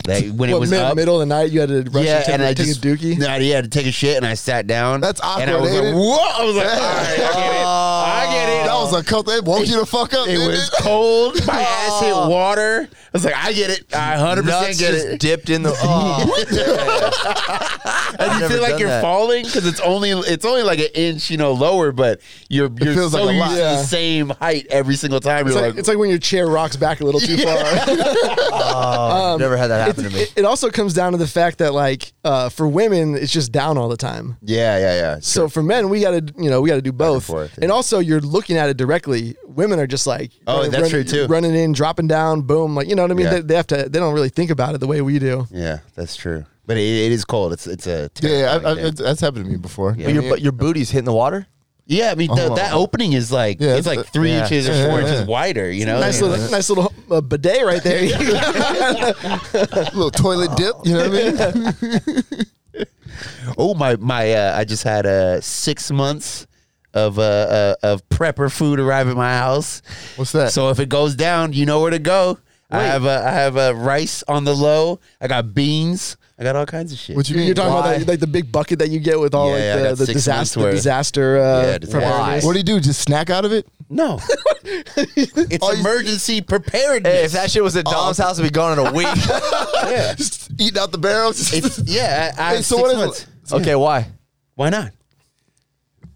[SPEAKER 4] Like when it
[SPEAKER 5] what,
[SPEAKER 4] was
[SPEAKER 5] mid-
[SPEAKER 4] up,
[SPEAKER 5] middle of the night, you had to rush
[SPEAKER 4] yeah,
[SPEAKER 5] and take,
[SPEAKER 4] and
[SPEAKER 5] a-
[SPEAKER 4] I
[SPEAKER 5] take
[SPEAKER 4] just
[SPEAKER 5] a dookie.
[SPEAKER 4] No, yeah, I had to take a shit, and I sat down.
[SPEAKER 3] That's
[SPEAKER 4] And I
[SPEAKER 3] awkward,
[SPEAKER 4] was like,
[SPEAKER 3] ain't it?
[SPEAKER 4] "What?" I was like, "All right, I get it. I get it."
[SPEAKER 3] That was a couple. They woke you the fuck up.
[SPEAKER 4] It
[SPEAKER 3] didn't
[SPEAKER 4] was cold. My ass
[SPEAKER 3] Oh.
[SPEAKER 4] hit water. I was like, "I get it. I hundred percent
[SPEAKER 1] Nuts
[SPEAKER 4] get
[SPEAKER 1] just
[SPEAKER 4] it."
[SPEAKER 1] dipped in the. Oh, I've
[SPEAKER 4] and you
[SPEAKER 1] never
[SPEAKER 4] feel like
[SPEAKER 1] done
[SPEAKER 4] you're
[SPEAKER 1] that.
[SPEAKER 4] falling because it's only it's only like an inch, you know, lower, but you're you're
[SPEAKER 3] feels
[SPEAKER 4] so
[SPEAKER 3] like a
[SPEAKER 4] used
[SPEAKER 3] lot.
[SPEAKER 4] to the same height every single time.
[SPEAKER 5] It's
[SPEAKER 4] you're
[SPEAKER 5] like,
[SPEAKER 4] like,
[SPEAKER 5] it's like when your chair rocks back a little too far.
[SPEAKER 1] Oh, never had that happen to me.
[SPEAKER 5] It, it also comes down to the fact that, like, uh, for women, it's just down all the time.
[SPEAKER 4] yeah, yeah, yeah.
[SPEAKER 5] So for men, we gotta, you know, we gotta do both. And,
[SPEAKER 4] forth, yeah.
[SPEAKER 5] also, you're looking at it directly. Women are just like,
[SPEAKER 4] Oh,
[SPEAKER 5] running-
[SPEAKER 4] that's
[SPEAKER 5] running-
[SPEAKER 4] true, too.
[SPEAKER 5] Running in, dropping down, boom, like you know what I mean.
[SPEAKER 4] Yeah.
[SPEAKER 5] They, they have to, they don't really think about it the way we do.
[SPEAKER 4] yeah, that's true. But it, it is cold. It's it's a
[SPEAKER 3] it? Yeah,
[SPEAKER 4] terrifying
[SPEAKER 3] I, I,
[SPEAKER 4] thing.
[SPEAKER 3] it's- that's happened to me before.
[SPEAKER 1] But your, but your booty's hitting the water.
[SPEAKER 4] yeah. I mean, the,
[SPEAKER 3] Oh.
[SPEAKER 4] that opening is like
[SPEAKER 3] Yeah,
[SPEAKER 4] it's
[SPEAKER 3] it's
[SPEAKER 4] like
[SPEAKER 3] a-
[SPEAKER 4] three
[SPEAKER 1] yeah.
[SPEAKER 4] inches or
[SPEAKER 3] Yeah,
[SPEAKER 4] four
[SPEAKER 3] yeah,
[SPEAKER 4] inches
[SPEAKER 3] yeah.
[SPEAKER 4] wider. You know,
[SPEAKER 5] Nice little, nice little uh, bidet right there.
[SPEAKER 3] little toilet dip. You know what I mean?
[SPEAKER 4] oh my my! Uh, I just had uh, six months. Of uh, uh of prepper food arrive at my house.
[SPEAKER 3] What's that?
[SPEAKER 4] So if it goes down, you know where to go. I have uh, I have uh, rice on the low. I got beans. I got all kinds of shit.
[SPEAKER 3] What you mean?
[SPEAKER 5] You're talking
[SPEAKER 3] Why?
[SPEAKER 5] about that, like the big bucket that you get with all
[SPEAKER 4] Yeah, yeah, I
[SPEAKER 5] like
[SPEAKER 4] got
[SPEAKER 5] the, the
[SPEAKER 4] six months
[SPEAKER 5] disaster, the
[SPEAKER 4] worth.
[SPEAKER 5] disaster. Uh,
[SPEAKER 4] Yeah,
[SPEAKER 5] from
[SPEAKER 4] disaster.
[SPEAKER 5] Ernest.
[SPEAKER 3] What do you do? Just snack out of it?
[SPEAKER 4] no, it's emergency preparedness.
[SPEAKER 1] Hey, if that shit was at Dom's house, it'd be gone in a week.
[SPEAKER 4] yeah,
[SPEAKER 3] Just eating out the barrel. Just-
[SPEAKER 4] it's, yeah. I, I
[SPEAKER 3] Hey,
[SPEAKER 4] have
[SPEAKER 3] so
[SPEAKER 4] six
[SPEAKER 3] what is it?
[SPEAKER 4] months.
[SPEAKER 1] okay, why?
[SPEAKER 4] Why not?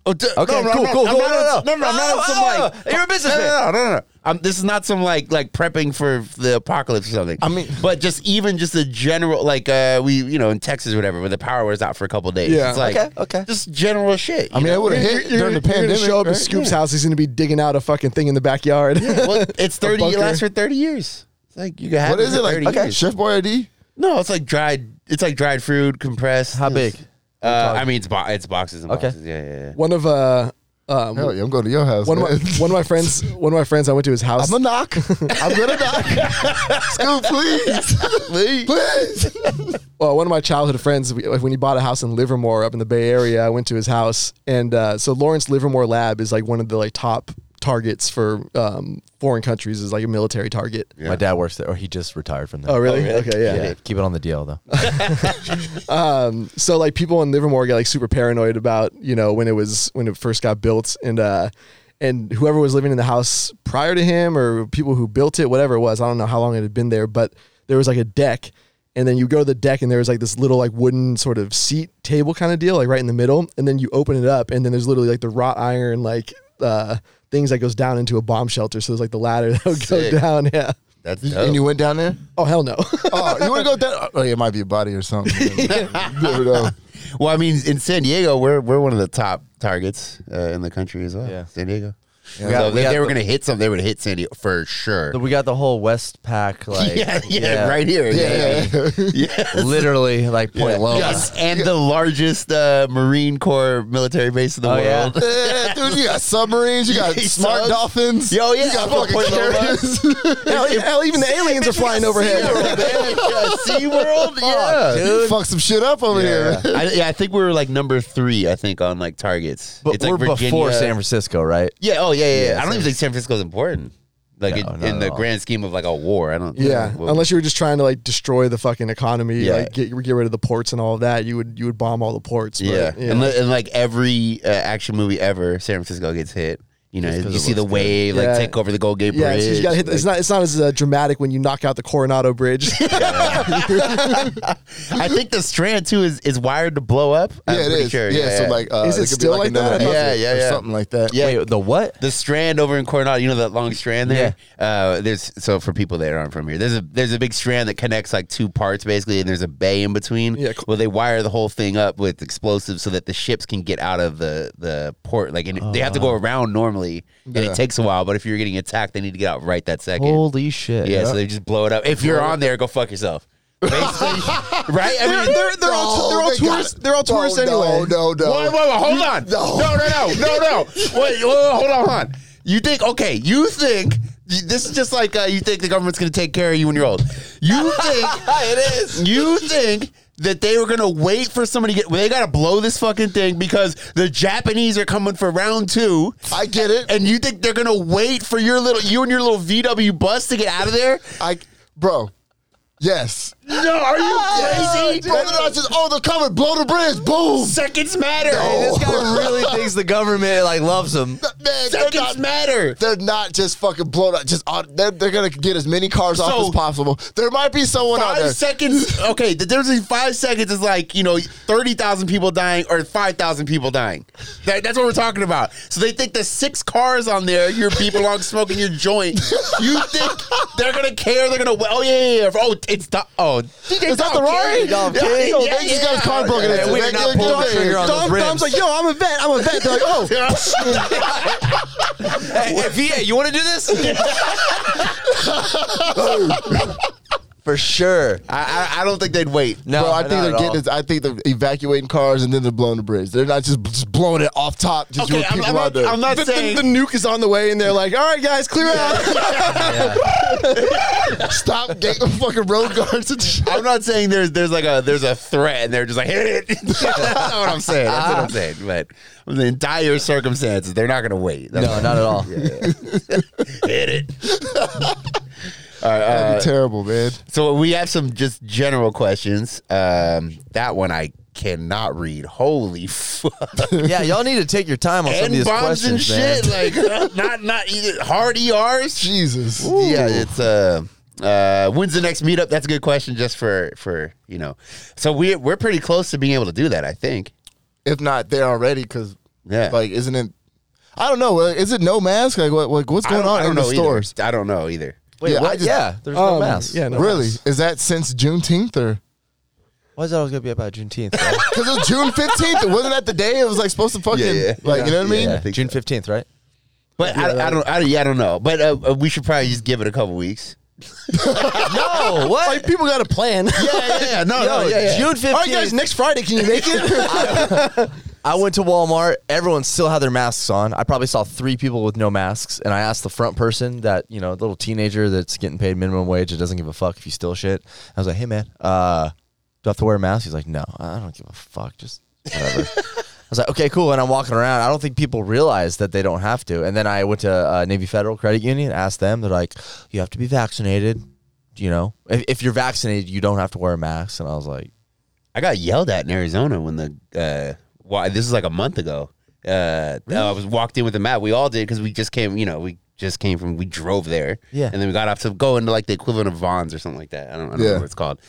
[SPEAKER 4] Oh, d-
[SPEAKER 1] Okay,
[SPEAKER 4] no, no,
[SPEAKER 1] cool,
[SPEAKER 4] no,
[SPEAKER 1] cool,
[SPEAKER 4] I'm
[SPEAKER 1] cool.
[SPEAKER 4] not Oh,
[SPEAKER 1] No, no, no.
[SPEAKER 4] on- no, no, I'm not
[SPEAKER 1] No,
[SPEAKER 4] on some
[SPEAKER 1] no, no,
[SPEAKER 4] like
[SPEAKER 1] no. You're a businessman.
[SPEAKER 4] No, no, no, no, no. I'm, Um, this is not some like like prepping for the apocalypse or something. I
[SPEAKER 3] mean-
[SPEAKER 4] but just even just the general like uh we you know in Texas or whatever, where the power was out for a couple days.
[SPEAKER 5] Yeah.
[SPEAKER 4] it's like
[SPEAKER 1] Okay, okay.
[SPEAKER 4] just general shit.
[SPEAKER 3] I mean, it would have
[SPEAKER 5] You're,
[SPEAKER 3] hit
[SPEAKER 5] you're,
[SPEAKER 3] during
[SPEAKER 5] you're
[SPEAKER 3] the
[SPEAKER 5] gonna
[SPEAKER 3] pandemic.
[SPEAKER 5] show up
[SPEAKER 3] right?
[SPEAKER 5] at Scoop's house. He's gonna be digging out a fucking thing in the backyard.
[SPEAKER 4] well, it's thirty. It
[SPEAKER 5] bunker.
[SPEAKER 4] lasts for thirty years. It's like you can have
[SPEAKER 3] What
[SPEAKER 4] it
[SPEAKER 3] is
[SPEAKER 4] for
[SPEAKER 3] it like?
[SPEAKER 4] 30
[SPEAKER 3] Okay,
[SPEAKER 4] years.
[SPEAKER 3] Chef Boyardee.
[SPEAKER 4] No, it's like dried. It's like dried fruit compressed.
[SPEAKER 1] How big?
[SPEAKER 4] Uh, I mean, it's bo- it's boxes and
[SPEAKER 1] Okay.
[SPEAKER 4] boxes. Yeah, yeah, yeah.
[SPEAKER 5] one of uh, um,
[SPEAKER 3] Hell yeah, I'm going to your house.
[SPEAKER 5] one of my,
[SPEAKER 3] man.
[SPEAKER 5] one of my friends, one of my friends, I went to his house.
[SPEAKER 3] I'm gonna knock. I'm gonna knock. Scoop, please, please, please.
[SPEAKER 5] well, one of my childhood friends, we, like, when he bought a house in Livermore up in the Bay Area, I went to his house, and uh, so Lawrence Livermore Lab is like one of the like top targets for um, foreign countries is like a military target.
[SPEAKER 1] My dad works there, or he just retired from there.
[SPEAKER 5] Oh, really? Okay, yeah.
[SPEAKER 1] Yeah, keep it on the DL though.
[SPEAKER 5] So like people in Livermore got like super paranoid about you know when it was when it first got built, and uh, and whoever was living in the house prior to him or people who built it, whatever it was, I don't know how long it had been there, but there was like a deck. And then you go to the deck, and there was like this little like wooden sort of seat table kind of deal, like right in the middle. And then you open it up, and then there's literally like the wrought iron like uh, things that goes down into a bomb shelter. So there's like the ladder that would
[SPEAKER 4] Sick.
[SPEAKER 5] go down. Yeah.
[SPEAKER 4] That's
[SPEAKER 3] And you went down there.
[SPEAKER 5] Oh hell no.
[SPEAKER 3] Oh, you want to go down? Oh, yeah, it might be a body or something. You never know.
[SPEAKER 4] Well, I mean, in San Diego, we're we're one of the top targets uh, in the country as well.
[SPEAKER 1] Yeah.
[SPEAKER 4] San Diego.
[SPEAKER 1] We got-
[SPEAKER 4] so
[SPEAKER 1] we
[SPEAKER 4] if
[SPEAKER 1] got
[SPEAKER 4] they were
[SPEAKER 1] the-
[SPEAKER 4] going to hit something, they would hit San Diego for sure.
[SPEAKER 1] we got the whole West Pack, like
[SPEAKER 4] yeah, yeah, right here. Yeah,
[SPEAKER 3] Yeah.
[SPEAKER 4] yeah.
[SPEAKER 1] literally like Point Loma.
[SPEAKER 4] Yes, and the largest uh, Marine Corps military base in the
[SPEAKER 1] Oh, yeah.
[SPEAKER 4] world.
[SPEAKER 3] Yeah, dude, you got submarines, you got
[SPEAKER 4] He
[SPEAKER 3] smart
[SPEAKER 4] sucks.
[SPEAKER 3] dolphins.
[SPEAKER 1] Oh,
[SPEAKER 4] Yo, Oh, yeah,
[SPEAKER 3] you got
[SPEAKER 4] I'm a
[SPEAKER 3] fucking
[SPEAKER 4] Point Loma.
[SPEAKER 3] carriers.
[SPEAKER 5] Hell, hell, even the aliens are flying overhead.
[SPEAKER 4] Sea World, yeah.
[SPEAKER 3] You Fuck some shit up over
[SPEAKER 4] Yeah.
[SPEAKER 3] here.
[SPEAKER 4] I, yeah, I think we were like number three. I think on like targets.
[SPEAKER 1] But
[SPEAKER 4] It's, like,
[SPEAKER 1] we're before
[SPEAKER 4] Virginia-
[SPEAKER 1] San Francisco, right?
[SPEAKER 4] Yeah. Oh, yeah, yeah. yeah.
[SPEAKER 1] Yeah,
[SPEAKER 4] I don't
[SPEAKER 1] San-
[SPEAKER 4] even think San Francisco's important. Like
[SPEAKER 1] No,
[SPEAKER 4] in-
[SPEAKER 1] not
[SPEAKER 4] in
[SPEAKER 1] at
[SPEAKER 4] the
[SPEAKER 1] all.
[SPEAKER 4] grand scheme of like a war, I don't.
[SPEAKER 5] Yeah,
[SPEAKER 4] well,
[SPEAKER 5] unless you were just trying to like destroy the fucking economy,
[SPEAKER 4] Yeah.
[SPEAKER 5] like get get rid of the ports and all of that, you would you would bomb all the ports. But,
[SPEAKER 4] yeah.
[SPEAKER 5] yeah,
[SPEAKER 4] And, li- and like every uh, action movie ever, San Francisco gets hit. You know,
[SPEAKER 1] 'cause
[SPEAKER 4] you
[SPEAKER 1] it
[SPEAKER 4] see the
[SPEAKER 1] looks good.
[SPEAKER 4] wave like
[SPEAKER 5] Yeah.
[SPEAKER 4] take over the Gold Gate
[SPEAKER 5] Yeah,
[SPEAKER 4] Bridge.
[SPEAKER 5] it's, you gotta hit, it's
[SPEAKER 4] like-
[SPEAKER 5] not it's not as uh, dramatic when you knock out the Coronado Bridge.
[SPEAKER 4] I think the Strand too is, is wired to blow up. I'm
[SPEAKER 3] yeah, it
[SPEAKER 4] pretty
[SPEAKER 3] is.
[SPEAKER 4] Sure.
[SPEAKER 3] yeah,
[SPEAKER 4] yeah,
[SPEAKER 3] so
[SPEAKER 4] yeah.
[SPEAKER 3] like, uh,
[SPEAKER 5] Is it
[SPEAKER 3] there could be,
[SPEAKER 5] still like that?
[SPEAKER 3] another
[SPEAKER 5] I thought
[SPEAKER 4] Yeah,
[SPEAKER 3] exit
[SPEAKER 4] yeah,
[SPEAKER 3] or
[SPEAKER 4] yeah.
[SPEAKER 3] something like that.
[SPEAKER 4] Yeah.
[SPEAKER 1] Wait, the what?
[SPEAKER 4] the strand over in Coronado, you know that long strand there. Uh, there's so for people that aren't from here, there's a there's a big strand that connects like two parts basically, and there's a bay in between.
[SPEAKER 5] Yeah, cool.
[SPEAKER 4] Well, they wire the whole thing up with explosives so that the ships can get out of the the port. Like, and they have to go around normally, and
[SPEAKER 3] Yeah.
[SPEAKER 4] it takes a while. But if you're getting attacked, they need to get out right that second.
[SPEAKER 1] Holy shit!
[SPEAKER 4] yeah, so they just blow it up. If you're on there, go fuck yourself. Basically, right? I mean,
[SPEAKER 5] they're, they're all, they're all
[SPEAKER 3] they got
[SPEAKER 5] tourists.
[SPEAKER 3] it.
[SPEAKER 5] They're all tourists
[SPEAKER 3] no,
[SPEAKER 5] anyway.
[SPEAKER 3] No, no, no.
[SPEAKER 4] Whoa, whoa, whoa, hold on. No, no,
[SPEAKER 3] no.
[SPEAKER 4] no, no, no. Wait, whoa, whoa, hold on, hold on. You think, okay, you think, you- this is just like uh, you think the government's going to take care of you when you're old. You think, it is. You think that they were going to wait for somebody to get, well, they got to blow this fucking thing because the Japanese are coming for round two.
[SPEAKER 3] I get it.
[SPEAKER 4] And you think they're gonna wait for your little, you and your little VW bus to get out of there?
[SPEAKER 3] I, bro. Yes.
[SPEAKER 4] No, are you crazy?
[SPEAKER 3] Bro, they're not just, oh, they're coming. Blow the bridge. Boom.
[SPEAKER 4] Seconds matter.
[SPEAKER 1] Hey, this guy really thinks the government like loves him.
[SPEAKER 3] Man, they're not,
[SPEAKER 4] Seconds matter.
[SPEAKER 3] they're not just fucking blown up. Just on, they're, they're gonna get as many cars off
[SPEAKER 4] So-
[SPEAKER 3] as possible. There might be someone out
[SPEAKER 4] five
[SPEAKER 3] there.
[SPEAKER 4] seconds. Okay, the difference between five seconds is like you know thirty thousand people dying or five thousand people dying. That, that's what we're talking about. So they think the six cars on there, your people along smoking your joint. You think they're gonna care? They're gonna oh yeah yeah, yeah. oh it's the oh
[SPEAKER 3] Is that the Rari?
[SPEAKER 1] Dolph King.
[SPEAKER 3] Yo, they just got his car broken
[SPEAKER 1] Yeah,
[SPEAKER 3] into.
[SPEAKER 1] we
[SPEAKER 3] They-
[SPEAKER 1] did not
[SPEAKER 3] they-
[SPEAKER 1] pull the
[SPEAKER 3] they-
[SPEAKER 1] trigger on those
[SPEAKER 5] Dom,
[SPEAKER 1] rims.
[SPEAKER 5] Dom's like, yo, I'm a vet. I'm a vet. They're like, oh,
[SPEAKER 1] Hey, hey, VA, you want to do this? For sure.
[SPEAKER 4] I, I I don't think they'd wait.
[SPEAKER 1] No,
[SPEAKER 3] Bro, I think
[SPEAKER 1] not
[SPEAKER 3] they're
[SPEAKER 1] at
[SPEAKER 3] getting.
[SPEAKER 1] all.
[SPEAKER 3] This, I think they're evacuating cars and then they're blowing the bridge. They're not just, just blowing it off top. Just
[SPEAKER 4] Okay,
[SPEAKER 3] with
[SPEAKER 4] I'm,
[SPEAKER 3] people
[SPEAKER 4] I'm
[SPEAKER 3] out
[SPEAKER 4] not,
[SPEAKER 3] there.
[SPEAKER 4] I'm not
[SPEAKER 5] the,
[SPEAKER 4] saying
[SPEAKER 5] the, the nuke is on the way, and they're like, all right, guys, clear out.
[SPEAKER 3] Stop gate fucking road guards and shit.
[SPEAKER 4] I'm not saying there's there's like a there's a threat and they're just like hit it. That's not what I'm saying. That's what I'm saying. But I'm saying dire circumstances, they're not gonna wait. That's
[SPEAKER 1] No, not at all.
[SPEAKER 4] hit it.
[SPEAKER 3] That'd be terrible, man.
[SPEAKER 4] So we have some just general questions. Um, that one I cannot read. Holy fuck!
[SPEAKER 1] Yeah, y'all need to take your time on some of
[SPEAKER 4] N
[SPEAKER 1] these
[SPEAKER 4] bombs and
[SPEAKER 1] questions, man.
[SPEAKER 4] shit. Like uh, not not either hard ers.
[SPEAKER 3] Jesus.
[SPEAKER 4] Yeah, it's uh, uh, when's the next meetup? That's a good question. Just for for you know. So we we're pretty close to being able to do that. I think.
[SPEAKER 3] If not there already, because
[SPEAKER 4] Yeah.
[SPEAKER 3] like, isn't it? I don't know. like, Is it no mask? Like, what, like what's
[SPEAKER 4] I
[SPEAKER 3] going
[SPEAKER 4] don't- I
[SPEAKER 3] on
[SPEAKER 4] don't
[SPEAKER 3] in the
[SPEAKER 4] know either.
[SPEAKER 3] stores?
[SPEAKER 4] I don't know either.
[SPEAKER 1] Wait,
[SPEAKER 3] Yeah,
[SPEAKER 1] what?
[SPEAKER 3] I just-
[SPEAKER 1] yeah, there's no
[SPEAKER 5] Um,
[SPEAKER 1] mask.
[SPEAKER 5] yeah, no
[SPEAKER 3] Really? Is that since Juneteenth or?
[SPEAKER 1] Why is that always gonna be about Juneteenth? Right?
[SPEAKER 3] Because it was June fifteenth. Wasn't that the day it was like supposed to fucking
[SPEAKER 4] Yeah, yeah.
[SPEAKER 3] like you know what I mean?
[SPEAKER 1] yeah, June fifteenth, right?
[SPEAKER 4] But I, I don't. I, yeah, I don't know. But uh, uh, we should probably just give it a couple weeks.
[SPEAKER 1] No, what?
[SPEAKER 5] like, people got a plan.
[SPEAKER 4] Yeah, yeah, no,
[SPEAKER 1] Yo,
[SPEAKER 4] no, yeah, yeah.
[SPEAKER 1] Oh, June
[SPEAKER 5] All right, guys,
[SPEAKER 1] fifteenth.
[SPEAKER 5] next Friday, can you make it?
[SPEAKER 1] I went to Walmart. Everyone still had their masks on. I probably saw three people with no masks, and I asked the front person that you know, little teenager that's getting paid minimum wage that doesn't give a fuck if you steal shit. I was like, hey man, uh, do I have to wear a mask? He's like, no, I don't give a fuck. Just whatever. I was like, okay, cool. And I'm walking around. I don't think people realize that they don't have to. And then I went to uh, Navy Federal Credit Union, asked them. They're like, you have to be vaccinated. You know, if, if you're vaccinated, you don't have to wear a mask. And I was like,
[SPEAKER 4] I got yelled at in Arizona when the uh, why this is like a month ago. Uh, I was walked in with the map. We all did because we just came. You know, we just came from. We drove there.
[SPEAKER 1] Yeah.
[SPEAKER 4] and then we got off to go into like the equivalent of Vons or something like that. I don't, I don't
[SPEAKER 3] Yeah.
[SPEAKER 4] know what it's called.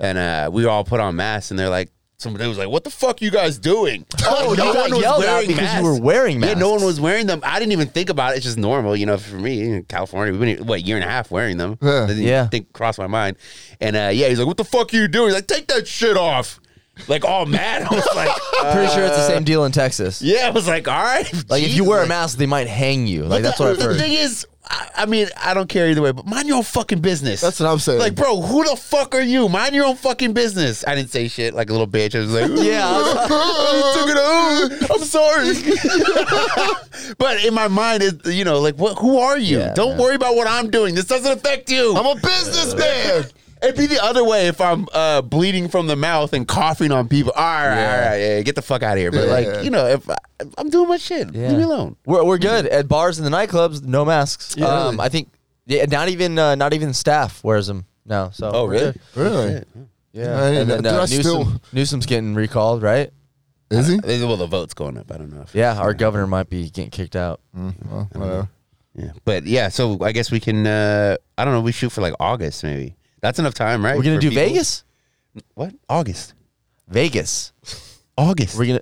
[SPEAKER 4] And uh, we all put on masks, and they're like. Somebody was like, "What the fuck you guys doing?"
[SPEAKER 1] Oh, you got yelled at because you were wearing
[SPEAKER 4] Yeah, no one
[SPEAKER 1] masks.
[SPEAKER 4] was wearing them. I didn't even think about it. It's just normal, you know. For me, in California, we've been here, what a year and a half wearing them.
[SPEAKER 3] Yeah.
[SPEAKER 4] Didn't
[SPEAKER 1] Yeah.
[SPEAKER 4] think crossed my mind. And uh, yeah, he's like, "What the fuck are you doing?" He's like, "Take that shit off." like all mad. I was like,
[SPEAKER 1] Pretty sure it's the same deal in Texas.
[SPEAKER 4] yeah, I was like, all right.
[SPEAKER 1] Like if you
[SPEAKER 4] Jesus,
[SPEAKER 1] wear a
[SPEAKER 4] like-
[SPEAKER 1] mask, they might hang you. Like that's what I've
[SPEAKER 4] the
[SPEAKER 1] heard.
[SPEAKER 4] thing is, I, I mean, I don't care either way, but mind your own fucking business.
[SPEAKER 3] That's what I'm saying.
[SPEAKER 4] Like, bro, who the fuck are you? Mind your own fucking business. I didn't say shit like a little bitch. I was like,
[SPEAKER 1] Yeah, I was-
[SPEAKER 4] you took it out. I'm sorry. but in my mind, it, you know, like, what? Who are you?
[SPEAKER 1] Yeah,
[SPEAKER 4] Don't
[SPEAKER 1] man.
[SPEAKER 4] worry about what I'm doing. This doesn't affect you.
[SPEAKER 3] I'm a businessman.
[SPEAKER 4] It'd be the other way if I'm uh, bleeding from the mouth and coughing on people. All right, all right, yeah, get the fuck out of here. But
[SPEAKER 3] Yeah.
[SPEAKER 4] like, you know, if I, I'm doing my shit,
[SPEAKER 1] Yeah.
[SPEAKER 4] leave me alone.
[SPEAKER 1] We're we're good at bars and the nightclubs. No masks. Um, I think yeah, not even uh, not even staff wears them now. So
[SPEAKER 4] Oh,
[SPEAKER 1] we're
[SPEAKER 4] really?
[SPEAKER 1] good.
[SPEAKER 3] Really?
[SPEAKER 1] Yeah.
[SPEAKER 3] I
[SPEAKER 1] and
[SPEAKER 3] didn't-
[SPEAKER 1] then
[SPEAKER 3] did
[SPEAKER 1] uh,
[SPEAKER 3] I
[SPEAKER 1] Newsom,
[SPEAKER 3] still-
[SPEAKER 1] Newsom's getting recalled, right?
[SPEAKER 3] Is he?
[SPEAKER 4] Uh, Well, the vote's going up. I don't know. If
[SPEAKER 1] Yeah, our governor might be getting kicked out.
[SPEAKER 3] Well, whatever.
[SPEAKER 4] Yeah. But yeah, so I guess we can. Uh, I don't know. We shoot for like August, maybe. That's enough time, right?
[SPEAKER 1] We're gonna
[SPEAKER 4] for
[SPEAKER 1] do
[SPEAKER 4] people?
[SPEAKER 1] Vegas.
[SPEAKER 4] What? August.
[SPEAKER 1] Vegas.
[SPEAKER 4] August.
[SPEAKER 1] We're gonna.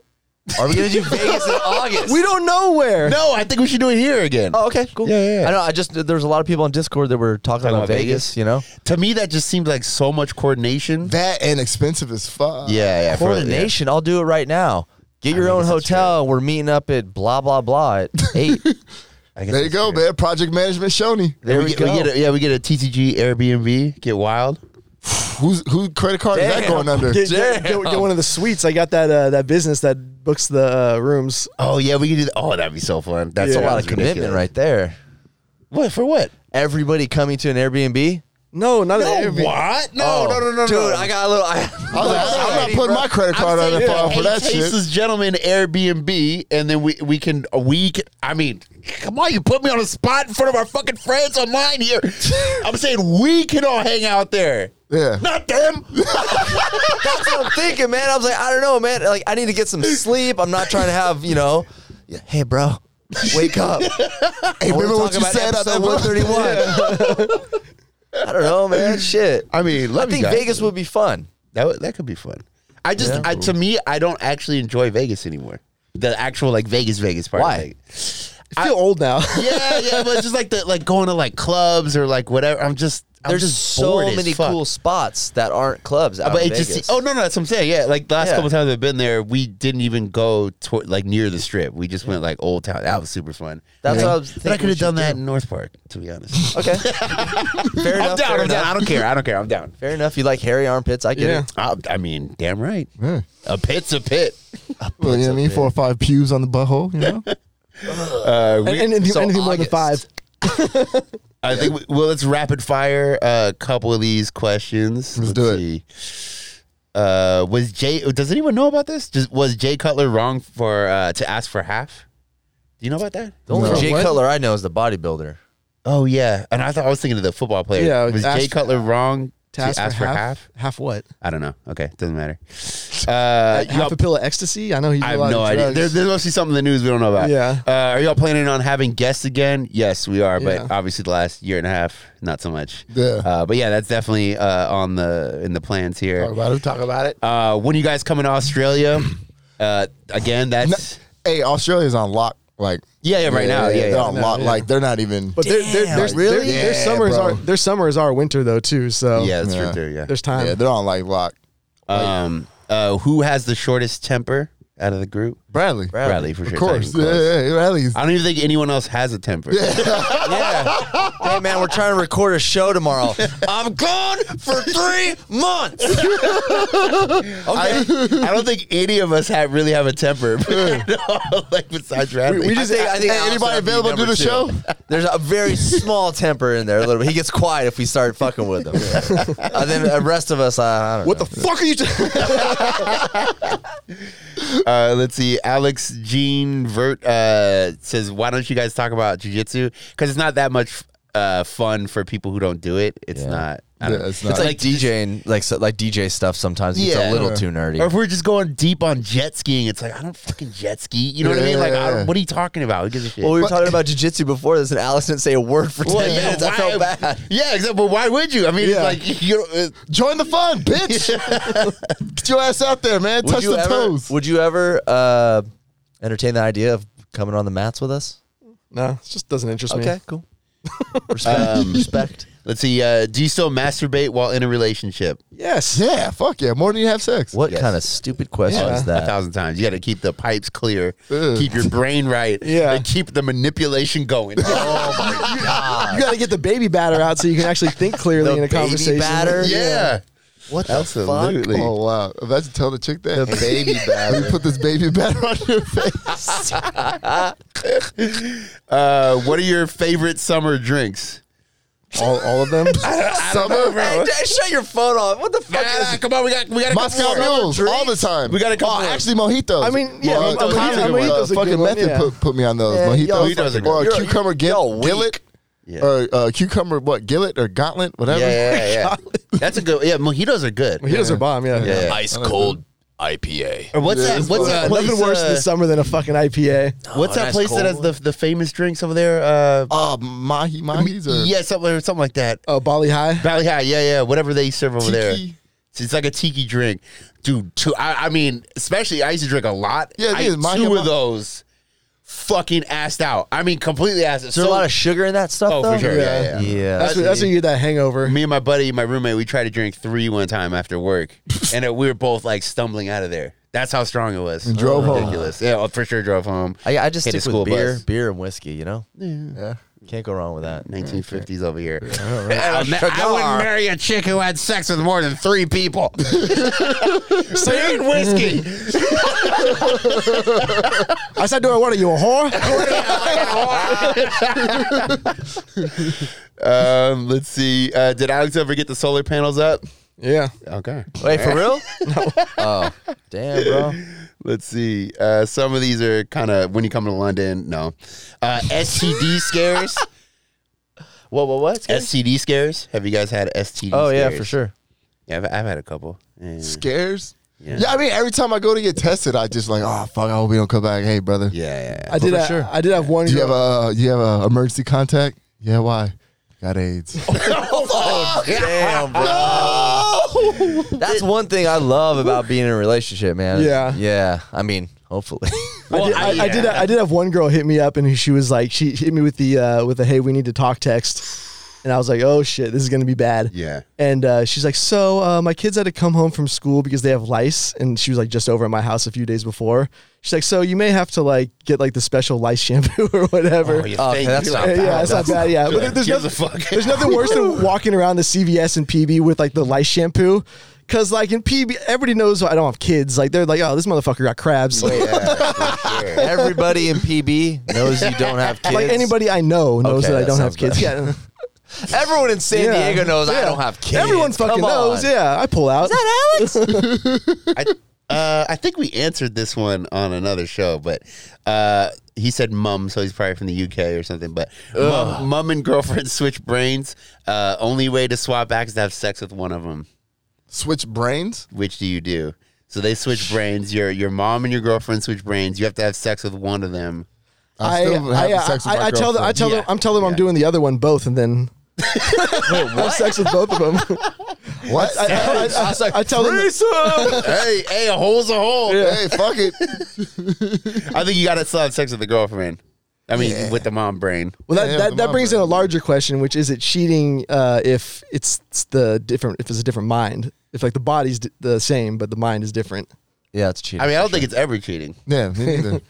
[SPEAKER 1] Are we gonna do Vegas in August?
[SPEAKER 5] We don't know where.
[SPEAKER 4] no, I think we should do it here again.
[SPEAKER 1] Oh, okay, cool.
[SPEAKER 4] Yeah, yeah, yeah.
[SPEAKER 1] I know. I just there was a lot of people on Discord that were talking, about,
[SPEAKER 4] about
[SPEAKER 1] Vegas,
[SPEAKER 4] Vegas?
[SPEAKER 1] You know,
[SPEAKER 4] To me, that just seemed like so much coordination.
[SPEAKER 3] That and expensive as fuck.
[SPEAKER 4] yeah, yeah. for- yeah.
[SPEAKER 1] coordination. I'll do it right now. Get your own
[SPEAKER 4] guess that's
[SPEAKER 1] hotel. We're meeting up at blah blah blah at eight.
[SPEAKER 4] I guess
[SPEAKER 3] There you
[SPEAKER 4] that's
[SPEAKER 3] go,
[SPEAKER 4] fair.
[SPEAKER 3] man. Project management Shoney.
[SPEAKER 4] There
[SPEAKER 1] There
[SPEAKER 4] we,
[SPEAKER 1] we
[SPEAKER 4] get, we
[SPEAKER 1] go.
[SPEAKER 4] get a, yeah, we get a TTG Airbnb. Get wild.
[SPEAKER 3] Who's who credit card is that
[SPEAKER 1] Damn.
[SPEAKER 3] going under?
[SPEAKER 5] Get, get- get- get one of the suites. I got that uh, that business that books the uh, rooms.
[SPEAKER 4] Oh yeah, we can do that. Oh, that'd be so fun. That's
[SPEAKER 1] That's a
[SPEAKER 4] that
[SPEAKER 1] lot
[SPEAKER 4] was
[SPEAKER 1] of commitment
[SPEAKER 4] ridiculous.
[SPEAKER 1] right there.
[SPEAKER 4] What for? What?
[SPEAKER 1] Everybody coming to an Airbnb.
[SPEAKER 5] No, not an Airbnb.
[SPEAKER 4] what? No, Oh, no, no, no, no.
[SPEAKER 1] Oh, dude, I got a little. I,
[SPEAKER 3] I was like, I'm not putting my credit card
[SPEAKER 4] I'm
[SPEAKER 3] under
[SPEAKER 4] saying
[SPEAKER 3] file
[SPEAKER 4] that
[SPEAKER 3] for
[SPEAKER 4] eight
[SPEAKER 3] that shit.
[SPEAKER 4] Tasteless gentleman Airbnb, and then we we can we can, I mean, come on, you put me on a spot in front of our fucking friends online here. I'm saying we can all hang out there,
[SPEAKER 3] Yeah.
[SPEAKER 4] not them.
[SPEAKER 1] That's what I'm thinking, man. I was like, I don't know, man. Like, I need to get some sleep. I'm not trying to have, you know, yeah, hey, bro, wake up.
[SPEAKER 3] Hey,
[SPEAKER 1] I wanna
[SPEAKER 3] remember
[SPEAKER 1] talk
[SPEAKER 3] what you
[SPEAKER 1] about
[SPEAKER 3] said at that
[SPEAKER 1] episode
[SPEAKER 3] one?
[SPEAKER 1] 131. I don't know, man. Shit.
[SPEAKER 4] I mean,
[SPEAKER 1] I
[SPEAKER 4] love you
[SPEAKER 1] think
[SPEAKER 4] guys.
[SPEAKER 1] Vegas would be fun.
[SPEAKER 4] that would- that could be fun. I just I, to me, I don't actually enjoy Vegas anymore. The actual like Vegas Vegas part. of
[SPEAKER 1] Why?
[SPEAKER 4] Vegas.
[SPEAKER 5] I feel old now.
[SPEAKER 4] yeah, yeah, but it's just like the like going to like clubs or like whatever. I'm just I'm
[SPEAKER 1] There's
[SPEAKER 4] just
[SPEAKER 1] so
[SPEAKER 4] bored as
[SPEAKER 1] many
[SPEAKER 4] fuck.
[SPEAKER 1] cool spots that aren't clubs out
[SPEAKER 4] but
[SPEAKER 1] in
[SPEAKER 4] it
[SPEAKER 1] Vegas.
[SPEAKER 4] just oh no no that's what I'm saying yeah like the last
[SPEAKER 1] Yeah.
[SPEAKER 4] couple times I've been there we didn't even go toward like near the strip we just went like old town that was super fun
[SPEAKER 1] That's
[SPEAKER 4] Yeah.
[SPEAKER 1] what I was
[SPEAKER 4] but I
[SPEAKER 1] thinking
[SPEAKER 4] could
[SPEAKER 1] we
[SPEAKER 4] have
[SPEAKER 1] should
[SPEAKER 4] done that
[SPEAKER 1] do.
[SPEAKER 4] in North Park to be honest
[SPEAKER 1] Okay. fair
[SPEAKER 4] I'm
[SPEAKER 1] enough.
[SPEAKER 4] down
[SPEAKER 1] fair
[SPEAKER 4] I'm
[SPEAKER 1] enough.
[SPEAKER 4] down I don't care I don't care I'm down
[SPEAKER 1] Fair enough. You like hairy armpits. I get
[SPEAKER 5] Yeah.
[SPEAKER 1] it.
[SPEAKER 4] I, I mean damn right
[SPEAKER 3] Yeah.
[SPEAKER 4] a pit's a pit
[SPEAKER 3] Well, you know what I mean? Four or five pubes on the butthole, you know?
[SPEAKER 4] uh, we-
[SPEAKER 5] and, and
[SPEAKER 1] So
[SPEAKER 5] anything more than
[SPEAKER 1] August.
[SPEAKER 5] five.
[SPEAKER 4] I think we, well let's rapid fire a couple of these questions
[SPEAKER 3] Let's do it.
[SPEAKER 4] see. uh was Jay does anyone know about this Does was Jay Cutler wrong for uh to ask for half do you know about that
[SPEAKER 1] The only
[SPEAKER 3] No.
[SPEAKER 1] Jay
[SPEAKER 5] What?
[SPEAKER 1] Cutler I know is the bodybuilder.
[SPEAKER 4] Oh yeah, and I thought I was thinking of the football player.
[SPEAKER 5] Yeah,
[SPEAKER 4] was
[SPEAKER 5] ask-
[SPEAKER 4] Jay Cutler wrong to ask, for, half?
[SPEAKER 5] Half what?
[SPEAKER 4] I don't know. Okay, doesn't matter. Uh,
[SPEAKER 5] half
[SPEAKER 4] y'all,
[SPEAKER 5] a pill of ecstasy? I know you do
[SPEAKER 4] I
[SPEAKER 5] a lot
[SPEAKER 4] have no
[SPEAKER 5] of
[SPEAKER 4] idea.
[SPEAKER 5] drugs.
[SPEAKER 4] There, there must be something in the news we don't know about.
[SPEAKER 5] Yeah.
[SPEAKER 4] Uh, are y'all planning on having guests again? Yes, we are. But
[SPEAKER 5] Yeah.
[SPEAKER 4] obviously, the last year and a half, not so much.
[SPEAKER 3] Yeah.
[SPEAKER 4] Uh, but yeah, that's definitely uh, on the in the plans
[SPEAKER 3] Talk
[SPEAKER 4] here.
[SPEAKER 3] about it. Talk about it.
[SPEAKER 4] Uh, when you guys coming to Australia? Uh, again, that's
[SPEAKER 3] Hey, Australia's on lock. Like,
[SPEAKER 4] yeah, yeah, right now, yeah, yeah.
[SPEAKER 3] They're on
[SPEAKER 5] No,
[SPEAKER 3] lock.
[SPEAKER 5] yeah.
[SPEAKER 3] Like, they're not even.
[SPEAKER 5] But there, there,
[SPEAKER 1] Damn,
[SPEAKER 5] there's,
[SPEAKER 1] really?
[SPEAKER 5] really? their
[SPEAKER 3] Yeah,
[SPEAKER 5] summer is
[SPEAKER 3] bro.
[SPEAKER 5] our their summer is our winter though too. So
[SPEAKER 4] yeah, that's
[SPEAKER 3] Yeah.
[SPEAKER 4] right there. Yeah.
[SPEAKER 5] there's time.
[SPEAKER 3] yeah, they're on like lock.
[SPEAKER 4] Um, uh, who has the shortest temper out of the group?
[SPEAKER 3] Bradley.
[SPEAKER 4] Bradley, for sure.
[SPEAKER 3] Of
[SPEAKER 4] It's not
[SPEAKER 3] course.
[SPEAKER 4] even
[SPEAKER 3] Yeah,
[SPEAKER 4] close.
[SPEAKER 3] yeah, yeah, Bradley's.
[SPEAKER 4] I don't even think anyone else has a temper.
[SPEAKER 1] Yeah. hey man, we're trying to record a show tomorrow. I'm gone for three months.
[SPEAKER 4] I,
[SPEAKER 1] okay.
[SPEAKER 4] I don't think any of us have really have a temper. like besides Bradley,
[SPEAKER 1] we just- I think
[SPEAKER 3] Hey,
[SPEAKER 1] Alex
[SPEAKER 3] anybody
[SPEAKER 1] would be
[SPEAKER 3] available to do
[SPEAKER 4] number
[SPEAKER 3] the
[SPEAKER 4] two.
[SPEAKER 3] show?
[SPEAKER 1] There's a very small temper in there. A little bit. He gets quiet if we start fucking with him. and then the rest of us, I, I don't
[SPEAKER 5] What
[SPEAKER 1] know.
[SPEAKER 5] the fuck are you? T-
[SPEAKER 4] uh, let's see. Alex Jean Vert uh, says, "Why don't you guys talk about jujitsu? Because it's not that much uh, fun for people who don't do it. It's
[SPEAKER 1] Yeah.
[SPEAKER 4] not. I
[SPEAKER 3] Yeah,
[SPEAKER 4] don't
[SPEAKER 3] it's
[SPEAKER 1] It's
[SPEAKER 3] not.
[SPEAKER 1] like, DJing, like so, like DJ stuff. Sometimes it's a
[SPEAKER 4] Yeah.
[SPEAKER 1] little too
[SPEAKER 4] Or
[SPEAKER 1] nerdy.
[SPEAKER 4] if we're just going deep on jet skiing, it's like I don't fucking jet ski. You know what I mean? Like, I
[SPEAKER 3] Yeah.
[SPEAKER 4] don't, what are you talking about? Who gives a shit?
[SPEAKER 1] Well, we were talking about jujitsu before this, and Alex didn't say a word for ten
[SPEAKER 4] Well, yeah,
[SPEAKER 1] minutes. I
[SPEAKER 4] why-
[SPEAKER 1] felt bad.
[SPEAKER 4] Yeah, exactly. But why would you? I mean,
[SPEAKER 3] Yeah.
[SPEAKER 4] it's like you. uh, Know,
[SPEAKER 3] Join the fun, bitch. Get your ass out there, man. Touch
[SPEAKER 1] you
[SPEAKER 3] the
[SPEAKER 1] ever,
[SPEAKER 3] toes.
[SPEAKER 1] Would you ever uh, entertain the idea of coming on the mats with us?
[SPEAKER 5] no, it just doesn't interest me.
[SPEAKER 1] Um, Okay, cool. Respect. Respect.
[SPEAKER 4] Let's see. Uh, do you still masturbate while in a relationship?
[SPEAKER 5] Yes.
[SPEAKER 3] Yeah, fuck yeah. More than you have sex.
[SPEAKER 1] What
[SPEAKER 4] Yes.
[SPEAKER 1] kind of stupid question
[SPEAKER 5] Yeah.
[SPEAKER 1] is
[SPEAKER 4] a
[SPEAKER 1] that?
[SPEAKER 4] thousand times. You got to keep the pipes clear,
[SPEAKER 3] Ugh.
[SPEAKER 4] keep your brain right,
[SPEAKER 5] Yeah.
[SPEAKER 4] and keep the manipulation going. oh my god!
[SPEAKER 5] You got to get the baby batter out so you can actually think clearly
[SPEAKER 1] The
[SPEAKER 5] in a
[SPEAKER 1] baby
[SPEAKER 5] conversation.
[SPEAKER 1] batter?
[SPEAKER 4] Yeah,
[SPEAKER 1] What the fuck?
[SPEAKER 4] absolutely.
[SPEAKER 3] Oh wow! Imagine telling the chick that
[SPEAKER 4] The baby
[SPEAKER 3] Let me
[SPEAKER 4] batter.
[SPEAKER 3] put this baby batter on your face.
[SPEAKER 4] Uh, what are your favorite summer drinks?
[SPEAKER 3] All, all of them. Summer,
[SPEAKER 1] Hey, Dad, shut your phone off. What the fuck is
[SPEAKER 4] come on, we got we got
[SPEAKER 3] Moscow mules all the time.
[SPEAKER 4] We gotta come
[SPEAKER 3] Oh,
[SPEAKER 4] for it.
[SPEAKER 3] actually, mojitos.
[SPEAKER 5] I mean, yeah,
[SPEAKER 3] Well,
[SPEAKER 5] mojitos-
[SPEAKER 3] uh,
[SPEAKER 4] mojitos
[SPEAKER 3] uh,
[SPEAKER 4] are good.
[SPEAKER 5] Mojitos are
[SPEAKER 3] fucking
[SPEAKER 5] good one,
[SPEAKER 3] method
[SPEAKER 5] yeah.
[SPEAKER 3] put, put me on those
[SPEAKER 5] Yeah,
[SPEAKER 3] mojitos,
[SPEAKER 5] y'all
[SPEAKER 4] Mojitos are good.
[SPEAKER 3] or a
[SPEAKER 1] You're-
[SPEAKER 3] cucumber
[SPEAKER 1] y'all
[SPEAKER 3] gil-
[SPEAKER 1] weak.
[SPEAKER 3] gillet,
[SPEAKER 4] Yeah.
[SPEAKER 3] or uh, cucumber what gillet or gauntlet,
[SPEAKER 4] Yeah,
[SPEAKER 3] whatever.
[SPEAKER 4] yeah, yeah. That's a good. Yeah, mojitos are good.
[SPEAKER 5] He does a bomb, yeah.
[SPEAKER 4] Yeah. yeah.
[SPEAKER 1] Ice cold IPA.
[SPEAKER 4] Or what's
[SPEAKER 3] Yeah,
[SPEAKER 4] that?
[SPEAKER 3] it's
[SPEAKER 4] What's
[SPEAKER 3] good.
[SPEAKER 4] that place?
[SPEAKER 5] Nothing worse
[SPEAKER 4] uh,
[SPEAKER 5] this summer than a fucking IPA.
[SPEAKER 4] What's
[SPEAKER 1] Oh,
[SPEAKER 4] that
[SPEAKER 1] nice
[SPEAKER 4] place that
[SPEAKER 1] cold
[SPEAKER 4] has the the famous drinks over there? Uh,
[SPEAKER 3] Uh, mahi mahis or
[SPEAKER 4] yeah, something something like that.
[SPEAKER 5] Oh, Bali High.
[SPEAKER 4] Valley High, yeah, yeah, whatever they serve over there.
[SPEAKER 3] Tiki.
[SPEAKER 4] It's- It's like a tiki drink, dude. Two, I, I mean, especially I used to drink a lot.
[SPEAKER 3] Yeah, it
[SPEAKER 4] I
[SPEAKER 3] is.
[SPEAKER 4] ate
[SPEAKER 3] Mahi
[SPEAKER 4] two
[SPEAKER 3] Ma-
[SPEAKER 4] of those, fucking assed out. I mean, completely assed. out.
[SPEAKER 1] Is there a lot of sugar in that stuff?
[SPEAKER 4] oh,
[SPEAKER 1] though?
[SPEAKER 4] for sure, yeah,
[SPEAKER 1] Yeah.
[SPEAKER 4] yeah. yeah.
[SPEAKER 5] That's
[SPEAKER 4] That's
[SPEAKER 5] where, that's
[SPEAKER 4] me.
[SPEAKER 5] where you get that hangover.
[SPEAKER 4] Me and my buddy, my roommate, we tried to drink three one time after work, and uh, we were both like stumbling out of there. That's how strong it was.
[SPEAKER 3] drove home.
[SPEAKER 4] Ridiculous. Yeah, oh, for sure drove home.
[SPEAKER 1] I, I just
[SPEAKER 4] Hit a
[SPEAKER 1] stick
[SPEAKER 4] school
[SPEAKER 1] with beer,
[SPEAKER 4] bus.
[SPEAKER 1] beer and whiskey. You know,
[SPEAKER 3] yeah.
[SPEAKER 1] can't go wrong with that.
[SPEAKER 4] 1950s over here.
[SPEAKER 1] A
[SPEAKER 4] I,
[SPEAKER 1] cigar.
[SPEAKER 4] wouldn't marry a chick who had sex with more than three people. Beer and whiskey.
[SPEAKER 5] I said, do I want it? You a whore?
[SPEAKER 4] um, let's see. Uh, did Alex ever get the solar panels up?
[SPEAKER 5] yeah.
[SPEAKER 4] Okay.
[SPEAKER 1] Wait, for real? Oh, damn, bro.
[SPEAKER 4] Let's see. Uh, some of these are kind of when you come to London. No. Uh, STD scares.
[SPEAKER 1] What? What? What?
[SPEAKER 4] STD scares. Have you guys had STD?
[SPEAKER 1] Oh yeah,
[SPEAKER 4] scares?
[SPEAKER 1] for sure.
[SPEAKER 4] Yeah, I've, I've had a couple. Yeah.
[SPEAKER 3] Scares.
[SPEAKER 4] Yeah.
[SPEAKER 3] Yeah. I mean, every time I go to get tested, I just like, oh fuck, I hope we don't come back. Hey, brother,
[SPEAKER 4] Yeah, yeah.
[SPEAKER 5] I did.
[SPEAKER 1] for
[SPEAKER 5] ha-
[SPEAKER 1] sure.
[SPEAKER 5] I did have one.
[SPEAKER 3] do you have
[SPEAKER 5] girl-
[SPEAKER 3] a do you have a emergency contact? Yeah, why? Got AIDS.
[SPEAKER 1] Damn, bro. That's one thing I love about being in a relationship, man.
[SPEAKER 5] Yeah.
[SPEAKER 1] Yeah. I mean, hopefully.
[SPEAKER 5] I did, I, I did. I did have one girl hit me up, and she was like, she hit me with the uh, with the "Hey, we need to talk" text, and I was like, "Oh shit, this is gonna be bad."
[SPEAKER 4] Yeah.
[SPEAKER 5] And uh, she's like, "So uh, my kids had to come home from school because they have lice," and she was like, just over at my house a few days before. She's like, "So you may have to like get like the special lice shampoo or whatever." Uh,
[SPEAKER 4] you
[SPEAKER 1] Oh, okay,
[SPEAKER 4] think-
[SPEAKER 1] that's
[SPEAKER 4] you're
[SPEAKER 1] not
[SPEAKER 4] like,
[SPEAKER 5] Yeah, yeah,
[SPEAKER 1] bad.
[SPEAKER 5] it's not bad. Yeah, but there- there's
[SPEAKER 4] Gives
[SPEAKER 5] nothing,
[SPEAKER 4] a fuck.
[SPEAKER 5] there's nothing worse than walking around the CVS and PB with like the lice shampoo, because like in PB, everybody knows I don't have kids. Like they're like, oh, this motherfucker got crabs. Like,
[SPEAKER 4] Yeah, for sure.
[SPEAKER 1] Everybody in PB knows you don't have kids.
[SPEAKER 5] anybody I know knows
[SPEAKER 1] Okay,
[SPEAKER 5] that I
[SPEAKER 1] that
[SPEAKER 5] don't have
[SPEAKER 1] sounds
[SPEAKER 5] kids. Yeah,
[SPEAKER 1] Everyone in San
[SPEAKER 5] Yeah.
[SPEAKER 1] Diego knows I
[SPEAKER 5] Yeah.
[SPEAKER 1] don't have kids.
[SPEAKER 5] everyone fucking
[SPEAKER 1] Come on.
[SPEAKER 5] knows. Yeah, I pull out. Is that Alex?
[SPEAKER 4] I, uh, I think we answered this one on another show, but uh, he said mum, so he's probably from the UK or something. But mum, mum and girlfriend switch brains. Uh, only way to swap back is to have sex with one of them.
[SPEAKER 3] Switch brains.
[SPEAKER 4] Which do you do? So they switch brains. Your your mom and your girlfriend switch brains. You have to have sex with one of them.
[SPEAKER 5] I, I, I, I tell them. I tell them.
[SPEAKER 4] Yeah.
[SPEAKER 5] I'm telling them I'm doing the other one both, and then. have sex with both of them.
[SPEAKER 3] what?
[SPEAKER 5] I, I, I, I tell them.
[SPEAKER 4] hey, hey, a hole's a hole.
[SPEAKER 3] hey, fuck it.
[SPEAKER 4] I think you got to still have sex with the girlfriend. I mean, with the mom brain.
[SPEAKER 5] Well,
[SPEAKER 3] Yeah,
[SPEAKER 5] that,
[SPEAKER 3] the
[SPEAKER 5] that, that
[SPEAKER 3] mom
[SPEAKER 5] brings in
[SPEAKER 3] brain.
[SPEAKER 5] a larger question, which is it cheating uh, if it's, it's the different if it's a different mind? If like the body's d- the same but the mind is different.
[SPEAKER 1] Yeah, it's cheating.
[SPEAKER 4] I mean, I don't think it's ever cheating.
[SPEAKER 3] Yeah, me neither.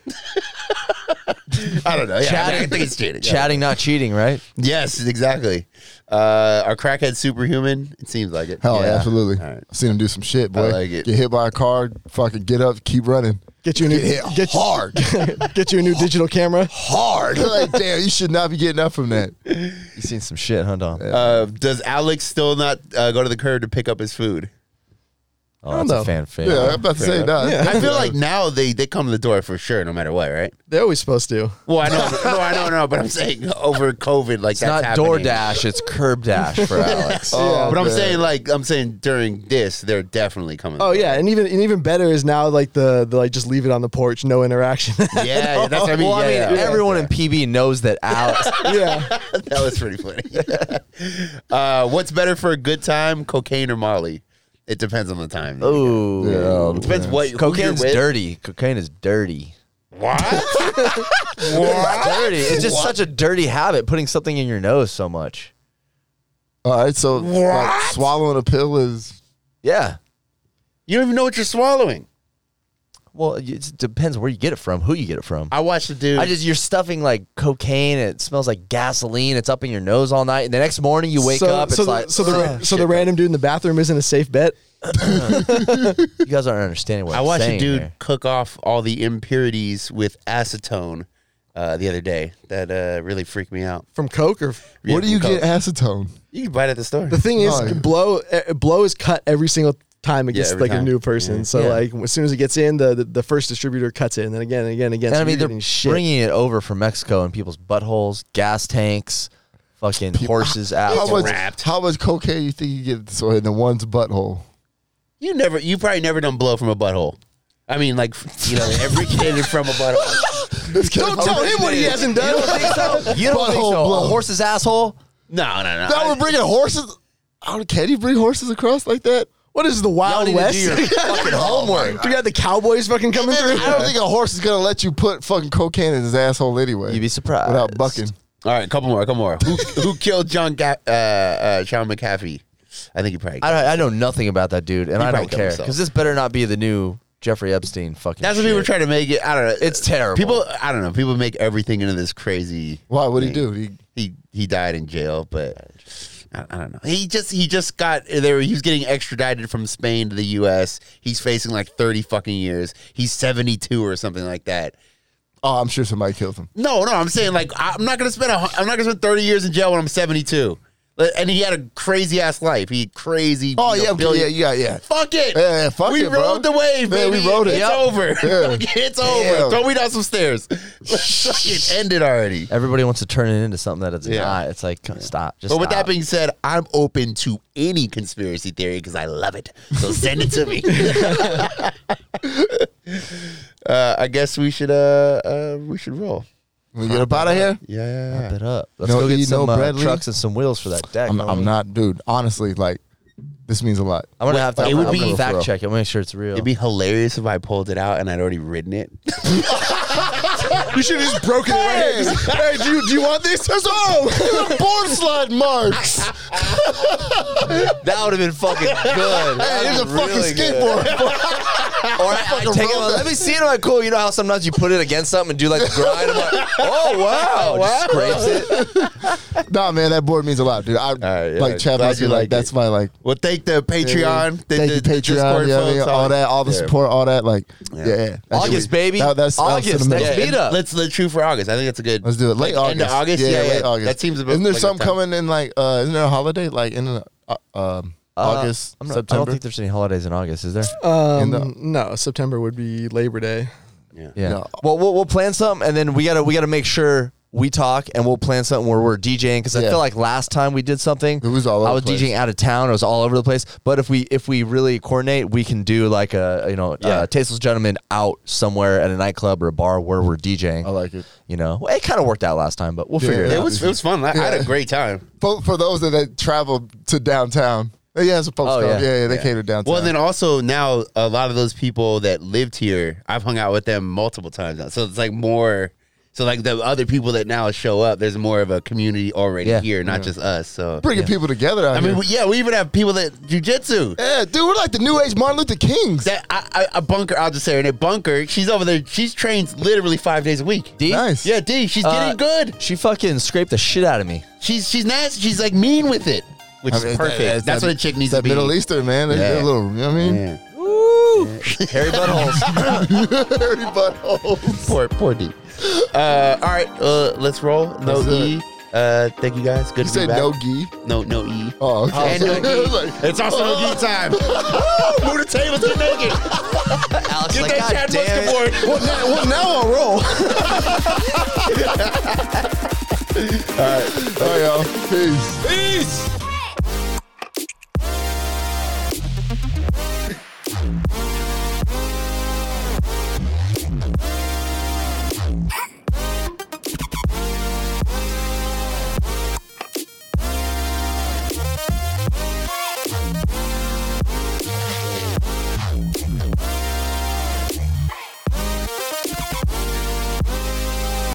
[SPEAKER 4] I don't know.
[SPEAKER 1] Chatting-
[SPEAKER 4] Yeah, I think- I think it's cheating. Yeah.
[SPEAKER 1] Chatting, not cheating, right?
[SPEAKER 4] Yes, exactly. Uh, are crackheads superhuman? It seems like it.
[SPEAKER 3] Hell yeah, absolutely.
[SPEAKER 4] All right.
[SPEAKER 3] I've seen him do some shit, boy.
[SPEAKER 4] like it.
[SPEAKER 3] Get hit by a car, fucking get up, keep running.
[SPEAKER 5] Get you a new
[SPEAKER 3] Get hit
[SPEAKER 5] get you-
[SPEAKER 3] hard.
[SPEAKER 5] get you a new digital camera.
[SPEAKER 3] hard. like, damn, you should not be getting up from that.
[SPEAKER 1] You've seen some shit, huh, Dom?
[SPEAKER 4] Uh, does Alex still not uh, go to the curb to pick up his food?
[SPEAKER 1] oh,
[SPEAKER 5] don't
[SPEAKER 1] that's
[SPEAKER 5] know.
[SPEAKER 1] a fan favorite.
[SPEAKER 3] Yeah, I'm about to say that.
[SPEAKER 4] I feel like now they, they come to the door for sure, no matter what, right?
[SPEAKER 5] They're always supposed to.
[SPEAKER 4] Well, I know, no, I know, no, but I'm saying over COVID, like
[SPEAKER 1] It's
[SPEAKER 4] that's
[SPEAKER 1] not
[SPEAKER 4] happening.
[SPEAKER 1] DoorDash, it's Curb Dash for Alex.
[SPEAKER 3] Oh,
[SPEAKER 4] But I'm
[SPEAKER 3] man.
[SPEAKER 4] saying, like, I'm saying during this, they're definitely coming.
[SPEAKER 5] Oh yeah, and even and even better is now like the, the like just leave it on the porch, no interaction.
[SPEAKER 4] yeah, yeah, that's what I mean.
[SPEAKER 1] well, I
[SPEAKER 4] yeah,
[SPEAKER 1] mean,
[SPEAKER 4] yeah.
[SPEAKER 1] everyone in PB knows that Alex.
[SPEAKER 5] yeah.
[SPEAKER 4] that was pretty funny. uh, what's better for a good time, cocaine or Molly? It depends on the time.
[SPEAKER 1] Ooh.
[SPEAKER 3] Yeah.
[SPEAKER 4] depends what who you're
[SPEAKER 1] Cocaine's
[SPEAKER 4] with.
[SPEAKER 1] dirty. Cocaine is dirty.
[SPEAKER 4] What?
[SPEAKER 1] It's dirty. It's just
[SPEAKER 4] What?
[SPEAKER 1] such a dirty habit putting something in your nose so much.
[SPEAKER 3] All right, so like, swallowing a pill is
[SPEAKER 1] Yeah.
[SPEAKER 4] You don't even know what you're swallowing.
[SPEAKER 1] Well, it depends where you get it from, who you get it from.
[SPEAKER 4] I watched a dude.
[SPEAKER 1] I just you're stuffing like cocaine. And it smells like gasoline. It's up in your nose all night. And the next morning you wake
[SPEAKER 5] so,
[SPEAKER 1] up.
[SPEAKER 5] So
[SPEAKER 1] it's
[SPEAKER 5] the,
[SPEAKER 1] like
[SPEAKER 5] so the,
[SPEAKER 1] "Ugh,
[SPEAKER 5] so the
[SPEAKER 1] shit,
[SPEAKER 5] random dude in the bathroom isn't a safe bet.
[SPEAKER 1] you guys aren't understanding what
[SPEAKER 4] I
[SPEAKER 1] I'm
[SPEAKER 4] watched a
[SPEAKER 1] saying
[SPEAKER 4] dude
[SPEAKER 1] here.
[SPEAKER 4] cook off all the impurities with acetone uh, the other day. That uh, really freaked me out.
[SPEAKER 5] From coke or
[SPEAKER 4] Yeah,
[SPEAKER 3] where do you
[SPEAKER 4] from
[SPEAKER 3] get
[SPEAKER 4] Coke.
[SPEAKER 3] acetone?
[SPEAKER 4] You can buy it at the store.
[SPEAKER 5] the thing is
[SPEAKER 3] No.
[SPEAKER 5] blow eh, blow is cut every single time it gets
[SPEAKER 4] every
[SPEAKER 5] like a
[SPEAKER 4] time.
[SPEAKER 5] new person. So
[SPEAKER 1] Yeah.
[SPEAKER 5] like as soon as it gets in, the, the the first distributor cuts it, and then again and again and again.
[SPEAKER 1] And
[SPEAKER 5] So
[SPEAKER 1] I mean,
[SPEAKER 5] you're
[SPEAKER 1] they're
[SPEAKER 5] getting shit.
[SPEAKER 1] bringing it over from Mexico in people's buttholes, gas tanks, fucking horses'
[SPEAKER 3] How
[SPEAKER 1] assholes.
[SPEAKER 3] much?
[SPEAKER 4] wrapped.
[SPEAKER 3] How much cocaine you think you get so in the one's butthole?
[SPEAKER 4] You never, you probably never done blow from a butthole. I mean, like you know, originated from a butthole.
[SPEAKER 3] Don't
[SPEAKER 5] tell him what he hasn't
[SPEAKER 1] You
[SPEAKER 5] done.
[SPEAKER 1] don't think so? You don't think
[SPEAKER 3] Butthole
[SPEAKER 1] so? A
[SPEAKER 3] blown.
[SPEAKER 1] horse's asshole?
[SPEAKER 4] No, no, no.
[SPEAKER 3] Now we're bringing horses. I don't, can you bring horses across like that?
[SPEAKER 5] What is the
[SPEAKER 1] Y'all
[SPEAKER 5] Wild
[SPEAKER 1] need to
[SPEAKER 5] West?
[SPEAKER 1] do your fucking homework.
[SPEAKER 5] we got the Cowboys fucking coming
[SPEAKER 3] I
[SPEAKER 5] through.
[SPEAKER 3] don't think a horse is gonna let you put fucking cocaine in his asshole anyway.
[SPEAKER 1] You'd be surprised.
[SPEAKER 3] without bucking.
[SPEAKER 4] All right, a couple more, a couple more. Who, who killed John Ga- uh, uh, Sean McAfee? I think he probably.
[SPEAKER 1] I, don't- I know nothing about that dude, and I
[SPEAKER 4] probably
[SPEAKER 1] don't
[SPEAKER 4] killed
[SPEAKER 1] care
[SPEAKER 4] himself.
[SPEAKER 1] because this better not be the new Jeffrey Epstein fucking.
[SPEAKER 4] That's what people were
[SPEAKER 1] shit.
[SPEAKER 4] trying to make it. I don't know.
[SPEAKER 1] It's terrible.
[SPEAKER 4] People, I don't know. People make everything into this crazy.
[SPEAKER 3] Why? What would he
[SPEAKER 4] thing.
[SPEAKER 3] do? He,
[SPEAKER 4] He he died in jail, but I, I don't know. He just he just got there. He was getting extradited from Spain to the U.S. He's facing like thirty fucking years. He's seventy two or something like that.
[SPEAKER 3] oh, I'm sure somebody killed him.
[SPEAKER 4] No, no, I'm saying like I- I'm not gonna spend a, hun- I'm not gonna spend 30 years in jail when I'm 72. Like, And he had a crazy ass life. He crazy.
[SPEAKER 3] Oh
[SPEAKER 4] you
[SPEAKER 3] yeah,
[SPEAKER 4] know, billion-
[SPEAKER 3] yeah, yeah, yeah.
[SPEAKER 4] Fuck it.
[SPEAKER 3] Yeah, yeah, fuck
[SPEAKER 4] we
[SPEAKER 3] it, bro.
[SPEAKER 4] rode the wave,
[SPEAKER 3] Yeah,
[SPEAKER 4] baby.
[SPEAKER 3] we rode it.
[SPEAKER 4] It's
[SPEAKER 3] Yep.
[SPEAKER 4] over.
[SPEAKER 3] Yeah.
[SPEAKER 4] Like, it's
[SPEAKER 3] Damn.
[SPEAKER 4] over. Throw me down some stairs. Let's end it already.
[SPEAKER 1] Everybody wants to turn it into something that it's
[SPEAKER 4] Yeah.
[SPEAKER 1] not. It's like come- stop. Just
[SPEAKER 4] But with
[SPEAKER 1] stop.
[SPEAKER 4] that being said, I'm open to any conspiracy theory because I love it. So send it to me. uh, I guess we should uh, uh we should roll.
[SPEAKER 3] We get up out of here.
[SPEAKER 4] Yeah, yeah, yeah.
[SPEAKER 1] Wrap it up. Let's
[SPEAKER 3] No
[SPEAKER 1] go get
[SPEAKER 3] E,
[SPEAKER 1] some
[SPEAKER 3] no
[SPEAKER 1] uh,
[SPEAKER 3] bread, Lee?
[SPEAKER 1] trucks and some wheels for that deck.
[SPEAKER 3] I'm,
[SPEAKER 1] homie.
[SPEAKER 3] I'm not, dude. Honestly, like this means a lot.
[SPEAKER 1] I'm gonna have to.
[SPEAKER 4] It
[SPEAKER 1] I'm
[SPEAKER 4] would
[SPEAKER 1] gonna
[SPEAKER 4] be-
[SPEAKER 1] fact check it. Make sure it's real.
[SPEAKER 4] It'd be hilarious if I pulled it out and I'd already written it.
[SPEAKER 5] You should have just broken it right here. Just, Hey, do you, do you want this? There's oh,
[SPEAKER 3] Board slide marks. hey,
[SPEAKER 1] that would have been fucking good.
[SPEAKER 3] there's a fucking skateboard.
[SPEAKER 1] Or I, I take it,
[SPEAKER 3] roll
[SPEAKER 1] let me see it. I'm like, cool. You know how sometimes you put it against something and do like the grind. I'm like, oh wow, wow. scrapes it.
[SPEAKER 3] nah, man, that board means a lot, dude. I
[SPEAKER 4] right, yeah,
[SPEAKER 3] like Chad.
[SPEAKER 4] glad
[SPEAKER 3] Must be
[SPEAKER 4] you
[SPEAKER 3] like
[SPEAKER 4] liked
[SPEAKER 3] that's
[SPEAKER 4] it.
[SPEAKER 3] my like.
[SPEAKER 4] Well, thank the Patreon, the,
[SPEAKER 3] Thank
[SPEAKER 4] the,
[SPEAKER 3] you,
[SPEAKER 4] the
[SPEAKER 3] Patreon,
[SPEAKER 4] Discord
[SPEAKER 3] yeah,
[SPEAKER 4] folks,
[SPEAKER 3] yeah, all that, all the
[SPEAKER 4] Yeah.
[SPEAKER 3] support, all that. Like, yeah, yeah that's
[SPEAKER 1] August,
[SPEAKER 3] sweet.
[SPEAKER 1] baby.
[SPEAKER 3] That- that's that was
[SPEAKER 1] August,
[SPEAKER 3] sentimental.
[SPEAKER 1] next
[SPEAKER 4] Yeah,
[SPEAKER 1] Beat
[SPEAKER 4] and
[SPEAKER 1] up.
[SPEAKER 4] Let's let true for August. I think that's a good.
[SPEAKER 3] Let's do it. Late
[SPEAKER 4] like,
[SPEAKER 3] August.
[SPEAKER 4] End of August. Yeah, yeah,
[SPEAKER 3] late August.
[SPEAKER 4] That seems. About,
[SPEAKER 3] Isn't there
[SPEAKER 4] like a
[SPEAKER 3] something
[SPEAKER 4] time.
[SPEAKER 3] coming in like? uh Isn't there a holiday like in uh, um, August,
[SPEAKER 1] I'm not, I don't
[SPEAKER 3] September?
[SPEAKER 1] think there's any holidays in August, is there?
[SPEAKER 5] um,
[SPEAKER 3] the-
[SPEAKER 5] no, September would be Labor Day.
[SPEAKER 1] yeah.
[SPEAKER 3] No.
[SPEAKER 1] Well, well, we'll plan something, and then we gotta we gotta make sure we talk, and we'll plan something where we're DJing because I
[SPEAKER 3] Yeah.
[SPEAKER 1] feel like last time we did something,
[SPEAKER 3] It was all
[SPEAKER 1] I
[SPEAKER 3] over
[SPEAKER 1] was
[SPEAKER 3] the place.
[SPEAKER 1] DJing out of town. It was all over the place. But if we if we really coordinate, we can do like a you know
[SPEAKER 4] Yeah.
[SPEAKER 1] uh, tasteless gentleman out somewhere at a nightclub or a bar where we're DJing.
[SPEAKER 3] I like it.
[SPEAKER 1] You know, well, it kind of worked out last time, but we'll
[SPEAKER 3] Yeah.
[SPEAKER 1] figure it
[SPEAKER 4] It
[SPEAKER 1] out.
[SPEAKER 4] was it was fun. I, I had a great time.
[SPEAKER 3] For, for those that, that travel to downtown, Uh, yeah, it's a post.
[SPEAKER 1] Oh,
[SPEAKER 3] yeah.
[SPEAKER 1] yeah.
[SPEAKER 3] yeah, they came to downtown.
[SPEAKER 4] Well, and then also now a lot of those people that lived here, I've hung out with them multiple times now. So it's like more. So like the other people that now show up, there's more of a community already
[SPEAKER 1] Yeah.
[SPEAKER 4] here, not just us. So
[SPEAKER 3] bringing people together. Out
[SPEAKER 4] I
[SPEAKER 3] here.
[SPEAKER 4] mean, we, yeah, we even have people that jujitsu.
[SPEAKER 3] yeah, dude, we're like the new age Martin Luther Kings.
[SPEAKER 4] That I, I, a bunker. I'll just say her name. Bunker. She's over there. She's trains literally five days a week.
[SPEAKER 1] D?
[SPEAKER 3] nice.
[SPEAKER 4] Yeah, D. She's
[SPEAKER 1] Uh,
[SPEAKER 4] getting good.
[SPEAKER 1] She fucking scraped the shit out of me.
[SPEAKER 4] She's she's nasty. She's like mean with it, which is
[SPEAKER 3] I mean, it's that-
[SPEAKER 4] perfect.
[SPEAKER 3] it's
[SPEAKER 4] That's
[SPEAKER 3] that-
[SPEAKER 4] what a chick needs to
[SPEAKER 3] it's that
[SPEAKER 4] be.
[SPEAKER 3] Middle Eastern man. They,
[SPEAKER 4] Yeah.
[SPEAKER 3] are little. You know what I mean?
[SPEAKER 4] Yeah.
[SPEAKER 1] Harry buttholes.
[SPEAKER 3] Dirty buttholes.
[SPEAKER 4] Poor poor D. Uh, all right, uh, let's roll. No
[SPEAKER 3] Let's do
[SPEAKER 4] E. Uh, thank you guys. Good
[SPEAKER 3] You
[SPEAKER 4] to be
[SPEAKER 3] said
[SPEAKER 4] back.
[SPEAKER 3] no gi.
[SPEAKER 4] no no E.
[SPEAKER 3] Oh, okay.
[SPEAKER 4] And no E.
[SPEAKER 3] I was
[SPEAKER 4] gi.
[SPEAKER 3] like,
[SPEAKER 4] It's also no gi time. Woo! Move the tables, get naked.
[SPEAKER 1] Alex,
[SPEAKER 4] Get
[SPEAKER 1] like,
[SPEAKER 4] that
[SPEAKER 1] God
[SPEAKER 4] Chad
[SPEAKER 1] damn it.
[SPEAKER 4] Musk award.
[SPEAKER 3] well, now, well, now I'll roll. All right. All right, y'all. Peace.
[SPEAKER 4] Peace.